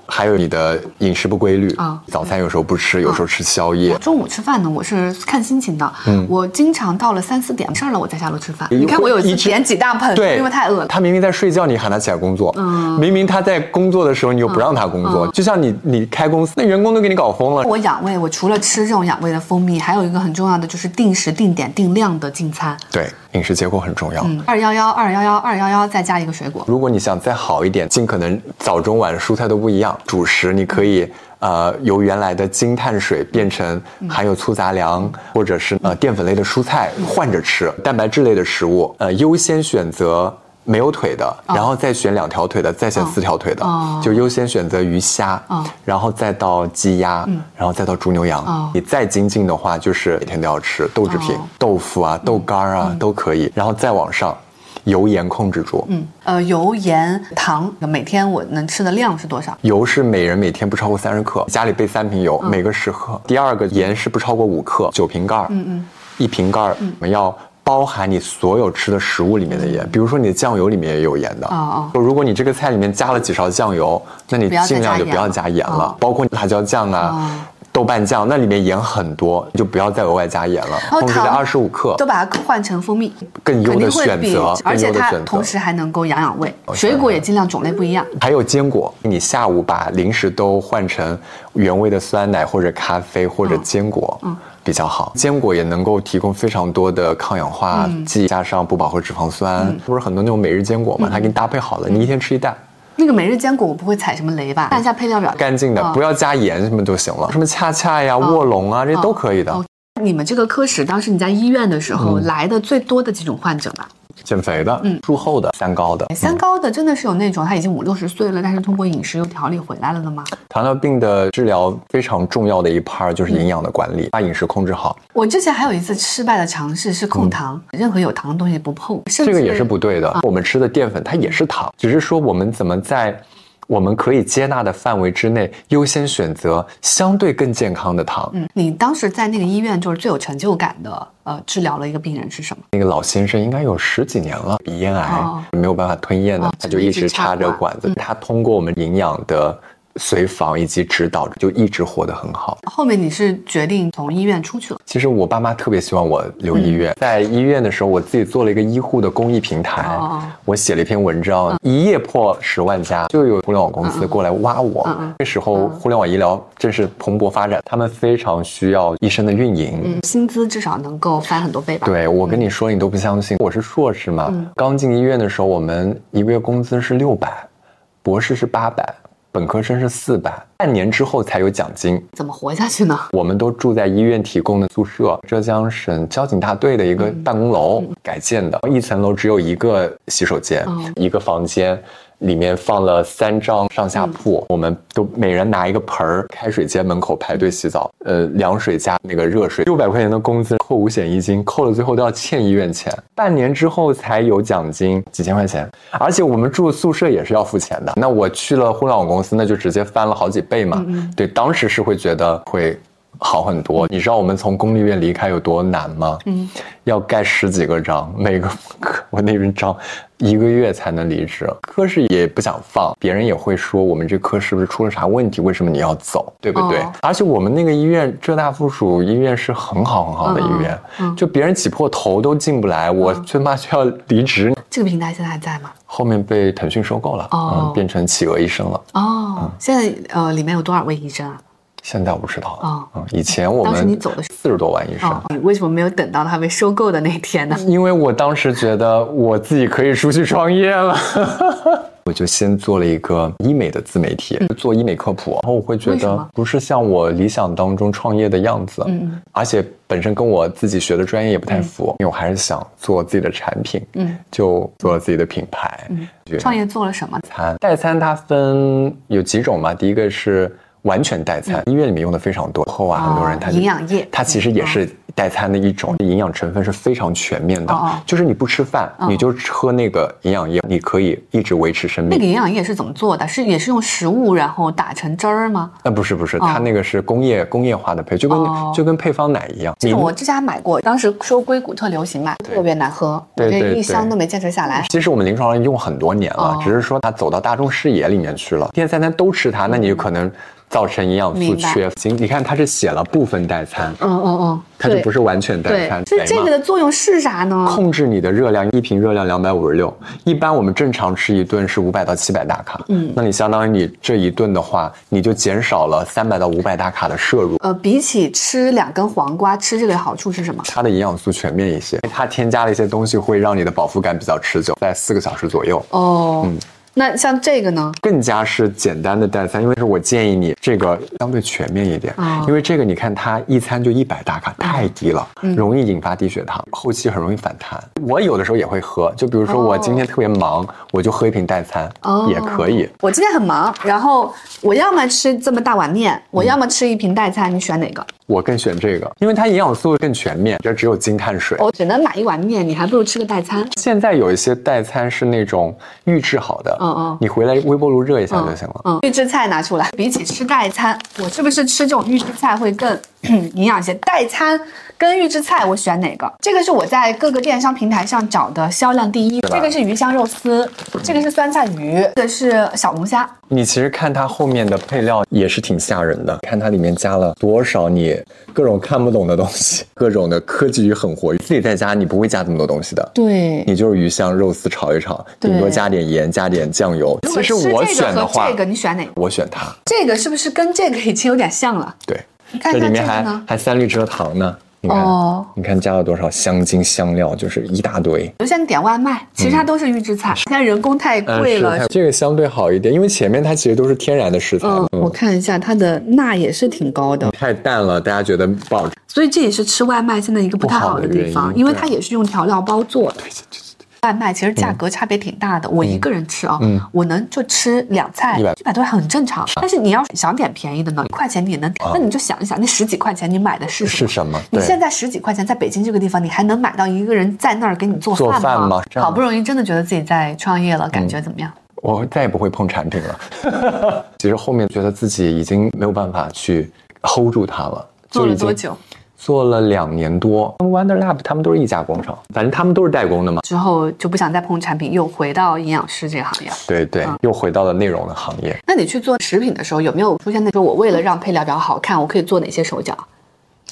[SPEAKER 2] 还有你的饮食不规律
[SPEAKER 1] 啊
[SPEAKER 2] 早餐有时候不吃，有时候吃宵夜
[SPEAKER 1] 我，中午吃饭呢，我是看心情的。
[SPEAKER 2] 嗯
[SPEAKER 1] 我经常到了三四点没事儿了，我再下楼吃饭。你看我有一次点几大盆，
[SPEAKER 2] 对，
[SPEAKER 1] 因为太饿了。
[SPEAKER 2] 他明明在睡觉，你喊他起来工作；
[SPEAKER 1] 嗯
[SPEAKER 2] 明明他在工作的时候，你又不让他工作。就像你，你开公司，那员工都给你搞疯了。
[SPEAKER 1] 我养胃，我除了吃这种养胃的蜂蜜，还有一个很重要的就是定时、定点、定量的进餐。
[SPEAKER 2] 对，饮食结构很重要。
[SPEAKER 1] 嗯，二幺幺、二幺幺、二幺幺，再加一个水果。
[SPEAKER 2] 如果你想再好一点，尽可能早中晚蔬菜都不一样。主食你可以呃由原来的精碳水变成含有粗杂粮、或者是呃淀粉类的蔬菜换着吃，蛋白质类的食物呃优先选择。没有腿的，然后再选两条腿的，再选四条腿的，
[SPEAKER 1] 哦
[SPEAKER 2] 就优先选择鱼虾，
[SPEAKER 1] 哦嗯
[SPEAKER 2] 然后再到鸡鸭，然后再到猪牛羊。
[SPEAKER 1] 哦
[SPEAKER 2] 你再精进的话，就是每天都要吃豆制品、
[SPEAKER 1] 哦嗯
[SPEAKER 2] 豆腐啊、豆干儿啊、都可以，然后再往上，油盐控制住。
[SPEAKER 1] 嗯，呃，油、盐、糖，每天我能吃的量是多少？
[SPEAKER 2] 油是每人每天不超过三十
[SPEAKER 1] 嗯
[SPEAKER 2] 克，家里备三瓶油，每个十克。第二个盐是不超过五克，九瓶盖儿，嗯嗯，一瓶盖儿，我们要。包含你所有吃的食物里面的盐，比如说你的酱油里面也有盐的。
[SPEAKER 1] 嗯哦
[SPEAKER 2] 如果你这个菜里面加了几勺酱油，那你
[SPEAKER 1] 不要再
[SPEAKER 2] 尽量就
[SPEAKER 1] 加
[SPEAKER 2] 不
[SPEAKER 1] 盐
[SPEAKER 2] 要
[SPEAKER 1] 了
[SPEAKER 2] 加盐了，
[SPEAKER 1] 哦
[SPEAKER 2] 包括辣椒酱啊、
[SPEAKER 1] 哦
[SPEAKER 2] 豆瓣酱，那里面盐很多，你就不要再额外加盐了，
[SPEAKER 1] 哦
[SPEAKER 2] 控制在
[SPEAKER 1] 糖
[SPEAKER 2] 二十五克。
[SPEAKER 1] 都把它换成蜂蜜，
[SPEAKER 2] 更优的
[SPEAKER 1] 肯定会
[SPEAKER 2] 选
[SPEAKER 1] 比
[SPEAKER 2] 择
[SPEAKER 1] 而且
[SPEAKER 2] 更优的
[SPEAKER 1] 它
[SPEAKER 2] 选择
[SPEAKER 1] 同时还能够养养胃。
[SPEAKER 2] 哦
[SPEAKER 1] 水果也尽量种类不一样。
[SPEAKER 2] 还有坚果，你下午把零食都换成原味的酸奶或者咖啡或者坚果，比较好。坚果也能够提供非常多的抗氧化剂，加上不饱和脂肪酸，不是很多那种每日坚果嘛，它给你搭配好了，你一天吃一袋，
[SPEAKER 1] 那个每日坚果我不会踩什么雷吧？看一下配料表。
[SPEAKER 2] 干净的，
[SPEAKER 1] 哦
[SPEAKER 2] 不要加盐什么都行了，什么恰恰呀、卧龙啊，这些都可以的。
[SPEAKER 1] 哦你们这个科室当时你在医院的时候来的最多的几种患者吧？
[SPEAKER 2] 减肥的、术后的、三高的、
[SPEAKER 1] 哎三高的真的是有那种他已经五六十岁了，但是通过饮食又调理回来了的吗？
[SPEAKER 2] 糖尿病的治疗非常重要的一 part 就是营养的管理，把饮食控制好，
[SPEAKER 1] 我之前还有一次失败的尝试是控糖，嗯任何有糖的东西不碰，甚至
[SPEAKER 2] *laughs* 这个也是不对的。我们吃的淀粉它也是糖，只是说我们怎么在我们可以接纳的范围之内，优先选择相对更健康的糖。
[SPEAKER 1] 嗯，你当时在那个医院就是最有成就感的，呃，治疗了一个病人是什么？
[SPEAKER 2] 那个老先生应该有十几年了，鼻咽癌、
[SPEAKER 1] 哦
[SPEAKER 2] 没有办法吞咽的，
[SPEAKER 1] 哦
[SPEAKER 2] 他就一直插着管嗯子。他通过我们营养的随访以及指导，就一直活得很好。
[SPEAKER 1] 后面你是决定从医院出去了，
[SPEAKER 2] 其实我爸妈特别希望我留医
[SPEAKER 1] 嗯
[SPEAKER 2] 院，在医院的时候，我自己做了一个医护的公益平台，
[SPEAKER 1] 哦哦
[SPEAKER 2] 我写了一篇文章，一夜破十万加，就有互联网公司过来挖我。
[SPEAKER 1] 嗯嗯
[SPEAKER 2] 那时候互联网医疗正是蓬勃发展，他们非常需要医生的运营。
[SPEAKER 1] 嗯，薪资至少能够翻很多倍吧？，
[SPEAKER 2] 对我跟你说，你都不相信，我是硕士嘛，
[SPEAKER 1] 嗯
[SPEAKER 2] 刚进医院的时候，我们一个月工资是六百，博士是八百，本科生是四百，半年之后才有奖金。
[SPEAKER 1] 怎么活下去呢？
[SPEAKER 2] 我们都住在医院提供的宿舍，浙江省交警大队的一个办公楼改建的，一层楼只有一个洗手间，
[SPEAKER 1] 哦
[SPEAKER 2] 一个房间。里面放了三张上下铺，我们都每人拿一个盆儿，开水间门口排队洗澡。呃，凉水加那个热水，六百块钱的工资扣五险一金，扣了最后都要欠医院钱，半年之后才有奖金，几千块钱。而且我们住宿舍也是要付钱的。那我去了互联网公司，那就直接翻了好几倍嘛。对，当时是会觉得会好很多。你知道我们从公立院离开有多难吗？嗯，要盖十几个章，每个我那边章一个月才能离职，科室也不想放，别人也会说我们这科是不是出了啥问题？为什么你要走？对不对？
[SPEAKER 1] 哦
[SPEAKER 2] 而且我们那个医院，浙大附属医院是很好很好的医院，就别人挤破头都进不来，我最妈就要离职。
[SPEAKER 1] 这个平台现在还在吗？
[SPEAKER 2] 后面被腾讯收购了，
[SPEAKER 1] 哦
[SPEAKER 2] 嗯，变成企鹅医生了。
[SPEAKER 1] 哦，现在呃，里面有多少位医生啊？
[SPEAKER 2] 现在我不吃糖了
[SPEAKER 1] 哦
[SPEAKER 2] 嗯以前我
[SPEAKER 1] 当时
[SPEAKER 2] 们
[SPEAKER 1] 你走的时
[SPEAKER 2] 四十多万一升。
[SPEAKER 1] 哦，你为什么没有等到它被收购的那天呢？
[SPEAKER 2] 因为我当时觉得我自己可以出去创
[SPEAKER 1] *laughs*
[SPEAKER 2] 业了，我就先做了一个医美的自媒体，做医美科普。然后我会
[SPEAKER 1] 嗯
[SPEAKER 2] 觉
[SPEAKER 1] 为什
[SPEAKER 2] 得
[SPEAKER 1] 么
[SPEAKER 2] 不是像我理想当中创业的样子，
[SPEAKER 1] 嗯
[SPEAKER 2] 而且本身跟我自己学的专业也不太符，因为我还是想做自己的产品，
[SPEAKER 1] 嗯，
[SPEAKER 2] 就做了自己的品牌。
[SPEAKER 1] 嗯
[SPEAKER 2] 觉得
[SPEAKER 1] 创业做了什么？
[SPEAKER 2] 餐，代餐它分有几种嘛？第一个是完全代餐，医院里面用的非常多，后啊，
[SPEAKER 1] 嗯哦
[SPEAKER 2] 很多人他就
[SPEAKER 1] 营养液嗯
[SPEAKER 2] 它其实也是代餐的一种，营养成分是非常全面的
[SPEAKER 1] 哦哦，
[SPEAKER 2] 就是你不吃饭，
[SPEAKER 1] 嗯
[SPEAKER 2] 你就喝那个营养液，你可以一直维持生
[SPEAKER 1] 那个
[SPEAKER 2] 命。
[SPEAKER 1] 营养液是怎么做的？是也是用食物然后打成汁儿吗？
[SPEAKER 2] 那呃不是不是，
[SPEAKER 1] 哦
[SPEAKER 2] 它那个是工业工业化的配，就
[SPEAKER 1] 哦
[SPEAKER 2] 跟就跟配方奶一样。
[SPEAKER 1] 这
[SPEAKER 2] 你
[SPEAKER 1] 个我之前还买过，当时说硅谷特流行嘛，特别难喝，我
[SPEAKER 2] 对
[SPEAKER 1] 这
[SPEAKER 2] 对
[SPEAKER 1] 一
[SPEAKER 2] 对
[SPEAKER 1] 箱都没坚持下来。
[SPEAKER 2] 其实我们临床上用很多年了，
[SPEAKER 1] 哦
[SPEAKER 2] 只是说它走到大众视野里面去了。第三餐都吃它，那你就可能造成营养素
[SPEAKER 1] 嗯明白
[SPEAKER 2] 缺乏。行，你看它是写了部分代餐，
[SPEAKER 1] 嗯嗯嗯，
[SPEAKER 2] 它就不是完全代
[SPEAKER 3] 对
[SPEAKER 2] 餐。
[SPEAKER 1] 所以这
[SPEAKER 2] 哎
[SPEAKER 1] 个
[SPEAKER 2] 妈
[SPEAKER 1] 的作用是啥呢？
[SPEAKER 2] 控制你的热量，一瓶热量两百五十六，一般我们正常吃一顿是五百到七百大卡，嗯，那你相当于你这一顿的话，你就减少了三百到五百大卡的摄入。
[SPEAKER 1] 呃，比起吃两根黄瓜，吃这个好处是什么？
[SPEAKER 2] 它的营养素全面一些，它添加了一些东西，会让你的饱腹感比较持久，在四个小时左右。
[SPEAKER 1] 哦，
[SPEAKER 2] 嗯
[SPEAKER 1] 那像这个呢？
[SPEAKER 2] 更加是简单的代餐，因为是我建议你这个相对全面一点，
[SPEAKER 1] 哦
[SPEAKER 2] 因为这个你看它一餐就一百大卡，太低了，
[SPEAKER 1] 嗯
[SPEAKER 2] 容易引发低血糖，后期很容易反弹。我有的时候也会喝，就比如说我今天特别忙，我就喝一瓶代餐、
[SPEAKER 1] 哦
[SPEAKER 2] 也可以。
[SPEAKER 1] 我今天很忙，然后我要么吃这么大碗面，
[SPEAKER 2] 嗯
[SPEAKER 1] 我要么吃一瓶代餐，你选哪个？
[SPEAKER 2] 我更选这个，因为它营养素更全面，这只有精碳水。
[SPEAKER 1] 我只能买一碗面，你还不如吃个代餐。
[SPEAKER 2] 现在有一些代餐是那种预制好的，
[SPEAKER 1] 嗯嗯
[SPEAKER 2] 你回来微波炉热一下就行了。
[SPEAKER 1] 嗯，预制菜拿出来，比起吃代餐，我是不是吃这种预制菜会更 *clears throat* 营养一些？代餐跟预制菜，我选哪个？这个是我在各个电商平台上找的销量第一，
[SPEAKER 2] 吧
[SPEAKER 1] 这个是鱼香肉丝，这个是酸菜鱼，这个是小龙虾。
[SPEAKER 2] 你其实看它后面的配料也是挺吓人的，看它里面加了多少你各种看不懂的东西，各种的科技与狠活。自己在家你不会加这么多东西的，
[SPEAKER 1] 对，
[SPEAKER 2] 你就是鱼香肉丝炒一炒，
[SPEAKER 1] 对
[SPEAKER 2] 顶多加点盐，加点酱油。其实我选的话，
[SPEAKER 1] 这个你选哪个？
[SPEAKER 2] 我选它，
[SPEAKER 1] 这个是不是跟这个已经有点像了？
[SPEAKER 2] 对，
[SPEAKER 1] 你看
[SPEAKER 2] 这
[SPEAKER 1] 一下
[SPEAKER 2] 里面
[SPEAKER 1] 哎这个
[SPEAKER 2] 还
[SPEAKER 1] 呢？
[SPEAKER 2] 还三氯蔗糖呢。你看，
[SPEAKER 1] 哦
[SPEAKER 2] 你看加了多少香精香料，就是一大堆。
[SPEAKER 1] 有些人点外卖，其实它都是预制菜，现在人工太贵了。
[SPEAKER 2] 嗯呃是这个相对好一点，因为前面它其实都是天然的食材，
[SPEAKER 1] 嗯，我看一下它的钠也是挺高的，
[SPEAKER 2] 太淡了，大家觉得不好吃。
[SPEAKER 1] 所以这也是吃外卖现在一个不太好的地
[SPEAKER 2] 不好
[SPEAKER 1] 方，
[SPEAKER 2] 的原因
[SPEAKER 1] 因为
[SPEAKER 2] 对啊
[SPEAKER 1] 它也是用调料包做的。外卖其实价格差别挺大的，我一个人吃啊，
[SPEAKER 2] 嗯
[SPEAKER 1] 我能就吃两菜，
[SPEAKER 2] 100
[SPEAKER 1] 一百多很正常。但是你要想点便宜的呢，一块钱你也能，那你就想一想，那十几块钱你买的是什么？
[SPEAKER 2] 啊是什么？
[SPEAKER 1] 你
[SPEAKER 2] 对。
[SPEAKER 1] 现在十几块钱在北京这个地方，你还能买到一个人在那儿给你做
[SPEAKER 2] 做
[SPEAKER 1] 饭
[SPEAKER 2] 饭
[SPEAKER 1] 吗
[SPEAKER 2] 吗？啊嗯这样
[SPEAKER 1] 好不容易真的觉得自己在创业了，感觉怎么样？
[SPEAKER 2] 我再也不会碰产品了。 *laughs* 其实后面觉得自己已经没有办法去 hold 住它了。
[SPEAKER 1] 做了
[SPEAKER 2] 就已经
[SPEAKER 1] 多久？
[SPEAKER 2] 做了两年多。Wonder Lab 他们都是一家工厂，反正他们都是代工的嘛。
[SPEAKER 1] 之后就不想再碰产品，又回到营养师这个行业了。
[SPEAKER 2] 对对，
[SPEAKER 1] 嗯
[SPEAKER 2] 又回到了内容的行业。
[SPEAKER 1] 那你去做食品的时候，有没有出现那种我为了让配料表好看，我可以做哪些手脚？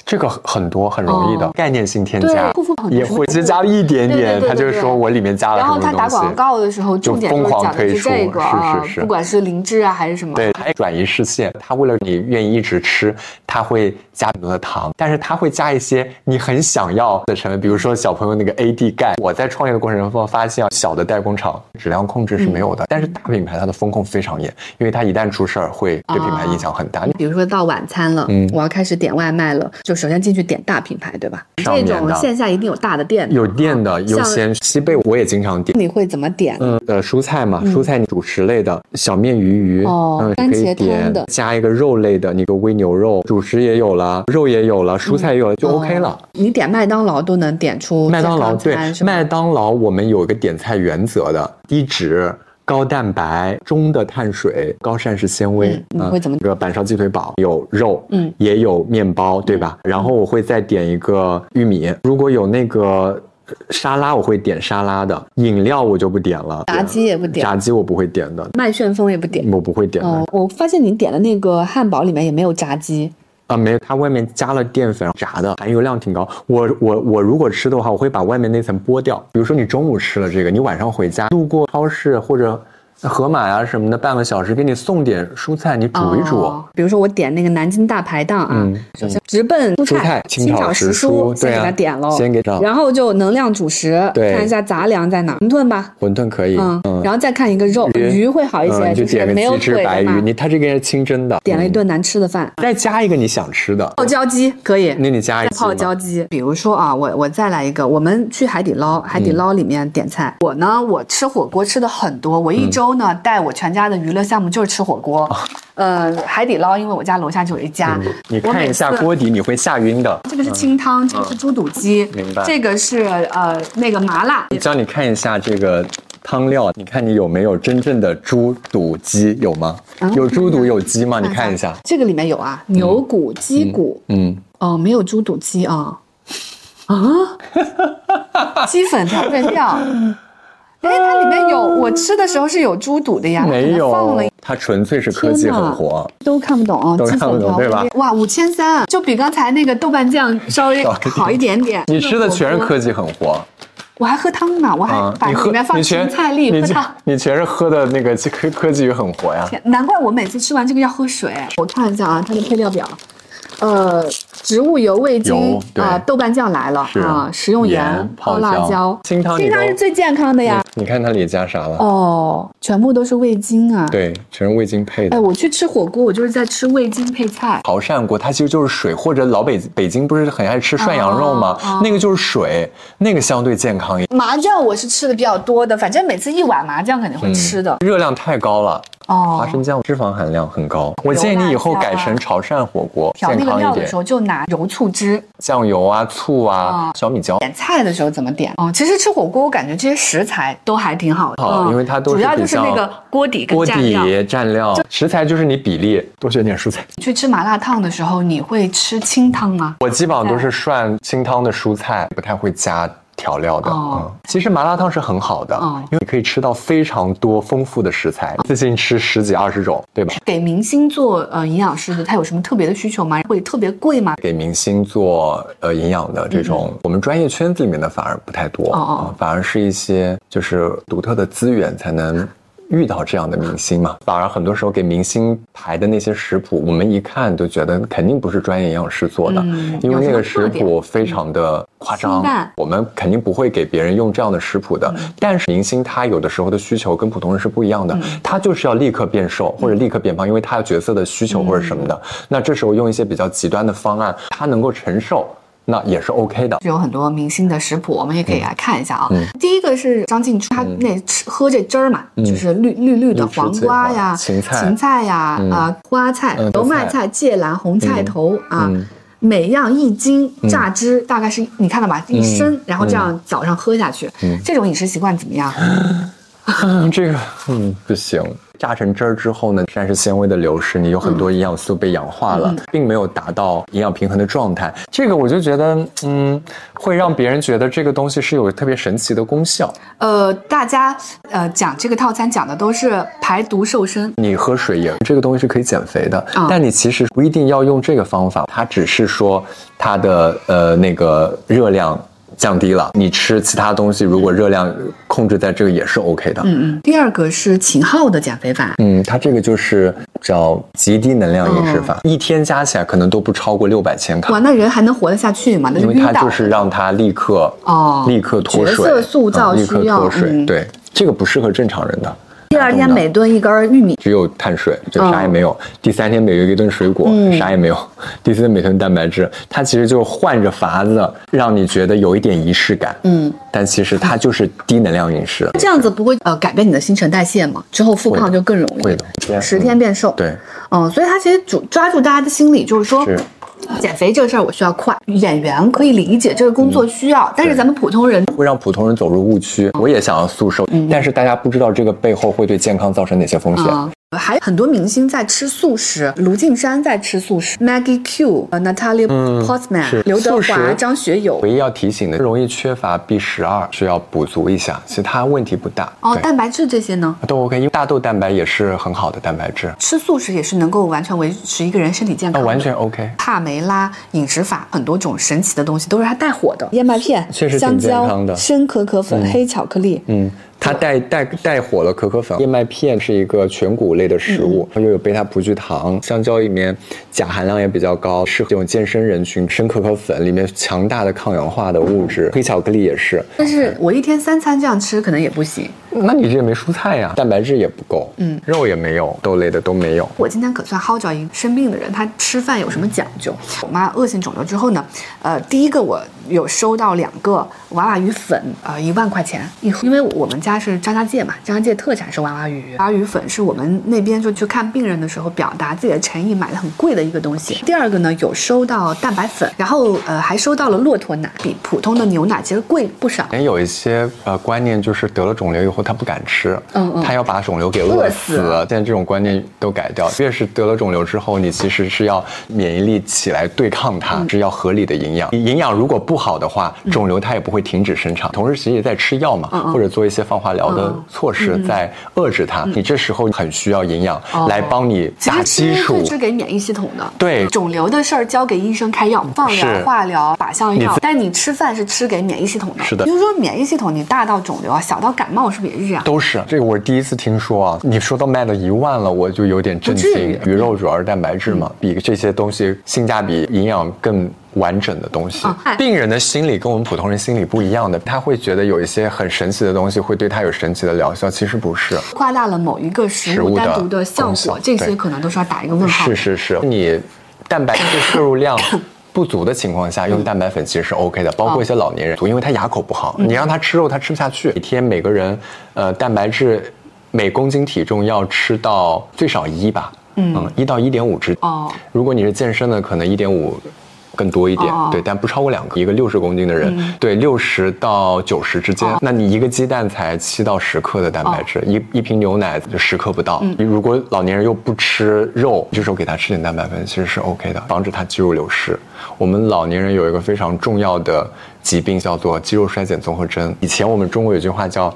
[SPEAKER 2] 这个很很多很容易的、
[SPEAKER 1] 哦
[SPEAKER 2] 概念性添
[SPEAKER 1] 对
[SPEAKER 2] 加
[SPEAKER 1] 护肤品，
[SPEAKER 2] 也会只加了一
[SPEAKER 1] 对对
[SPEAKER 2] 点
[SPEAKER 1] 对
[SPEAKER 2] 点，
[SPEAKER 1] 对
[SPEAKER 2] 他就是说我里面加了
[SPEAKER 1] 然后
[SPEAKER 2] 很
[SPEAKER 1] 他
[SPEAKER 2] 多
[SPEAKER 1] 打
[SPEAKER 2] 东西。
[SPEAKER 1] 广告的时候，重点就是讲的是这个啊
[SPEAKER 2] 就疯狂推出是，是是
[SPEAKER 1] 不管是灵芝啊还是什么，
[SPEAKER 2] 对，它转移视线，它为了你愿意一直吃，它会加很多的糖，但是它会加一些你很想要的成分，比如说小朋友那个 AD 钙。我在创业的过程中发现啊，小的代工厂质量控制是没有
[SPEAKER 1] 嗯
[SPEAKER 2] 的，但是大品牌它的风控非常严，因为它一旦出事儿会对品牌影响很大。
[SPEAKER 1] 比如说到晚餐了，
[SPEAKER 2] 嗯
[SPEAKER 1] 我要开始点外卖了，就首先进去点大品牌，对吧？
[SPEAKER 2] 上
[SPEAKER 1] 这
[SPEAKER 2] 面的
[SPEAKER 1] 种线下一定有大的店的，啊
[SPEAKER 2] 有店的优
[SPEAKER 1] 像
[SPEAKER 2] 先，西贝我也经常点。
[SPEAKER 1] 你会怎么点？
[SPEAKER 2] 嗯，呃，蔬菜嘛，蔬菜主食类的小面鱼鱼，
[SPEAKER 1] 哦
[SPEAKER 2] 嗯，
[SPEAKER 1] 番
[SPEAKER 2] 可以
[SPEAKER 1] 茄汤
[SPEAKER 2] 点
[SPEAKER 1] 的
[SPEAKER 2] 加一个肉类的，你个微牛肉，主食也有了，肉也有了，
[SPEAKER 1] 嗯
[SPEAKER 2] 蔬菜也有了，就
[SPEAKER 1] 哦
[SPEAKER 2] OK 了。
[SPEAKER 1] 你点麦当劳都能点出
[SPEAKER 2] 麦当劳
[SPEAKER 1] 健
[SPEAKER 2] 对
[SPEAKER 1] 康餐是吗
[SPEAKER 2] 麦当劳，我们有一个点菜原则的，低脂、高蛋白、中的碳水、高膳食纤维。
[SPEAKER 1] 嗯你会怎么
[SPEAKER 2] 一个板烧鸡腿堡有肉，
[SPEAKER 1] 嗯
[SPEAKER 2] 也有面包，对吧？然后我会再点一个玉米，如果有那个。沙拉我会点沙拉的，饮料我就不点了，
[SPEAKER 1] 炸鸡也不点
[SPEAKER 2] 炸嗯鸡我不会点的，
[SPEAKER 1] 麦旋风也不点。
[SPEAKER 2] 我不会点的
[SPEAKER 1] 哦，我发现你点的那个汉堡里面也没有炸鸡，
[SPEAKER 2] 啊，没有，它外面加了淀粉，炸的，含油量挺高。我我我如果吃的话，我会把外面那层剥掉。比如说你中午吃了这个，你晚上回家路过超市或者盒马呀、什么的，半个小时给你送点蔬菜，你煮一煮。
[SPEAKER 3] 哦比如说我点那个南京大排档啊
[SPEAKER 2] 嗯，
[SPEAKER 3] 首先直奔蔬
[SPEAKER 2] 蔬菜
[SPEAKER 3] 清
[SPEAKER 2] 清炒
[SPEAKER 3] 时
[SPEAKER 2] 时蔬
[SPEAKER 3] 先
[SPEAKER 2] 对
[SPEAKER 3] 给
[SPEAKER 2] 啊
[SPEAKER 3] 它点喽，
[SPEAKER 2] 先给上
[SPEAKER 3] 然后就能量主食，
[SPEAKER 2] 对
[SPEAKER 3] 看一下杂粮在哪，馄饨吧，
[SPEAKER 2] 馄饨可以，
[SPEAKER 3] 嗯，然后再看一个肉，
[SPEAKER 2] 鱼
[SPEAKER 3] 鱼会好一些，
[SPEAKER 2] 嗯、你就是点个
[SPEAKER 3] 没有
[SPEAKER 2] 鸡
[SPEAKER 3] 腿
[SPEAKER 2] 翅白
[SPEAKER 3] 的
[SPEAKER 2] 鱼，
[SPEAKER 3] 嘛，
[SPEAKER 2] 你它这个是清蒸的，
[SPEAKER 3] 点了一
[SPEAKER 2] 嗯
[SPEAKER 3] 顿难吃的饭，
[SPEAKER 2] 再加一个你想吃的，
[SPEAKER 3] 泡椒鸡可以，
[SPEAKER 2] 那你加一
[SPEAKER 3] 再泡椒
[SPEAKER 2] 个
[SPEAKER 3] 鸡。比如说啊，我我再来一个，我们去海底
[SPEAKER 2] 嗯
[SPEAKER 3] 捞，海底捞里面点菜，
[SPEAKER 1] 我呢，我吃火锅吃的很多，我一周呢、
[SPEAKER 2] 嗯
[SPEAKER 1] 带我全家的娱乐项目就是吃火锅。
[SPEAKER 2] 哦
[SPEAKER 1] 呃，海底捞，因为我家楼下就有一家，
[SPEAKER 2] 嗯你
[SPEAKER 1] 我
[SPEAKER 2] 看
[SPEAKER 1] 每
[SPEAKER 2] 一下
[SPEAKER 1] 次
[SPEAKER 2] 锅底，你会吓晕的。
[SPEAKER 1] 这个是清汤，这个是猪肚鸡，
[SPEAKER 2] 嗯哦明白
[SPEAKER 1] 这个是呃那个麻辣，
[SPEAKER 2] 教你看一下这个汤料，你看你有没有真正的猪肚鸡有吗？
[SPEAKER 3] 啊
[SPEAKER 2] 有猪肚有鸡吗？你看一下，
[SPEAKER 3] 这个里面有啊，牛骨、鸡骨，
[SPEAKER 2] 嗯，
[SPEAKER 3] 哦，没有猪肚鸡
[SPEAKER 2] *laughs*
[SPEAKER 3] 啊，啊，鸡粉调味料，
[SPEAKER 1] 哎，它里面有我吃的时候是有猪肚的呀，它可
[SPEAKER 2] 没
[SPEAKER 1] 能放了
[SPEAKER 2] 有，它纯粹是科技
[SPEAKER 3] 天哪
[SPEAKER 2] 狠活，
[SPEAKER 3] 都看不懂啊，
[SPEAKER 2] 都
[SPEAKER 3] 鸡
[SPEAKER 2] 看不
[SPEAKER 3] 粉
[SPEAKER 2] 懂
[SPEAKER 3] 调味
[SPEAKER 2] 对吧
[SPEAKER 3] 料，
[SPEAKER 1] 哇五千三，
[SPEAKER 3] 啊就比刚才那个豆瓣酱稍微好一点点。
[SPEAKER 2] 你吃的全是
[SPEAKER 3] 火锅
[SPEAKER 2] 科技狠活
[SPEAKER 3] 我还喝汤呢，我还
[SPEAKER 2] 啊！
[SPEAKER 3] 把
[SPEAKER 2] 你喝
[SPEAKER 3] 里面放
[SPEAKER 2] 你
[SPEAKER 3] 芹
[SPEAKER 2] 全
[SPEAKER 3] 菜粒
[SPEAKER 2] 你
[SPEAKER 3] 喝
[SPEAKER 2] 全
[SPEAKER 3] 汤。
[SPEAKER 2] 你全是喝的那个科科技与狠活呀。
[SPEAKER 3] 天难怪我每次吃完这个要喝水。我看一下啊，它的配料表，呃，植物油、味精
[SPEAKER 2] 油对
[SPEAKER 3] 啊、豆瓣酱来了
[SPEAKER 2] 是
[SPEAKER 3] 啊，食用
[SPEAKER 2] 盐
[SPEAKER 3] 泡
[SPEAKER 2] 泡椒
[SPEAKER 3] 辣椒，
[SPEAKER 2] 清汤里
[SPEAKER 3] 清汤
[SPEAKER 2] 头
[SPEAKER 3] 是最健康的呀。
[SPEAKER 2] 你看它里加啥了？
[SPEAKER 3] 哦，全部都是味精啊。，
[SPEAKER 2] 对，全是味精配的
[SPEAKER 3] 哎，。我去吃火锅，我就是在吃味精配菜。
[SPEAKER 2] 潮汕锅，它其实就是水，或者老北北京不是很爱吃涮羊肉
[SPEAKER 1] 哦
[SPEAKER 2] 吗？那个就是水，那个相对健康一点，
[SPEAKER 1] 麻酱我是吃的比较多的，反正每次一碗麻酱肯定
[SPEAKER 2] 嗯
[SPEAKER 1] 会吃的。
[SPEAKER 2] 热量太高了。花
[SPEAKER 1] 哦，
[SPEAKER 2] 生酱脂肪含量很高，我建议你以后改成潮汕火锅，
[SPEAKER 1] 调那
[SPEAKER 2] 健
[SPEAKER 1] 个
[SPEAKER 2] 康
[SPEAKER 1] 料
[SPEAKER 2] 一
[SPEAKER 1] 的
[SPEAKER 2] 点
[SPEAKER 1] 时。候就拿油醋汁，
[SPEAKER 2] 酱油啊、醋
[SPEAKER 1] 哦
[SPEAKER 2] 啊、小米椒，
[SPEAKER 1] 点菜的时候怎么点？哦，其实吃火锅我感觉这些食材都还挺好的，嗯
[SPEAKER 2] 好，因为它都
[SPEAKER 1] 哦主
[SPEAKER 2] 是
[SPEAKER 1] 要
[SPEAKER 2] 比
[SPEAKER 1] 就是那个
[SPEAKER 2] 较
[SPEAKER 1] 锅底跟
[SPEAKER 2] 锅底
[SPEAKER 1] 蘸料。
[SPEAKER 2] 蘸料，食材就是你比例，多选点蔬菜。
[SPEAKER 1] 你去吃麻辣烫的时候，你会吃清汤吗？
[SPEAKER 2] 我基本上都是涮清汤的蔬菜，不太会加调料的。
[SPEAKER 1] 哦
[SPEAKER 2] 嗯，其实麻辣烫是很好的，
[SPEAKER 1] 哦
[SPEAKER 2] 因为你可以吃到非常多丰富的食材，自信吃十几二十种，对吧？
[SPEAKER 1] 给明星做呃营养师的，他有什么特别的需求吗？会特别贵吗？
[SPEAKER 2] 给明星做呃营养的这种，我们专业圈子里面的反而不太多，
[SPEAKER 1] 嗯哦哦
[SPEAKER 2] 啊反而是一些就是独特的资源才能。遇到这样的明星嘛，反而很多时候给明星排的那些食谱，我们一看就觉得肯定不是专业营养师做的，
[SPEAKER 1] 嗯
[SPEAKER 2] 因为
[SPEAKER 1] 有
[SPEAKER 2] 那个
[SPEAKER 1] 什么
[SPEAKER 2] 食
[SPEAKER 1] 特点
[SPEAKER 2] 谱非常的夸张
[SPEAKER 3] 清淡，
[SPEAKER 2] 我们肯定不会给别人用这样的食谱的。
[SPEAKER 1] 嗯
[SPEAKER 2] 但是明星他有的时候的需求跟普通人是不一样的，他就是要立刻变瘦或者立刻变胖，因为他角色的需求或者什么的。
[SPEAKER 1] 嗯
[SPEAKER 2] 那这时候用一些比较极端的方案，他能够承受，那也是 OK 的。
[SPEAKER 1] 是有很多明星的食谱，我们也
[SPEAKER 2] 嗯
[SPEAKER 1] 可以来看一下啊。第一个是张静初，她那吃喝这汁儿嘛，就是绿绿绿的
[SPEAKER 2] 嗯绿汁
[SPEAKER 1] 黄瓜呀、
[SPEAKER 2] 芥末芹菜
[SPEAKER 1] 呀、啊、
[SPEAKER 2] 嗯
[SPEAKER 1] 花菜
[SPEAKER 2] 嗯、
[SPEAKER 3] 油
[SPEAKER 2] 油
[SPEAKER 3] 麦
[SPEAKER 2] 麦
[SPEAKER 3] 菜、芥蓝、红菜头啊
[SPEAKER 2] 嗯，
[SPEAKER 3] 每样一斤
[SPEAKER 1] 榨
[SPEAKER 3] 榨
[SPEAKER 1] 汁，大概是你看到吧，
[SPEAKER 2] 嗯
[SPEAKER 1] 一升，然后这样早上喝下去，这种饮食习惯怎么样？
[SPEAKER 2] 嗯，这个嗯不行。榨成汁儿之后呢，膳食纤维的流失，你有很多营养素被氧化了，并没有达到营养平衡的状态。这个我就觉得，嗯，会让别人觉得这个东西是有特别神奇的功效。
[SPEAKER 1] 呃，大家呃讲这个套餐讲的都是排毒瘦身，
[SPEAKER 2] 你喝水也，这个东西是可以减肥的，
[SPEAKER 1] 啊
[SPEAKER 2] 但你其实不一定要用这个方法，它只是说它的呃那个热量降低了，你吃其他东西如果热量控制在这个也是 OK 的。
[SPEAKER 1] 嗯嗯。第二个是秦昊的减肥法，
[SPEAKER 2] 嗯，它这个就是叫极低能量饮食法，
[SPEAKER 3] 哦
[SPEAKER 2] 一天加起来可能都不超过六百千
[SPEAKER 1] 哇，
[SPEAKER 2] 卡，
[SPEAKER 1] 那人还能活得下去吗？那
[SPEAKER 2] 因
[SPEAKER 1] 就
[SPEAKER 2] 为
[SPEAKER 1] 晕
[SPEAKER 2] 它
[SPEAKER 1] 倒
[SPEAKER 2] 就
[SPEAKER 1] 了。
[SPEAKER 2] 是让它立刻
[SPEAKER 1] 哦
[SPEAKER 2] 立刻脱水，
[SPEAKER 3] 角色塑造
[SPEAKER 2] 嗯立刻
[SPEAKER 3] 需要
[SPEAKER 2] 脱水，
[SPEAKER 3] 嗯
[SPEAKER 2] 对，这个不适合正常人的。
[SPEAKER 3] 第二天每顿一根玉米，
[SPEAKER 2] 只有碳水，就啥也
[SPEAKER 3] 哦
[SPEAKER 2] 没有。第三天每个月一顿水果，
[SPEAKER 3] 嗯
[SPEAKER 2] 啥也没有。第四天每天蛋白质，它其实就是换着法子让你觉得有一点仪式感。嗯，但其实它就是低能量饮食。
[SPEAKER 3] 这样子不会呃改变你的新陈代谢吗？之后复胖就更容易，
[SPEAKER 2] 会的会的
[SPEAKER 3] 十天变瘦。
[SPEAKER 2] 对，
[SPEAKER 3] 嗯，所以他其实主抓住大家的心理，就是说
[SPEAKER 2] 是
[SPEAKER 3] 减肥这个事儿我需要快，
[SPEAKER 1] 演员可以理解这个工作需要，但是咱们普通人
[SPEAKER 2] 会让普通人走入误区。我也想要速瘦，但是大家不知道这个背后会对健康造成哪些风险。
[SPEAKER 1] 啊、
[SPEAKER 3] 呃还有很多明星在吃素食，卢靖姗在吃素食，Maggie Q、呃、Natalia
[SPEAKER 2] 嗯
[SPEAKER 3] Portman
[SPEAKER 2] 是、
[SPEAKER 3] 刘德
[SPEAKER 2] 素
[SPEAKER 3] 华、
[SPEAKER 2] 食
[SPEAKER 3] 张学友
[SPEAKER 2] 唯。一要提醒的，容易缺乏 B 十二，需要补足一下，其他问题不大。
[SPEAKER 3] 哦，
[SPEAKER 2] 对
[SPEAKER 3] 蛋白质这些呢？
[SPEAKER 2] 都 OK，因为大豆蛋白也是很好的蛋白质，
[SPEAKER 1] 吃素食也是能够完全维持一个人身体健
[SPEAKER 2] 那
[SPEAKER 1] 康的。
[SPEAKER 2] 哦完全 OK。
[SPEAKER 1] 帕梅拉饮食法，很多种神奇的东西都是它带火的。
[SPEAKER 3] 燕麦片
[SPEAKER 2] 确实挺
[SPEAKER 3] 香
[SPEAKER 2] 健
[SPEAKER 3] 蕉
[SPEAKER 2] 康、的
[SPEAKER 3] 生可可粉、黑巧克力，
[SPEAKER 2] 嗯，它带带带火了可可粉。燕麦片是一个全谷类的食物，又有贝塔葡聚糖，香蕉里面钾含量也比较高，适合这种健身人群。生可可粉里面强大的抗氧化的物质，黑巧克力也是。
[SPEAKER 1] 但是我一天三餐这样吃可能也不行。
[SPEAKER 2] 那你这也没蔬菜呀、蛋白质也不够，嗯，肉也没有，豆类的都没有。
[SPEAKER 1] 我今天可算薅着一生病的人，他吃饭有什么讲究？我妈恶性肿瘤之后呢，呃，第一个我有收到两个娃娃鱼粉，呃，一万块钱一盒，因为我们家是张家界嘛，张家界特产是娃娃鱼，娃娃鱼粉是我们那边就去看病人的时候表达自己的诚意买的很贵的一个东西。第二个呢，有收到蛋白粉，然后呃还收到了骆驼奶，比普通的牛奶其实贵不少。
[SPEAKER 2] 也有一些呃观念，就是得了肿瘤以后他不敢吃，
[SPEAKER 1] 嗯嗯
[SPEAKER 2] 他要把肿瘤给饿
[SPEAKER 1] 饿死
[SPEAKER 2] 死。现在这种观念都改掉，越是得了肿瘤之后，你其实是要免疫力起来对抗它，是要合理的营养。营养如果不好的话，肿瘤它也不会停止生长。同时，其实也在吃药嘛，或者做一些放化疗的措施，在遏制它。你这时候很需要营养
[SPEAKER 4] 哦
[SPEAKER 2] 来帮你
[SPEAKER 1] 其
[SPEAKER 2] 打
[SPEAKER 1] 实
[SPEAKER 2] 基
[SPEAKER 1] 吃
[SPEAKER 2] 础
[SPEAKER 1] 是。是给免疫系统的，
[SPEAKER 2] 对
[SPEAKER 1] 肿瘤的事儿交给医生开药，放
[SPEAKER 2] 是
[SPEAKER 1] 疗、化疗、靶向
[SPEAKER 2] 你
[SPEAKER 1] 药
[SPEAKER 2] 自，
[SPEAKER 1] 但你吃饭是吃给免疫系统的。
[SPEAKER 2] 是的
[SPEAKER 1] 比如说免疫系统，你大到肿瘤啊，小到感冒，是不是也是这样？
[SPEAKER 2] 都是这个，我是第一次听说啊！你说到卖到一万了，我就有点震
[SPEAKER 1] 不至
[SPEAKER 2] 惊
[SPEAKER 1] 于。嗯
[SPEAKER 2] 鱼肉主要是蛋白质嘛，比这些东西性价比、营养更完整的东西
[SPEAKER 1] 啊。哎
[SPEAKER 2] 病人的心理跟我们普通人心理不一样的，他会觉得有一些很神奇的东西会对他有神奇的疗效，其实不是。
[SPEAKER 1] 夸大了某一个
[SPEAKER 2] 食
[SPEAKER 1] 食
[SPEAKER 2] 物
[SPEAKER 1] 物
[SPEAKER 2] 的
[SPEAKER 1] 单独的效
[SPEAKER 2] 功效
[SPEAKER 1] 果，这
[SPEAKER 2] 对
[SPEAKER 1] 些可能都是要打一个问号。
[SPEAKER 2] 是是是，你蛋白质摄入量。 *coughs* 不足的情况下，用蛋白粉其实是 OK 的，包括一
[SPEAKER 1] 哦
[SPEAKER 2] 些老年人，因为他牙口不好，
[SPEAKER 1] 嗯
[SPEAKER 2] 你让他吃肉，他吃不下去。每天每个人，呃，蛋白质每公斤体重要吃到最少一吧，嗯，一到一点五之。
[SPEAKER 1] 哦，
[SPEAKER 2] 如果你是健身的，可能一点五。更多一点，
[SPEAKER 1] 哦
[SPEAKER 2] 对，但不超过两个。一个六十公斤的人，
[SPEAKER 1] 嗯
[SPEAKER 2] 对，六十到九十之间，
[SPEAKER 1] 哦
[SPEAKER 2] 那你一个鸡蛋才七到十克的蛋白质，一一瓶牛奶就十克不到。
[SPEAKER 1] 嗯
[SPEAKER 2] 你如果老年人又不吃肉，这时候给他吃点蛋白粉其实是 OK 的，防止他肌肉流失。我们老年人有一个非常重要的疾病叫做肌肉衰减综合征。以前我们中国有句话叫。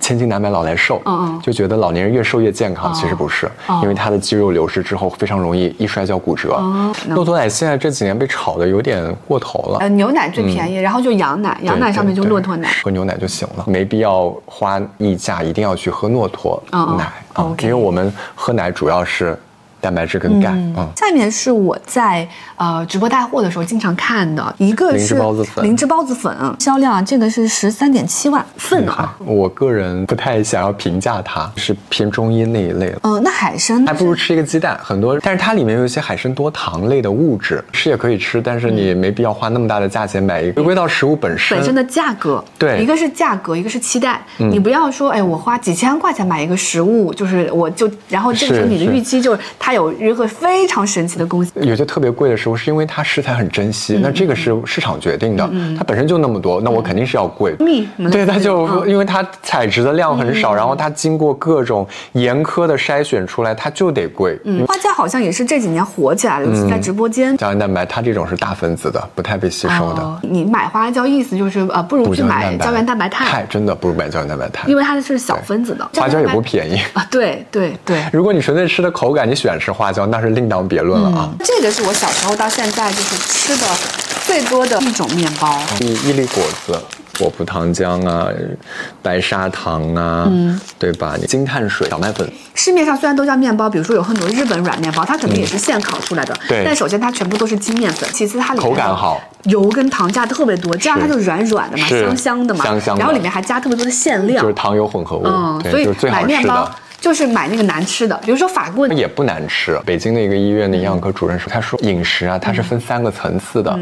[SPEAKER 2] 千金难买老来瘦，
[SPEAKER 1] 嗯哦嗯
[SPEAKER 2] 就觉得老年人越瘦越健康，其实不是，因为他的肌肉流失之后非常容易一摔跤骨折。
[SPEAKER 1] 哦那
[SPEAKER 2] 骆驼奶现在这几年被炒的有点过头了
[SPEAKER 1] 呃，，牛奶最便宜，然后就羊奶，羊奶上面就骆驼奶
[SPEAKER 2] 嗯对对。对喝牛奶就行了，没必要花溢价一定要去喝骆驼奶
[SPEAKER 1] 嗯嗯
[SPEAKER 2] 啊
[SPEAKER 1] OK
[SPEAKER 2] 因为我们喝奶主要是蛋白质跟钙，嗯
[SPEAKER 1] 下面是我在呃直播带货的时候经常看的，一个
[SPEAKER 2] 灵芝
[SPEAKER 1] 是
[SPEAKER 2] 包子粉
[SPEAKER 1] 灵芝包子粉销量啊，这个是十三点七万
[SPEAKER 2] 嗯
[SPEAKER 1] 份啊。
[SPEAKER 2] 我个人不太想要评价它，是偏中医那一类了。
[SPEAKER 1] 嗯、那海参
[SPEAKER 2] 还不如吃一个鸡蛋，很多，但是它里面有一些海参多糖类的物质，吃也可以吃，但是你没必要花那么大的价钱买一个。回归到食物本
[SPEAKER 1] 嗯
[SPEAKER 2] 身，
[SPEAKER 1] 本身的价格，
[SPEAKER 2] 呃对嗯
[SPEAKER 1] 一个是价格，一个是期待。你不要说，哎，我花几千块钱买一个食物，就是我就，然后这个时候
[SPEAKER 2] 是
[SPEAKER 1] 你
[SPEAKER 2] 是
[SPEAKER 1] 的预期就是它有一个非常神奇的功效。嗯
[SPEAKER 2] 有些特别贵的食物，是因为它食材很珍惜，那这个是
[SPEAKER 1] 嗯
[SPEAKER 2] 市场决定的，它本身就那么多，那我肯定是要贵。
[SPEAKER 1] 蜜我们
[SPEAKER 2] 对，
[SPEAKER 1] 的
[SPEAKER 2] 它就、
[SPEAKER 1] 嗯
[SPEAKER 2] 因为它采植的量很少，然后它经过各种严苛的筛选出来，它就得贵。嗯
[SPEAKER 1] 花椒好像也是这几年火起来的，尤其在直播间。
[SPEAKER 2] 胶原蛋白它这种是大分子的，不太被吸收的。
[SPEAKER 1] 哦，你买花椒意思就是呃，不如
[SPEAKER 2] 补
[SPEAKER 1] 去买胶原蛋白
[SPEAKER 2] 肽
[SPEAKER 1] 肽，
[SPEAKER 2] 真的不如买胶原蛋白肽，
[SPEAKER 1] 因为它是小分子的。
[SPEAKER 2] 花椒也不
[SPEAKER 1] 宜
[SPEAKER 2] 便宜。 *laughs*
[SPEAKER 1] 啊，对对对。
[SPEAKER 2] 如果你纯粹吃的口感，你喜欢吃花椒，那是另当别论了啊。
[SPEAKER 1] 嗯这个是我小时候到现在就是吃的最多的一种面包。
[SPEAKER 2] 你伊利果子、果葡糖浆啊、白砂糖啊，
[SPEAKER 1] 嗯
[SPEAKER 2] 对吧？你精碳水、小麦粉，
[SPEAKER 1] 市面上虽然都叫面包，比如说有很多日本软面包，它可能也是现烤出来的。
[SPEAKER 2] 嗯对
[SPEAKER 1] 但首先它全部都是精面粉，其次它里面
[SPEAKER 2] 口感好，
[SPEAKER 1] 油跟糖加得特别多，这样它就软软的嘛，
[SPEAKER 2] 是
[SPEAKER 1] 香香的嘛，
[SPEAKER 2] 香香的
[SPEAKER 1] 然后里面还加特别多的馅料，
[SPEAKER 2] 就是糖油混合物，
[SPEAKER 1] 啊嗯，所
[SPEAKER 2] 对，就是
[SPEAKER 1] 以
[SPEAKER 2] 最
[SPEAKER 1] 买
[SPEAKER 2] 好
[SPEAKER 1] 面
[SPEAKER 2] 吃
[SPEAKER 1] 包
[SPEAKER 2] 的。
[SPEAKER 1] 就是买那个难吃的，比如说法棍，
[SPEAKER 2] 也不难吃。北京的一个医院的营养科主任说，他说饮食啊，
[SPEAKER 1] 嗯
[SPEAKER 2] 它是分三个层次的。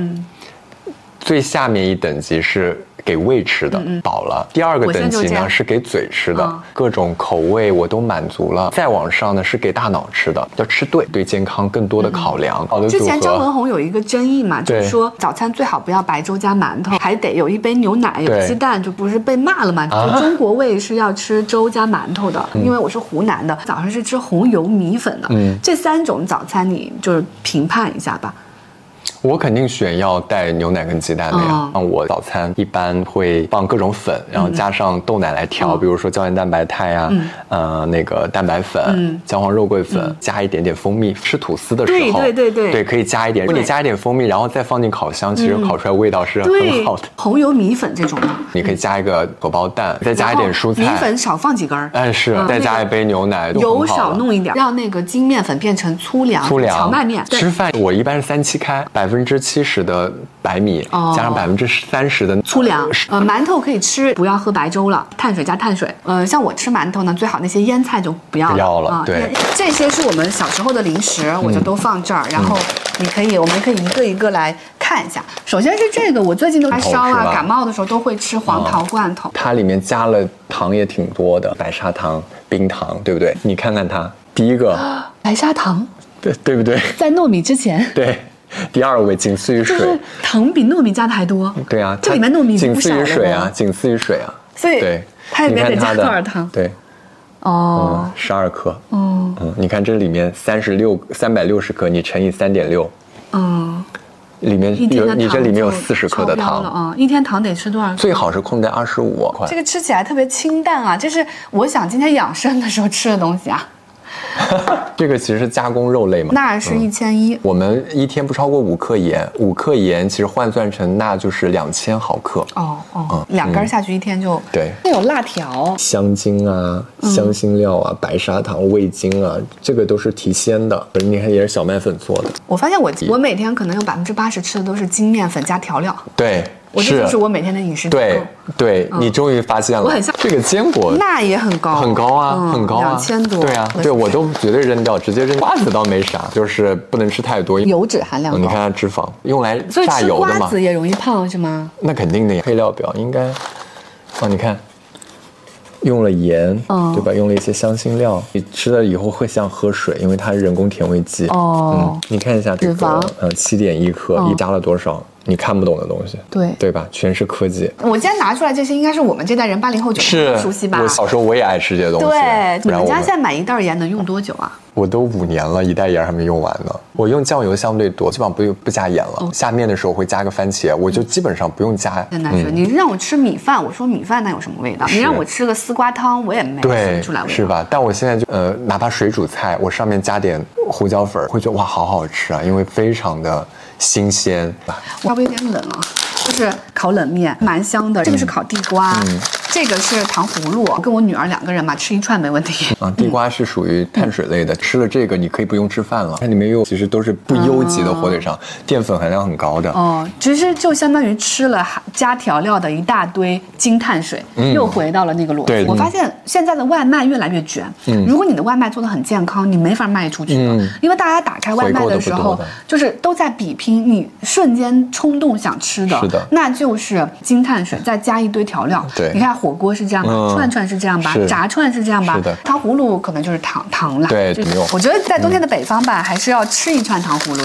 [SPEAKER 2] 最下面一等级是给胃吃的，饱了；第二个
[SPEAKER 1] 嗯我现
[SPEAKER 2] 等
[SPEAKER 1] 在就
[SPEAKER 2] 级
[SPEAKER 1] 这
[SPEAKER 2] 呢
[SPEAKER 1] 样
[SPEAKER 2] 是给嘴吃的，
[SPEAKER 1] 嗯
[SPEAKER 2] 各种口味我都满足了。再往上呢是给大脑吃的，要吃对，对健康更多的考量。好的组
[SPEAKER 1] 嗯之
[SPEAKER 2] 合。
[SPEAKER 1] 前张文宏有一个争议嘛，就
[SPEAKER 2] 对
[SPEAKER 1] 是说早餐最好不要白粥加馒头，还得有一杯牛奶，有
[SPEAKER 2] 对
[SPEAKER 1] 鸡蛋，就不是被骂了嘛？
[SPEAKER 2] 啊嗯
[SPEAKER 1] 就中国胃是要吃粥加馒头的，因为我是湖南的，早上是吃红油米粉的。
[SPEAKER 2] 嗯
[SPEAKER 1] 这三种早餐你就是评判一下吧。
[SPEAKER 2] 我肯定选要带牛奶跟鸡蛋的呀
[SPEAKER 1] 哦。
[SPEAKER 2] 那我早餐一般会放各种粉，然后加上豆奶来调，比如说胶原蛋白肽呀，呃，那个蛋白粉、姜黄肉桂粉，加一点点蜂蜜。吃吐司的时候，
[SPEAKER 3] 对对对对
[SPEAKER 2] 对，可以加一点。如果你加一点蜂蜜，然后再放进烤箱，其实烤出来味道是
[SPEAKER 3] 对
[SPEAKER 2] 嗯很好的。
[SPEAKER 3] 红油米粉这种的，
[SPEAKER 2] 你可以加一个荷包蛋，再加一点蔬菜，
[SPEAKER 1] 米粉少放几根儿，
[SPEAKER 2] 哎是
[SPEAKER 1] 嗯，
[SPEAKER 2] 再
[SPEAKER 1] 那
[SPEAKER 2] 加
[SPEAKER 1] 个
[SPEAKER 2] 一杯牛奶，就
[SPEAKER 3] 油
[SPEAKER 2] 很好
[SPEAKER 3] 少
[SPEAKER 2] 了
[SPEAKER 3] 弄一点儿。
[SPEAKER 1] 让那个精面粉变成粗粮、
[SPEAKER 2] 粗粮、
[SPEAKER 1] 啊荞麦面。
[SPEAKER 2] 吃饭我一般是三七开，百分之七十的白米、
[SPEAKER 1] 哦
[SPEAKER 2] 加上百分之三十的
[SPEAKER 1] 粗粮
[SPEAKER 2] 是，
[SPEAKER 1] 呃，馒头可以吃，不要喝白粥了，碳水加碳水。呃，像我吃馒头呢，最好那些腌菜就不要了。
[SPEAKER 2] 不要了
[SPEAKER 1] 啊、
[SPEAKER 2] 对
[SPEAKER 1] 腌这些是我们小时候的零食，我就都放这儿。
[SPEAKER 2] 嗯
[SPEAKER 1] 然后你可以，我们可以一个一个来看一下。首先是这个，我最近都发烧
[SPEAKER 2] 是
[SPEAKER 1] 啊、
[SPEAKER 2] 吧
[SPEAKER 1] 感冒的时候都会吃黄桃罐头。
[SPEAKER 2] 它里面加了糖也挺多的，白砂糖、冰糖，对不对？你看看它，第一
[SPEAKER 1] *gasps*
[SPEAKER 2] 个，
[SPEAKER 1] 白砂糖
[SPEAKER 2] 对对不对？ *laughs*
[SPEAKER 1] 在糯米之前，
[SPEAKER 2] 对，第二位仅次于
[SPEAKER 1] 就
[SPEAKER 2] 水。
[SPEAKER 1] 是糖比糯米加的还多。
[SPEAKER 2] 对啊，
[SPEAKER 1] 这
[SPEAKER 2] 它
[SPEAKER 1] 里面糯米
[SPEAKER 2] 仅
[SPEAKER 1] 不少
[SPEAKER 2] 次于
[SPEAKER 1] 了
[SPEAKER 2] 水啊
[SPEAKER 1] 哦，
[SPEAKER 2] 仅次于水啊。
[SPEAKER 1] 所以
[SPEAKER 2] 对，
[SPEAKER 1] 它里面
[SPEAKER 2] 你
[SPEAKER 1] 得
[SPEAKER 2] 看
[SPEAKER 1] 加
[SPEAKER 2] 它的
[SPEAKER 1] 多少糖
[SPEAKER 2] 对，
[SPEAKER 1] 哦，
[SPEAKER 2] 嗯，十二克。嗯嗯，你看这里面三十六三百六十克，你乘以三点六，
[SPEAKER 1] 嗯，
[SPEAKER 2] 里面
[SPEAKER 1] 一天
[SPEAKER 2] 有
[SPEAKER 1] 的
[SPEAKER 2] 你这
[SPEAKER 1] 糖
[SPEAKER 2] 里面有
[SPEAKER 1] 就
[SPEAKER 2] 四十克的
[SPEAKER 1] 超标了
[SPEAKER 2] 糖，
[SPEAKER 1] 啊、一天糖得吃多少克？
[SPEAKER 2] 最好是控在二十五块
[SPEAKER 1] 这。个吃起来特别清淡啊，这是我想今天养生的时候吃的东西啊。
[SPEAKER 2] 这个其实是加工肉类嘛，
[SPEAKER 1] 钠是一千一，
[SPEAKER 2] 我们一天不超过五克盐，五克盐其实换算成钠就是两千毫克。
[SPEAKER 1] 哦哦，两根儿下去一天就。
[SPEAKER 2] 嗯对，
[SPEAKER 1] 那有辣条，
[SPEAKER 2] 香精啊、香辛料啊、白砂糖、味精啊，这个都是提鲜的。你看也是小麦粉做的，
[SPEAKER 1] 我发现我我每天可能有百分之八十吃的都是精面粉加调料，
[SPEAKER 2] 对，
[SPEAKER 1] 我这就是我每天的饮食结
[SPEAKER 2] 对
[SPEAKER 1] 构。
[SPEAKER 2] 对，你终于发现了，
[SPEAKER 1] 我很像
[SPEAKER 2] 这个坚果
[SPEAKER 1] 钠也很高，嗯
[SPEAKER 2] 很高啊，很高啊，
[SPEAKER 1] 两千多。
[SPEAKER 2] 对啊，对我都绝对扔掉，直接扔瓜子倒没啥，就是不能吃太多。
[SPEAKER 1] 油脂含量高。
[SPEAKER 2] 嗯你看它脂肪用来
[SPEAKER 1] 所以
[SPEAKER 2] 榨
[SPEAKER 1] 吃
[SPEAKER 2] 油的
[SPEAKER 1] 瓜
[SPEAKER 2] 嘛，
[SPEAKER 1] 子也容易胖是吗？
[SPEAKER 2] 那肯定的呀。配料表应该，哦，你看。用了盐，
[SPEAKER 1] 嗯
[SPEAKER 2] 对吧？用了一些香辛料，你吃了以后会像喝水，因为它是人工甜味剂。
[SPEAKER 1] 哦
[SPEAKER 2] 嗯，你看一下这
[SPEAKER 1] 脂肪
[SPEAKER 2] 个，呃，七点一克，
[SPEAKER 1] 嗯
[SPEAKER 2] 一加了多少？你看不懂的东西，
[SPEAKER 1] 对
[SPEAKER 2] 对吧？全是科技，
[SPEAKER 1] 我今天拿出来这些，应该是我们这代人八零后九零
[SPEAKER 2] 是
[SPEAKER 1] 后熟悉吧
[SPEAKER 2] 我？小时候我也爱吃这些东西。
[SPEAKER 1] 对，你
[SPEAKER 2] 然后
[SPEAKER 1] 们
[SPEAKER 2] 我
[SPEAKER 1] 家现在买一袋儿盐能用多久啊？
[SPEAKER 2] 我都五年了，一袋盐还没用完呢。我用酱油相对多，基本上不用不加盐
[SPEAKER 1] 哦
[SPEAKER 2] 了。下面的时候会加个番茄，我就基本上不用加。
[SPEAKER 1] 真的是，你让我吃米饭，我说米饭它有什么味道？你
[SPEAKER 2] 嗯是
[SPEAKER 1] 让我吃个丝瓜汤，我也没吃
[SPEAKER 2] 对
[SPEAKER 1] 不出来，味道。
[SPEAKER 2] 是？吧？但我现在就呃，哪怕水煮菜，我上面加点胡椒粉儿，会觉得哇，好好吃啊，因为非常的新鲜。
[SPEAKER 1] 稍微有点冷啊，就是烤冷面，蛮香的。这
[SPEAKER 2] 嗯
[SPEAKER 1] 个是烤地瓜，这个是糖葫芦。我跟我女儿两个人嘛，吃一串没问题。
[SPEAKER 2] 啊，地瓜是属于碳水类的，
[SPEAKER 1] 嗯
[SPEAKER 2] 吃了这个你可以不用吃饭了。它里面又其实都是不优级的火腿肠，
[SPEAKER 1] 嗯
[SPEAKER 2] 淀粉含量很高的。
[SPEAKER 1] 哦，其实就相当于吃了还加调料的一大堆精碳水，又回到了那个逻
[SPEAKER 2] 嗯对
[SPEAKER 1] 辑。我
[SPEAKER 2] 嗯
[SPEAKER 1] 发现现在的外卖越来越卷，如果你的外卖做的很健康，你没法卖出去的，
[SPEAKER 2] 嗯
[SPEAKER 1] 因为大家打开外卖时
[SPEAKER 2] 回购都不多
[SPEAKER 1] 候
[SPEAKER 2] 的，
[SPEAKER 1] 就是都在比拼你瞬间冲动想吃的，
[SPEAKER 2] 是的
[SPEAKER 1] 那就是精碳水再加一堆调料。
[SPEAKER 2] 对
[SPEAKER 1] 你看火锅是这样吧，
[SPEAKER 2] 嗯
[SPEAKER 1] 串串是这样吧，
[SPEAKER 2] 是
[SPEAKER 1] 炸串是这样吧
[SPEAKER 2] 是的，
[SPEAKER 1] 糖葫芦可能就是糖糖啦。
[SPEAKER 2] 对嗯
[SPEAKER 1] 就是
[SPEAKER 2] 没有
[SPEAKER 1] 我觉得在冬天的北方吧，还是要吃一串糖葫芦。